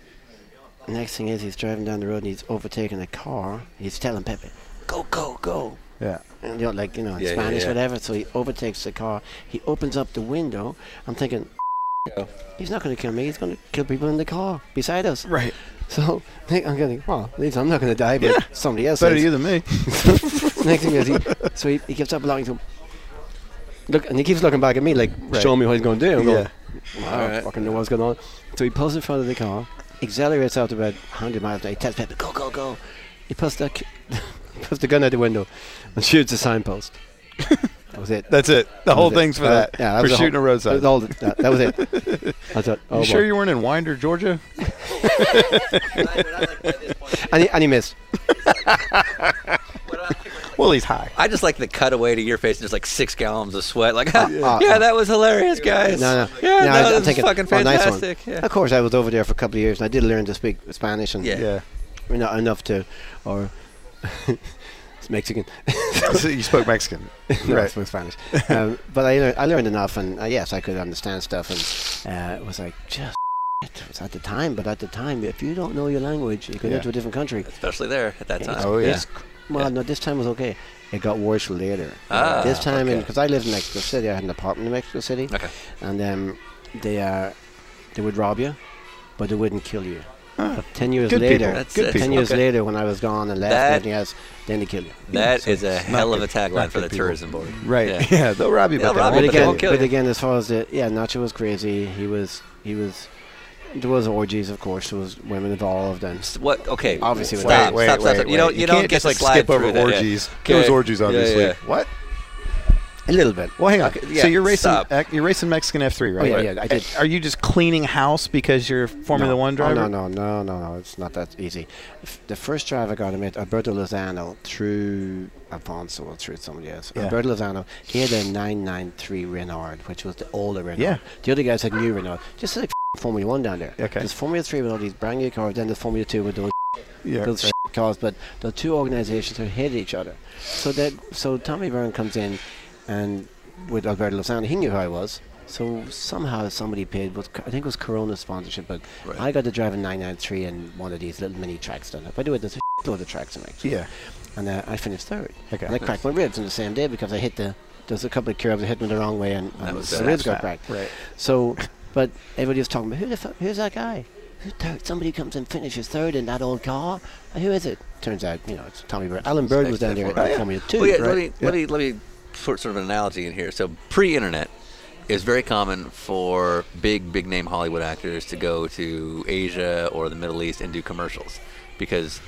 next thing is he's driving down the road and he's overtaking a car, he's telling Pepe, go go go,
Yeah.
and you know, like you know in
Yeah, yeah,
Spanish
yeah.
whatever, so he overtakes the car, he opens up the window, I'm thinking.
Yeah.
He's not going to kill me. He's going to kill people in the car beside us.
Right.
So I'm going, well, at least I'm not going to die, but somebody else
Better
is.
you than me.
Next thing is he, so he, he keeps up along to look, and he keeps looking back at me like,
Right.
show me what he's going to do. I'm
Yeah.
going, wow, I
Alright.
don't fucking know what's going on. So he pulls in front of the car, accelerates out to about 100 miles an hour. He tells Pepe, go, go, go. He puts the, he puts the gun out the window and shoots the signpost. that was it.
That's it. The
That
whole
was it.
thing's for
That-
that.
yeah, that
for
was the whole-
shooting a roadside.
That was, all the- that- that was it. I thought, oh,
you
boy.
sure you weren't in Winder, Georgia?
and, he, and he missed.
Well, he's high.
I just like the cutaway to your face, just like six gallons of sweat. Like,
uh,
yeah, that was hilarious, guys.
No, no.
yeah,
no,
no,
I- I'm
this is
thinking,
fucking
oh, nice one.
fantastic. yeah.
Of course, I was over there for a couple of years, and I did learn to speak Spanish, and
Yeah.
Yeah.
you know, enough to, or it's Mexican,
So you spoke Mexican.
no, I
right.
spoke Spanish. um, but I, learned, I learned enough, and uh, yes, I could understand stuff, and uh, it was like just. It was at the time, but at the time, if you don't know your language, you go
Yeah.
into a different country.
Especially there at that
It's-
time.
Oh, yeah.
it's- well, no, this time was okay. It got worse later.
Ah,
this time,
okay.
because I lived in Mexico City, I had an apartment in Mexico City,
Okay.
and um, they uh, they would rob you, but they wouldn't kill you. Ten years
Good people.
later,
That's
Good
it.
people.
ten years
Okay.
later, when I was gone and left,
That-
and everything else, then they kill you.
That
So
is a
it's not
hell of a
good-
tagline
not
for the
good people.
tourism board.
Right. Yeah. They'll rob you,
They'll
but they
rob you, they
won't
But
kill
again,
won't kill
but
you.
again, as far as the yeah, Nacho was crazy. He was he was there was orgies, of course. There was women involved, and
S- What? Okay.
Obviously,
stop,
wait,
stop, stop, stop. You don't. You,
can't
don't get
just
to
like
slide
skip over
through that, yeah.
orgies. There was
Okay.
orgies,
Yeah,
obviously.
yeah.
What?
a little bit.
Well, hang on.
Okay, yeah,
so you're racing.
stop. Oh,
ec- You're racing Mexican F3, right?
yeah,
Right.
yeah, I did.
A- Are you just cleaning house because you're Formula
No.
One driver?
Oh, no, no, no, no, no. It's not that easy. F- the first drive I got him at Alberto Lozano through Alfonso or through somebody else.
Yeah.
Alberto Lozano, he had a 993 Renault, which was the older Renault.
Yeah.
The other guys had new Renault. Just like f- Formula 1 down there.
Okay.
There's Formula 3 with all these brand new cars, then there's Formula 2 with those
Yeah.
those shit cars, but the two organizations who hate each other. So that so Tommy Byrne comes in, and with Alberto Lozano, he knew who I was. So somehow somebody paid. Was, I think it was Corona sponsorship, but
Right.
I got to drive a 993 in one of these little mini tracks done up. I do it. There's a load of tracks in Mexico,
Yeah.
and uh, I finished third.
Okay.
And I cracked my ribs on the same day because I hit the. There's a couple of curves I hit me the wrong way, and,
That
and
was
the
bad.
ribs got
Snap.
cracked.
Right.
So, but everybody was talking about who the fuck, who's that guy? Who third, somebody comes and finishes third in that old car. Uh, Who is it? Turns out, you know, it's Tommy Bird. Alan Bird was down there at
Oh, yeah.
Formula Two.
Well, yeah,
right?
let, me, let me let me put sort of an analogy in here. So pre-internet, it's very common for big big name Hollywood actors to go to Asia or the Middle East and do commercials because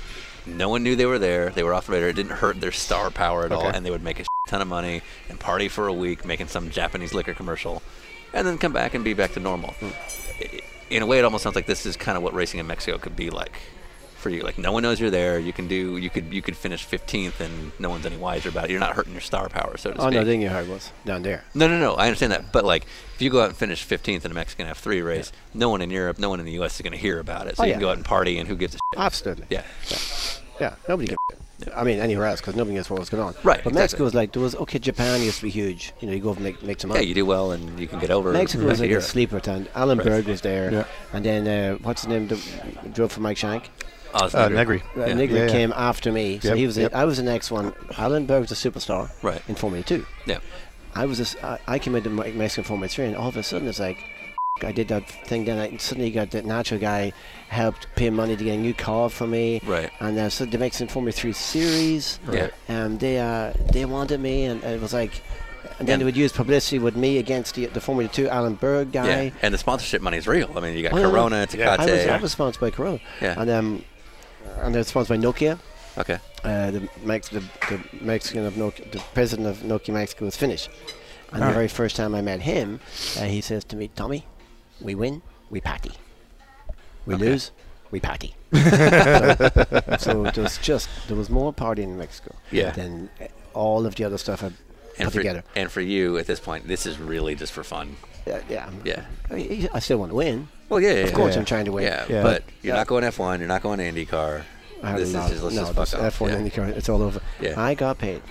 no one knew they were there. They were off the radar. It didn't hurt their star power at all,
Okay.
and they would make a ton of money and party for a week making some Japanese liquor commercial, and then come back and be back to normal.
Hmm.
I- In a way, it almost sounds like this is kind of what racing in Mexico could be like for you. Like no one knows you're there. You can do. You could. You could finish 15th, and no one's any wiser about it. You're not hurting your star power, so to
Oh
speak.
no, they knew how it was down there.
no, no, no. I understand that, but like if you go out and finish 15th in a Mexican F3 race, no one in Europe, no one in the U.S. is going to hear about it. So
Oh,
you
yeah.
can go out and party, and who gives a shit?
Absolutely.
Yeah.
Yeah. Nobody. Could, I mean, anywhere else because nobody knows what was going on.
Right,
But
exactly.
Mexico was like there was okay. Japan used to be huge. You know, you go and make make some
Yeah,
money.
you do well, and you can get over.
Mexico
back
was
to
like a
Europe.
sleeper town. Alan Berg was there,
Yeah.
and then uh, what's his name? The, drove for Mike Shank.
Oh, it's
Uh,
Negri.
Negri.
Uh,
Yeah.
Nigri
Yeah, yeah.
came after me, so
Yep,
he was.
yep.
A, I was the next one. Alan Berg's a superstar,
Right.
In Formula Two,
Yeah.
I was. a s I I came into Me- Mexican Formula Three, and all of a sudden it's like, I did that thing. Then I suddenly got that Nacho guy helped pay money to get a new car for me,
Right.
and uh, so the Mexican Formula Three series,
Right.
um, they uh, they wanted me, and it was like, and then
And-
they would use publicity with me against the, the Formula Two Alan Berg guy.
Yeah. And the sponsorship money is real. I mean, you got
Oh, yeah, yeah.
Corona,
Yeah.
Tecate.
I was, I was sponsored by Corona,
Yeah.
and um, and they're sponsored by Nokia.
okay.
Uh, the, Mex- the, the Mexican of Nokia, the president of Nokia Mexico was Finnish. And the very first time I met him, uh, he says to me, Tommy, we win, we party. We
Okay.
lose, we party. so, so there was just, there was more partying in Mexico
Yeah.
than uh, all of the other stuff I
And
put
for,
together.
and for you at this point, this is really just for fun.
Uh, yeah. I'm-
Yeah.
I, mean, I still want to win.
Well, yeah, yeah,
Of course
yeah.
I'm trying to win.
Yeah,
Yeah.
but
But-
you're not going F1. You're not going to IndyCar.
I have
This
a
is
lot-
just let's
no,
just fuck
this
off.
F1
yeah.
IndyCar, it's all over.
Yeah.
I got paid.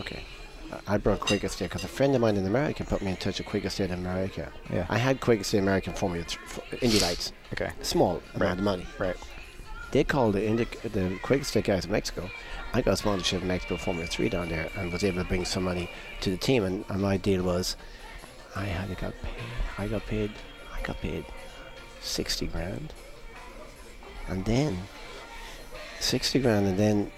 Okay. I- I brought Quick Estate because a friend of mine in America put me in touch with Quick Estate in America.
Yeah.
I had Quick Estate American Formula th- for Indy Lights.
Okay.
Small amount
Right.
of money.
Right.
They called the Indy, the Quick Estate guys in Mexico. I got a sponsorship in Mexico Formula 3 down there and was able to bring some money to the team. And, and my deal was I had to got paid. I got paid. I got paid 60 grand. And then 60 grand, and then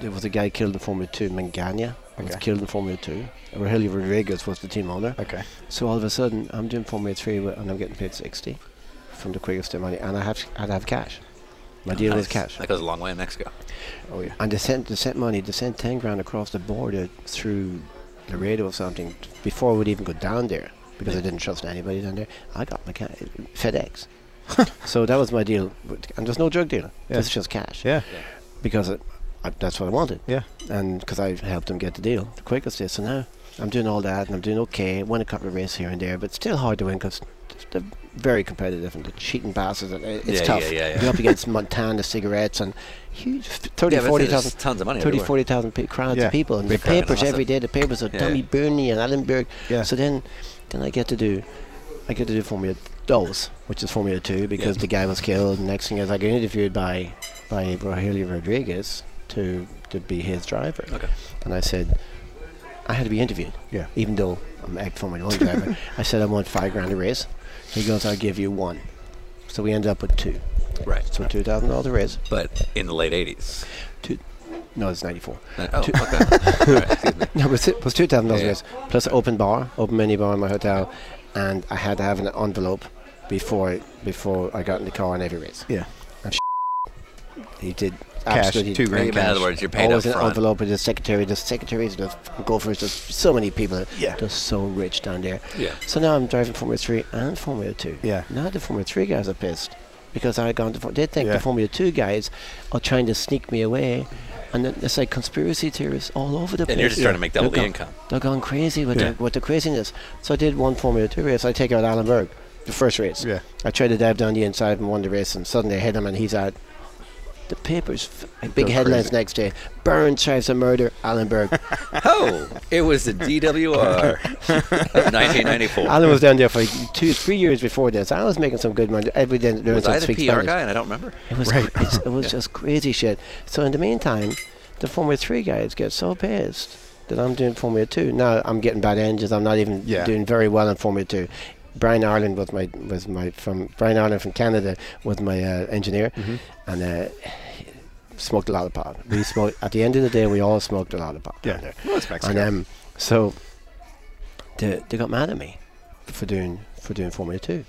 there was a guy killed in Formula 2, Mangania. was
Okay.
killed in Formula 2. Rogelio Rodriguez was the team owner.
Okay.
So all of a sudden, I'm doing Formula 3 wi- and I'm getting paid 60 from the quickest money, and I have I have cash. My deal was
Oh, Nice.
cash.
That goes a long way in Mexico.
Oh yeah. And they sent they sent money. They sent ten grand across the border through Laredo or something before I would even go down there because I didn't trust anybody down there. I got my ca- FedEx. so that was my deal. with- And there's no drug dealer.
Yeah.
This is just cash.
Yeah.
Because it, I, that's what I wanted.
Yeah.
And because I helped him get the deal, the quickest day. So now I'm doing all that and I'm doing okay. Won a couple of races here and there, but still hard to win because they're very competitive and the cheating bastards. and it- It's
Yeah,
tough.
yeah, yeah, yeah.
You're up against Montana cigarettes and huge f- 30,
Yeah, but there's
40,000
tons of money.
30,
everywhere.
40,000 pe- crowds
Yeah.
of people. And
Big
the
crowd in
papers
Austin.
every day, the papers are
Yeah.
Tommy Burney and Allenberg.
Yeah.
So then, then I get to do, I get to do Formula Those, which is Formula 2, because
Yeah.
the guy was killed. And next thing is I get interviewed by, by Rogelio Rodriguez to, to be his driver.
Okay.
And I said, I had to be interviewed.
Yeah.
Even though I'm act Formula 1 driver. I said, I want five grand a race. He goes, I'll give you one. So we ended up with two.
Right.
So $2,000 a race.
But in the late 80s.
No, it's 94.
Oh, okay. All right, excuse me.
No, it was, it was two thousand
Yeah.
dollars plus open bar, open menu bar in my hotel, and I had to have an envelope before I, before I got in the car on every race.
Yeah.
and he did
Cash,
absolutely
two grand
In other words, you're paid up
Always an
front.
envelope with the secretary, the secretaries, the f- gophers, there's so many people.
Yeah.
They're so rich down there.
Yeah.
So now I'm driving Formula 3 and Formula 2.
Yeah.
Now the Formula 3 guys are pissed because I gone to. For- they think
Yeah.
the Formula 2 guys are trying to sneak me away. And then it's like conspiracy theories all over the place.
And you're just trying to make double
They're
the
gone-
income.
They're going crazy with,
Yeah.
the, with the craziness. So I did one Formula 2 race. I take out Alan Berg, the first race.
Yeah.
I tried to dive down the inside and won the race, and suddenly I hit him, and he's out. The papers, f- big headlines next day. Byrne tries to murder Alan Berg.
Oh, it was the DWR of 1994.
Alan was down there for two, three years before this. Alan was making some good money. Every day there
Was
some
I the
sweet
PR
Spanish.
guy? And I don't remember.
It was, cra- it's- it was just crazy shit. So in the meantime, the Formula 3 guys get so pissed that I'm doing Formula 2. Now I'm getting bad engines. I'm not even
Yeah.
doing very well in Formula 2. Brian Ireland was my was my from Brian Ireland from Canada was my uh, engineer,
Mm-hmm.
Mm-hmm.
and uh, smoked a lot of pot. We smoked at the end of the day. We all smoked a lot of pot.
Yeah.
down there.
Well, it's
And
Mexico.
um, so they, they got mad at me for doing for doing Formula Two.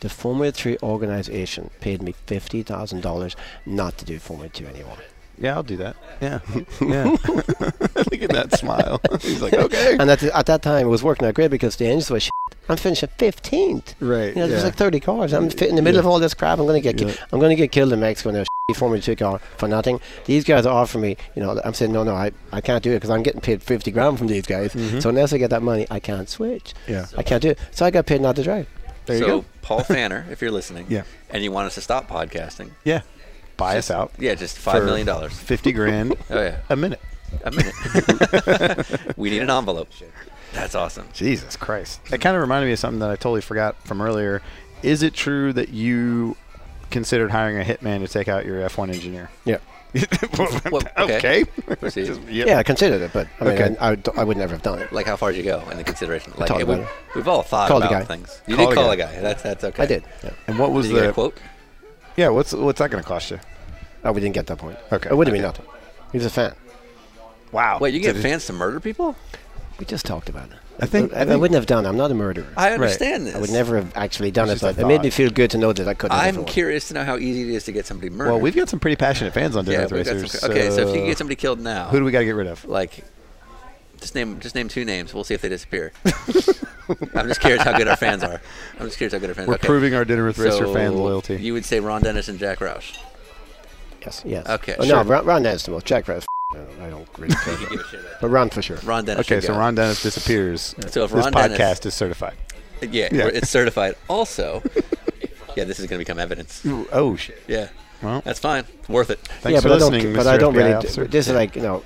The Formula Three organization paid me fifty thousand dollars not to do Formula Two anymore.
Yeah, I'll do that. Yeah. yeah. Look at that smile. He's like, okay.
And at, the, at that time, it was working out great because the engines were shit. I'm finishing fifteenth.
Right.
You know, there's
yeah.
like thirty cars. I'm fit in the middle of all this crap. I'm gonna get ki-
Yeah.
I'm gonna get killed in Mexico in a shitty Formula Two car for nothing. These guys are offering me, you know, I'm saying no, no, I, I can't do it because I'm getting paid fifty grand from these guys. So unless I get that money, I can't switch.
Mm-hmm. Yeah.
I can't do it. So I got paid not to drive.
There you
so,
go.
Paul Fanner, if you're listening,
Yeah.
and you want us to stop podcasting,
Yeah. Buy us out.
yeah, just five
For-
million dollars.
50 grand
Oh yeah,
a minute.
a minute. we need an envelope. That's awesome.
Jesus Christ. That kind of reminded me of something that I totally forgot from earlier. Is it true that you considered hiring a hitman to take out your F1 engineer?
Yeah.
Well,
okay.
Proceed.
Just-
Yeah, I considered it, but I mean,
Okay.
I, I would- I would never have done it.
Like how far did you go in the consideration? Like
thought
it would-
about
we've all thought
Called a
about
guy.
things. You
Called
did
a
call
guy.
a guy. That's that's okay.
I did. Yeah.
And what was
Did you get a
the
quote?
Yeah, what's what's that going to cost you?
Oh, we didn't get that point.
Okay.
It would have been nothing. He was a fan.
Wow.
Wait, you
So
get
did-
fans to murder people?
We just talked about it.
I think-
I,
I think-
wouldn't have done it. I'm not a murderer.
I understand this.
I would never have actually done it,
It's just
but
a
it made me
thought.
feel good to know that I couldn't. have
I'm
if I wanted.
curious to know how easy it is to get somebody murdered.
Well, we've got some pretty passionate fans on Dinner
yeah,
with
we've got
Racers.
some- okay, so if you can get somebody killed now,
who do we got to get rid of?
like just name just name two names. We'll see if they disappear. I'm just curious how good our fans are. I'm just curious how good our fans.
We're
are. Okay.
proving our Dinner with Racer
So,
fan loyalty.
You would say Ron Dennis and Jack Roush.
Yes. Yes.
Okay,
Oh,
sure.
No, Ron, Ron Dennis. Well, Jack Red. I don't, I don't really care. about it. but Ron for sure.
Ron Dennis.
okay,
should
so
go.
Ron Dennis disappears.
So if
this
Ron
podcast
Dennis-
is certified.
Yeah,
Yeah.
it's certified. Also, yeah, this is going to become evidence.
Oh shit!
Yeah,
Well,
That's fine. Worth it.
thanks for
but I don't.
listening, Mr.
but I don't
FBI
really.
officer.
This is like you know,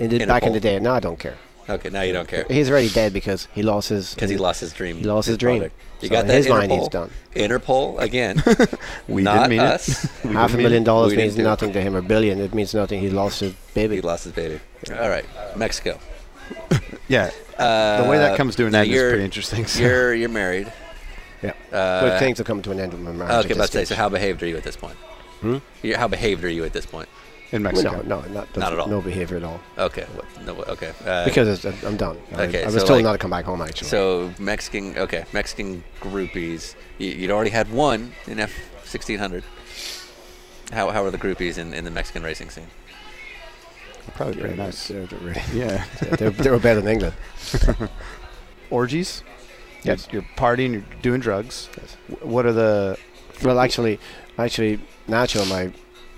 in the,
Interpol.
back in the day. Now I don't care.
Okay, now you don't care
He's already dead because he lost his.
because he lost his dream.
He lost his dream.
product. You
So
got that
his
Interpol.
mind he's done.
Interpol again.
we
Not
didn't mean
us.
it. We
Half
didn't
a
mean
million
it.
dollars
We didn't
means
do it.
nothing to him. A billion, it means nothing. He lost his baby.
he lost his baby. All right, Mexico.
Yeah, the way that
Uh,
comes to an
now
end is
you're-
pretty interesting. so-
You're you're married.
Yeah.
Uh,
but things will come to an end with my marriage.
okay,
at
about
this
to say. So
stage.
how behaved are you at this point? You're- How behaved are you at this point?
in
No,
Mexico.
no, not,
Not at all.
No behavior at all.
Okay. What, no. what- Okay. Uh,
Because it's, I'm done.
Okay,
I, I was
so,
told
like-
not to come back home actually.
so Mexican. Okay, Mexican groupies. You, you'd already had one in F sixteen hundred. How how are the groupies in, in the Mexican racing scene?
Probably
yeah,
pretty nice.
they're, they're really-
Yeah.
they're- they were better than England.
Orgies.
Yes.
You're, you're partying. You're doing drugs.
Yes.
Wh- What are the?
Well, actually, actually, Nacho, my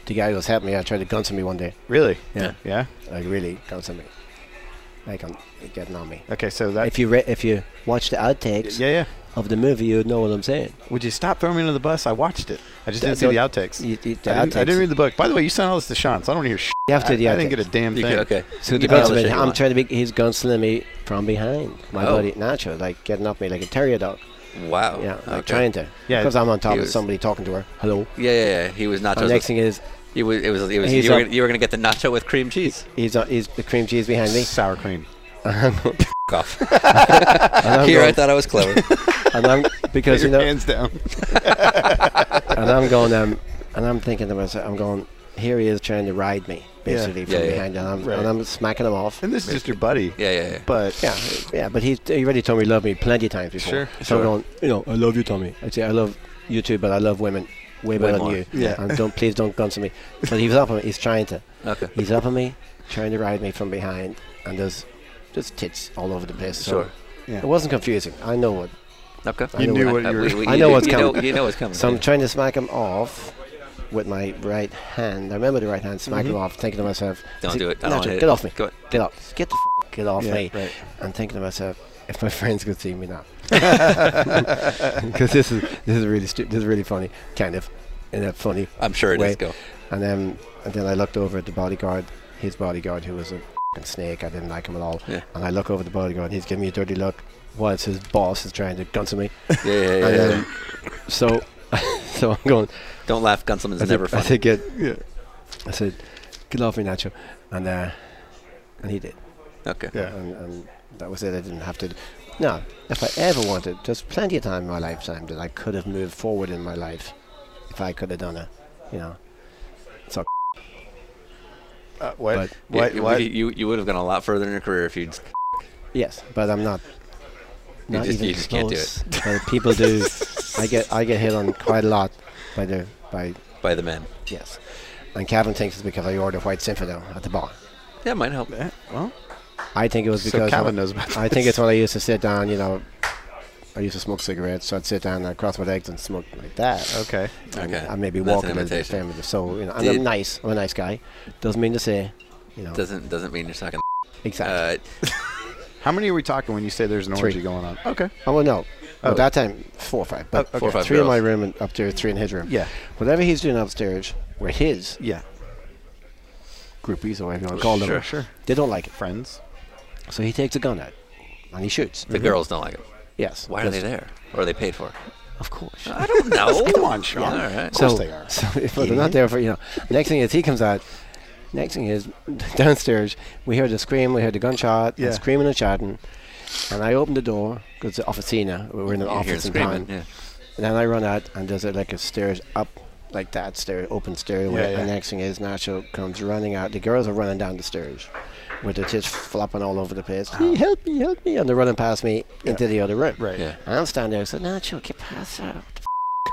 The guy who was helping me, I tried to gun me one day.
Really?
Yeah.
Yeah.
Like really gun me. Like I'm getting on me.
Okay, so that.
if you re- if you watch the outtakes
yeah, yeah.
of the movie, you'd know what I'm saying.
Would you stop throwing me under the bus? I watched it. I just didn't see the
Don't-
outtakes.
You, you, the
I, didn't, I
outtakes-
didn't read the book. By the way, you sent all this to Sean, so I don't hear. Sh-
You have to
I,
do the
I didn't
outtakes.
get a damn
You
thing.
could, okay. So
He
depends on
goes
the
to me,
shit you
I'm
want.
trying to be. He's gunsling me from behind. My
Oh.
buddy Nacho, like getting up me like a terrier dog.
Wow.
Yeah, like
Okay.
trying to.
Yeah.
Because I'm on top
He
of
was-
somebody talking to her. Hello.
Yeah, yeah, yeah. He was
And
nachos.
next
With,
thing is,
he was. It was. It was.
He's
You were,
up-
gonna, you were gonna get the nacho with cream cheese.
he's, on, he's the cream cheese behind me.
Sour cream.
F- Off.
And I'm
Here, I
going,
thought I was clever.
and I'm, because you
Your
know,
hands down.
and I'm going, um, and I'm thinking to myself, I'm going, here he is trying to ride me, basically
Yeah,
from
yeah.
behind, and I'm,
Right.
and I'm smacking him off.
And this is just your buddy.
Yeah, yeah, yeah.
But
Yeah, yeah, but he he already told me he loved me plenty of times before.
Sure,
so I'm going, you know, I love you, Tommy. I say I love you too, but I love women way better
more.
than you.
Yeah.
and don't please don't gun to me. But he was up on me. He's trying to.
Okay.
He's up on me, trying to ride me from behind, and there's just tits all over the place. So
Sure.
Yeah.
It wasn't confusing. I know what.
Okay.
I You know knew
what- what you were-
we- we-
I
you
know
do-
what's
you Know,
coming.
you know what's coming.
So I'm trying to smack him off with my right hand. I remember the right hand, smack him off, thinking to myself, I
Mm-hmm. Don't
said,
do it. I don't
"Nacho,
wanna hit
get
it.
off me.
Go on.
Get off. Get the f- get off
Yeah,
me.
right.
I'm thinking to myself, if my friends could see me now, because this is this is really stu- this is really funny, kind of, in a funny.
I'm sure it is.
way.
Go.
And then and then I looked over at the bodyguard, his bodyguard, who was a f***ing snake. I didn't like him at all.
Yeah.
And I look over at the bodyguard. He's giving me a dirty look. Whilst his boss is trying to gun to me.
Yeah, yeah, yeah.
And
yeah.
then, so, so I'm going.
Don't laugh. Gunslimming's
I
never
said, I
funny.
said, get, I said, get off me, Nacho, and uh, and he did,
Okay.
yeah,
and, and that was it. I didn't have to. No, if I ever wanted, there's plenty of time in my lifetime that I could have moved forward in my life, if I could have done it, you know. So
uh, what? what?
But-
You,
what?
you you would have gone a lot further in your career if you'd.
yes, but I'm not.
You
not
just-
even
you just can't do
close. But people do. I get I get hit on quite a lot by the by
By the men.
yes, and Kevin thinks it's because I ordered white Zinfandel at the bar.
Yeah, it might help.
Eh, well,
I think it was
so
because
Calvin knows about.
I think
this.
it's when I used to sit down, you know, I used to smoke cigarettes, so I'd sit down and I'd cross my legs and smoke like that.
okay.
Okay.
I maybe
That's
walk a
an
little bit
imitation.
feminism. So, you know,
Did-
I'm nice. I'm a nice guy. Doesn't mean to say, you know,
Doesn't doesn't mean you're sucking.
exactly.
Uh,
How many are we talking when you say there's an
Three.
orgy going on? Okay.
I well, no.
Oh.
At that time, four or five. But
Oh, okay.
Four or five
three in my
girls.
room and upstairs, three in his room.
Yeah.
Whatever he's doing upstairs were his
Yeah.
groupies or whatever you want to call
Sure.
them.
Sure.
They don't like it.
Friends.
So he takes a gun out and he shoots.
the girls don't like it.
Yes.
Why are they
Yes.
there? Or are they paid for?
Of course.
I don't know.
Come on, Sean.
All right.
Of course
so,
they are.
So if they're not there for you know. Next thing is he comes out. Next thing is downstairs we heard the scream, we heard the gunshot,
Yeah.
and screaming and shouting, and I opened the door because the officina we were in an
You hear
office in
screaming.
town.
Yeah.
And then I run out and there's a, like a stairs up, like that stair, open stairway.
Yeah, yeah.
And next thing is Nacho comes running out. The girls are running down the stairs with their tits flopping all over the place. "Hey, help me, help me! And they're running past me into the other room.
Right.
Yeah.
And I'm standing there, I said, Nacho, get past her. What the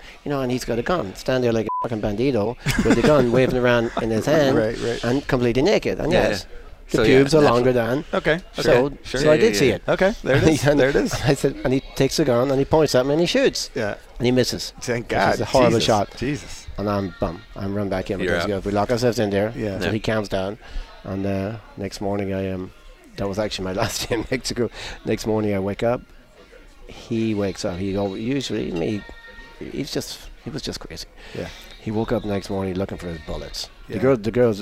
f-? You know, and he's got a gun. Stand there like a fucking bandito with the gun waving around in his hand
Right, right.
and completely naked. And
Yeah,
yes,
yeah.
the
So, yeah,
pubes are
natural.
longer than.
Okay.
So,
Sure.
so
Yeah,
I did
yeah,
see
yeah.
it.
Okay. Oh, There it is.
and
there it is.
I said, and he takes the gun and he points at me and he shoots.
Yeah.
And he misses.
Thank
Which is
God.
a horrible
Jesus.
shot.
Jesus.
And I'm bum. I'm run back in
You're
because
out.
you know, we lock ourselves in there.
Yeah.
So
Yeah.
he calms down. And uh, next morning I um that was actually my last day in Mexico. Next morning I wake up. He wakes up. He always, usually I mean, he, he's just he was just crazy.
Yeah.
He woke up next morning looking for his bullets.
Yeah.
The girls the girls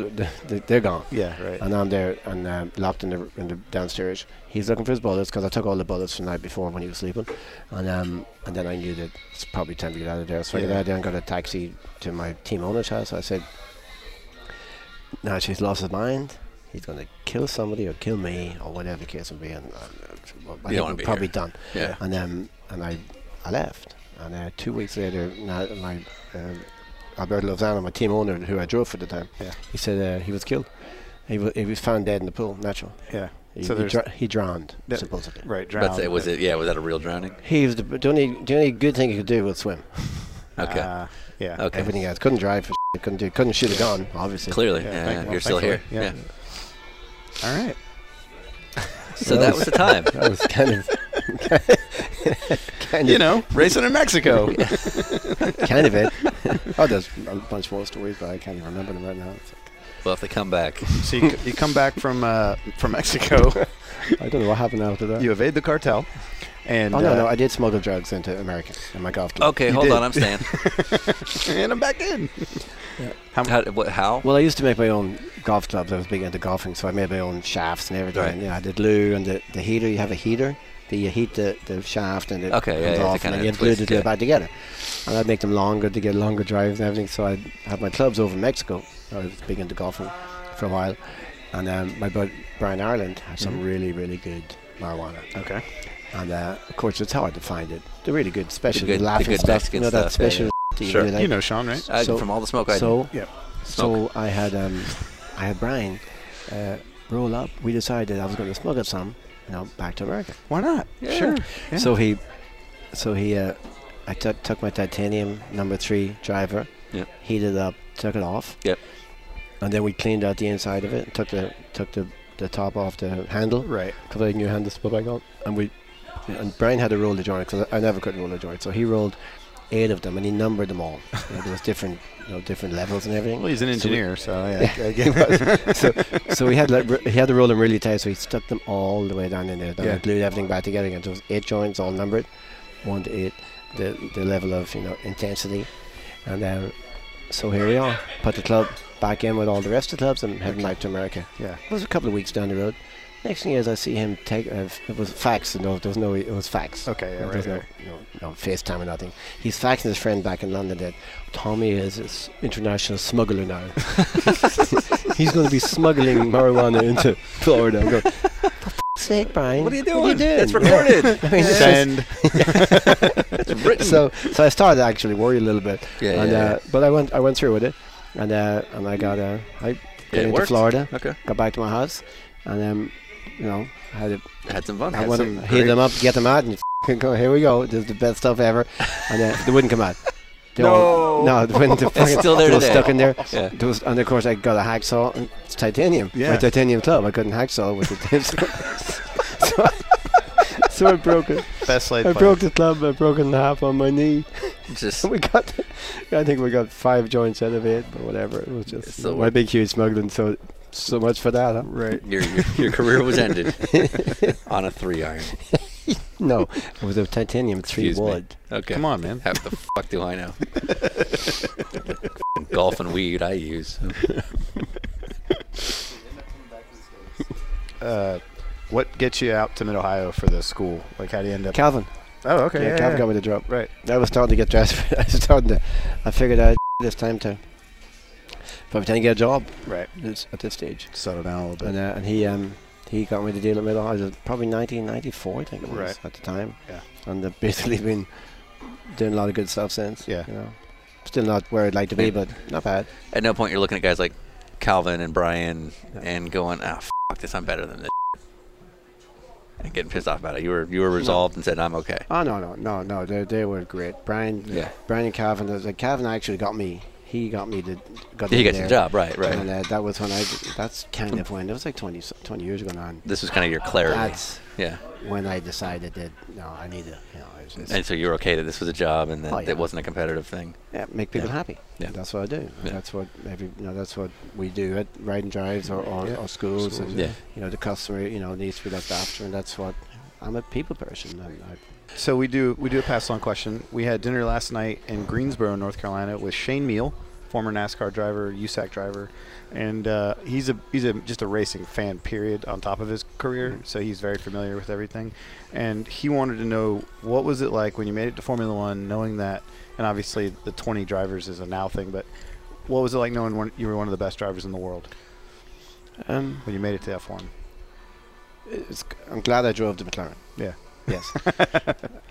they- they're gone.
Yeah. Right.
And I'm there and uh, locked in the, in the downstairs. He's looking for his bullets because I took all the bullets the night before when he was sleeping. And um, and then I knew that it's probably time to get out of there. So I got
Yeah.
out of there and got a taxi to my team owner's house. I said, now she's lost her mind. He's going to kill somebody or kill me or whatever the case may be. And uh, well, I
You don't
think
wanna
we're
be
probably
here.
done.
Yeah.
And um, and I, I left. And uh, two weeks later, now my uh, Alberto Lozano, my team owner, who I drove for the time,
Yeah.
he said uh, he was killed. He, wa he was found dead in the pool, natural.
Yeah.
He,
So
he,
there's
dr- he drowned,
Yeah.
supposedly.
right. Drowned.
But it was it. Yeah. Was that a real drowning?
He was the, the, only, the only good thing he could do was swim.
Okay.
Uh, yeah.
okay.
Everything else. Couldn't drive for shit, couldn't, do, couldn't shoot a gun, obviously.
Clearly,
Yeah,
yeah,
thank- well,
you're still here.
thankfully, yeah.
Yeah.
All right.
So that was the time.
That was kind of. kind
you
of,
know, racing in Mexico.
kind of it. oh, there's a bunch more stories, but I can't even remember them right now. It's
We'll have to come back.
so you, you come back from uh, from Mexico,
like- I don't know what happened after that.
you evade the cartel, and
oh no,
uh,
no, I did smuggle drugs into America in my golf club.
Okay,
You
hold
did.
on. I'm staying.
and I'm back in.
how? What, how?
Well, I used to make my own golf clubs. I was big into golfing, so I made my own shafts and everything.
Right.
And, yeah, I did glue and the, the heater. You have a heater. that you heat the, the shaft and it
Okay, yeah,
comes
yeah, to
off, and
kinda
then you glue
twist
the two
it.
back together. And I'd make them longer to get longer drives and everything. So I had my clubs over in Mexico. I was big into golfing for a while, and um, my bud Brian Ireland had
Mm-hmm.
some really really good marijuana.
Okay.
And uh, of course, it's hard to find it. The really good special
good- the
laughing
good
stuff.
Mexican
You know that
stuff, yeah,
special. that you
Sure.
do, like-
You know Sean, right?
Uh,
so-
from all the smoke I
so
Yep.
so I had um, I had Brian uh, roll up. We decided I was going to smuggle some, you know, back to America.
Why not?
Yeah.
Sure. Yeah.
So he, so he, uh, I took took my titanium number three driver,
Yep.
heated it up, took it off.
Yep.
And then we cleaned out the inside of it. Took the took the, the top off the handle
Right.
because I knew handles to put back on. And we and Brian had to roll the joint because I never could roll a joint. So he rolled eight of them and he numbered them all. You know, there was different you know, different levels and everything.
Well, he's an engineer, so, yeah.
Yeah, he was. so, so he had like, re- he had to roll them really tight. So he stuck them all the way down in there, and
Yeah.
glued everything back together again. Those eight joints, all numbered, one to eight, the the level of you know intensity, and then so here we are. Put the club back in with all the rest of the clubs and heading back to America.
Yeah.
it was a couple of weeks down the road. Next thing is I see him take. Uh, f- it was fax. No, there was no. It was fax.
Okay, yeah,
There
right,
was no,
right.
no, no FaceTime or nothing. He's faxing his friend back in London that Tommy is an international smuggler now. He's going to be smuggling marijuana into Florida. I'm going, for f- sake, Brian.
What are you doing?
What are you doing?
It's recorded.
I mean, this is-
Send.
it's written.
so, so I started to actually worry a little bit.
yeah,
and,
yeah,
uh, But I went, I went through with it, and uh, and I got uh, I got
Yeah, it
into
worked.
Florida,
yeah. Okay.
got back to my house, and um, you know, had a
Had some fun.
I
Had
want
some
to heat them up, get them out, and f***ing go, here we go. This is the best stuff ever. And uh, they wouldn't come out. They all- no, they wouldn't. They fucking-
still there
they were
today.
stuck in there.
Yeah.
There was, and of course, I got a hacksaw and it's titanium.
Yeah.
My titanium club. I couldn't hacksaw with titanium. so, so I broke it.
Best laid
I
plans.
broke the club. I broke it in half on my knee.
Just
We got, I think we got five joints out of it, but whatever. It was just
It's the
my
worst.
big, huge smuggling. So, so much for that. Huh?
Right.
your, your your career was ended on a three iron.
No, it was a titanium three
Excuse me.
wood.
Okay.
Come on, man.
How the fuck do I know? Golf and weed I use.
Uh, what gets you out to Mid Ohio for the school? Like, how do you end up?
Calvin.
oh, okay.
yeah,
Yeah,
Calvin
yeah.
got me the drop.
Right.
I was starting to get dressed. For, I was starting to. I figured out this time to. Probably time to get a job
Right.
this, at this stage.
Settle down a little bit.
And uh, and he um he got me the deal at Middle High. It was probably 1994, I think it was
Right.
at the time.
Yeah.
And I've basically been doing a lot of good stuff since.
Yeah.
You know, still not where I'd like to be,
Yeah.
but not bad.
At no point you're looking at guys like Calvin and Brian and going, ah, fuck this, I'm better than this. And getting pissed off about it. You were you were resolved and said, I'm okay.
Oh no no no no they they were great. Brian
Yeah.
Brian and Calvin. there's Like Calvin actually got me. He got me the got
Yeah,
me
you got
there.
your job, right, right.
And uh, that was when I. That's kind of when. That was like 20, 20 years ago now. and
This was kind of your clarity.
That's
yeah.
when I decided that no, I need to. You know, it's, it's,
And so you were okay that this was a job and that
Oh, yeah.
it wasn't a competitive thing.
yeah, make people
yeah.
happy.
Yeah.
That's what I do.
Yeah.
That's what every. You know, that's what we do at riding drives or, or, or schools. and,
yeah. Yeah.
You know, the customer. You know, needs to be looked after, and that's what. I'm a people person, and I,
So we do we do a pass along question. We had dinner last night in Greensboro, North Carolina, with Shane Meal, former NASCAR driver, USAC driver, and uh, he's a he's a just a racing fan. Period. On top of his
Mm-hmm.
career, so he's very familiar with everything. And he wanted to know what was it like when you made it to Formula One, knowing that, and obviously the 20 drivers is a now thing, but what was it like knowing one, you were one of the best drivers in the world
um,
when you made it to F1?
it's, I'm glad I drove the McLaren.
Yeah.
Yes.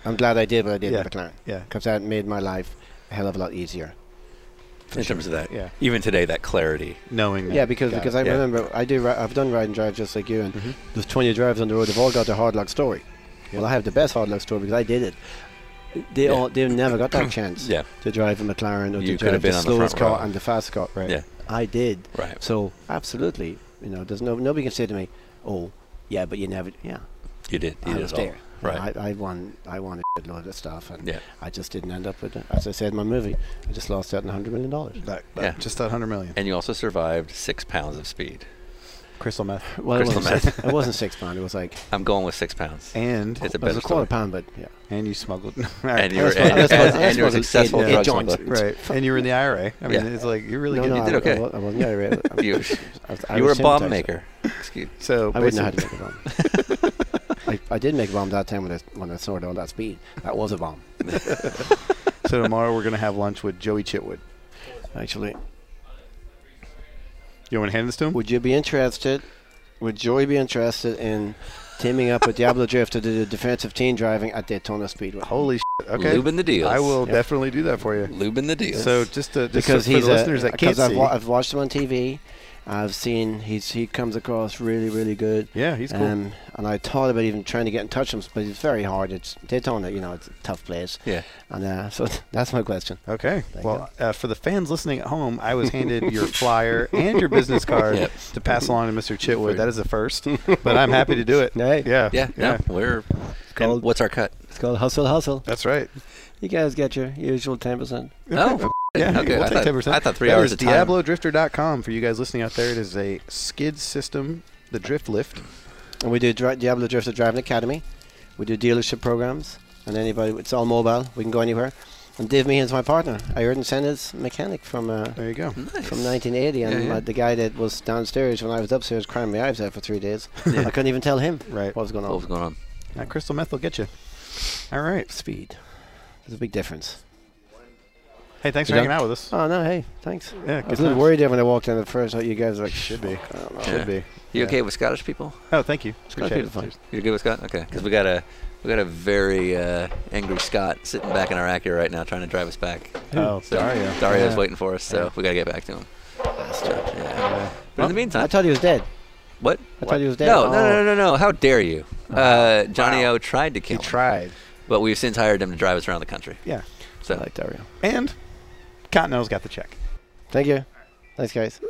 I'm glad I did what I did
Yeah.
with McLaren
Yeah,
because that made my life a hell of a lot easier.
in terms of that.
yeah.
Even today, that clarity.
Knowing that.
Yeah, because
Got
because
it.
I
Yeah. Mm-hmm.
remember I do ri- I've done ride and drive just like you, and
Mhm.
there's 20 drivers on the road. They've all got their hard luck story.
Yeah.
Well, I have the best hard luck story because I did it. They
Yeah.
all they've never got that chance
Yeah.
to drive a McLaren or
You
to
could have
drive the
been on the front
slowest car
row.
and the fastest car.
Right.
Yeah.
I did.
Right.
So absolutely, you know, there's no nobody can say to me, "Oh, yeah, but you never." Yeah,
You did. You
I
did
was
it all.
there.
Right.
I, I won. I won a shitload of stuff, and
Yeah.
I just didn't end up with it. As I said in my movie, I just lost out on hundred million dollars.
That, that,
Yeah.
Just that hundred million.
And you also survived six pounds of speed.
Crystal meth.
Well, it
Crystal
wasn't, six, it wasn't six pound. It was like
I'm going with six pounds.
And
It's a
it was
better
a quarter
story.
pound, but yeah.
and you smuggled.
And you were, and,
That's what- that's what-
and-
that's
and you were
what it-
successful.
it-
drug
it joints.
smuggler.
right. And you were in the IRA. I mean,
Yeah.
it's like you're really
no,
good.
no,
You
I,
did okay.
I, wa- I wasn't yeah, right. I-
You,
I was- I
you were a
was
bomb
hypnotized.
maker. Excuse
So
I wouldn't know how to
basically-
make a bomb. I, I did make a bomb that time when I when I soared all that speed. That was a bomb,
so tomorrow we're gonna have lunch with Joey Chitwood.
actually.
You want to hand this to him?
Would you be interested? Would Joey be interested in teaming up with Diablo Drift to do the defensive team driving at Daytona Speedway?
Holy shit! Okay,
Lubing the deals.
I will
Yeah.
definitely do that for you.
Lubing the deals.
So just to, just
because
so for
he's
the
a-
listeners that can't
because I've,
see,
wa- I've watched him on TV. I've seen he's he comes across really really good.
yeah, he's cool.
Um, and I thought about even trying to get in touch with him, but it's very hard. It's Daytona, you know, it's a tough place.
yeah.
And uh, so that's my question.
Okay.
Thank
Well, uh, for the fans listening at home, I was handed your flyer and your business card
Yep.
to pass along to Mr. Chitwood. That is the first, but I'm happy to do it.
Hey.
Yeah.
Yeah. No, we're.
called-
what's our cut?
It's called Hustle Hustle.
That's right.
You guys get your usual ten percent.
Oh,
Yeah,
okay.
we'll
I,
take
thought,
10%.
I thought three
That
hours
is
of time.
DiabloDrifter.com for you guys listening out there. It is a skid system, the drift lift.
And we do dri- Diablo Drifter Driving Academy. We do dealership programs. And anybody, it's all mobile. We can go anywhere. And Dave Meehan's my partner. I heard him send his mechanic from uh,
There you go.
Nice.
from 1980. And
Yeah, yeah.
uh, the guy that was downstairs when I was upstairs crying my eyes out for three days. I couldn't even tell him
Right.
what was going
What
on.
was going on?
That crystal meth will get you. All right.
Speed. There's a big difference.
Hey, thanks
You
for hanging
done?
out with us.
Oh, no, hey, thanks.
Yeah,
I
good
was a little
times.
worried there when I walked in at first. I thought you guys were like,
Should be.
I don't know.
Yeah.
Should be.
You
Yeah.
okay with Scottish people?
Oh, thank you.
Scottish
Appreciate
people are
it.
fine.
You good with Scott? Okay, because we got a we got a very uh, angry Scott sitting back in our Acura right now, trying to drive us back.
Oh,
So
Dario.
Dario's
Yeah.
waiting for us, so we gotta get back to him. Yeah.
Yeah.
But in the meantime,
I thought he was dead.
what?
I thought he was dead.
No, no,
Oh.
no, no, no! How dare you? Uh, Johnny O tried to
He
kill him,
tried.
but we've since hired him to drive us around the country.
Yeah.
So
I like Dario.
And Continental's got the check.
Thank you. Thanks, guys.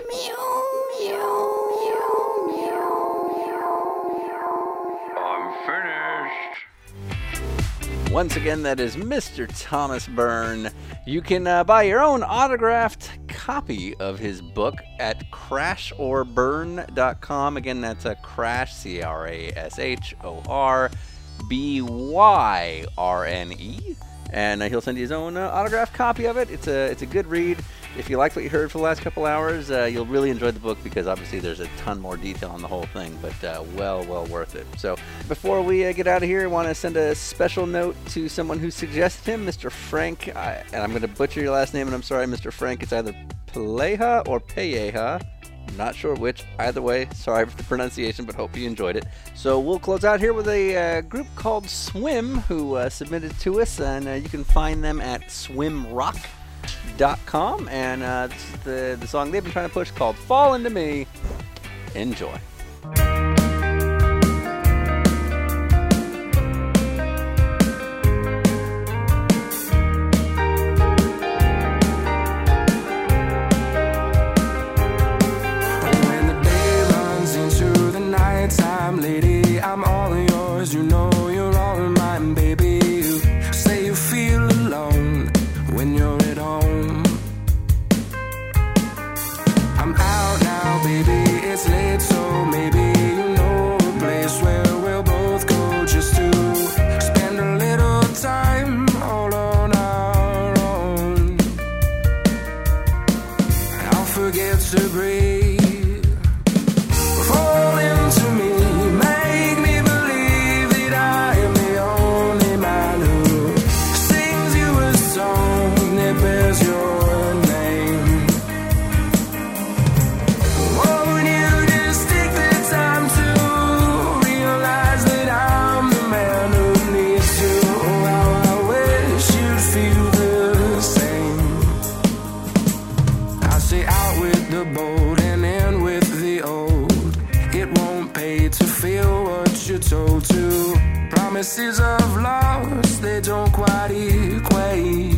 I'm finished.
Once again, that is Mr. Thomas Byrne. You can uh, buy your own autographed copy of his book at crashorburn.com. Again, that's a crash, C R A S H O R B Y R N E. And uh, he'll send you his own uh, autographed copy of it. It's a, it's a good read. If you liked what you heard for the last couple hours, uh, you'll really enjoy the book because obviously there's a ton more detail on the whole thing, but uh, well, well worth it. So before we uh, get out of here, I want to send a special note to someone who suggested him, Mr. Frank. I, and I'm going to butcher your last name, and I'm sorry, Mr. Frank. It's either Peleja or Peyeja. Not sure which. Either way, sorry for the pronunciation, but hope you enjoyed it. So we'll close out here with a uh, group called Swim who uh, submitted to us, and uh, you can find them at swimrock.com. And uh, this is the, the song they've been trying to push called Fall Into Me. Enjoy.
When the day runs into the nighttime, lady, I'm all yours. You know you're all mine, baby. You say you feel alone when you're at home. I'm out now, baby. It's late, so maybe you know a place where we'll both go just to spend a little time all on our own. I'll forget to breathe. Fall into me, make me believe that I am the only man who sings you a song that bears your name. Won't you just take the time to realize that I'm the man who needs you? Oh, how I wish you'd feel the same. I say out with the bold and in with the old. It won't pay to feel what you're told to. Promises of loss, they don't quite equate. Oh,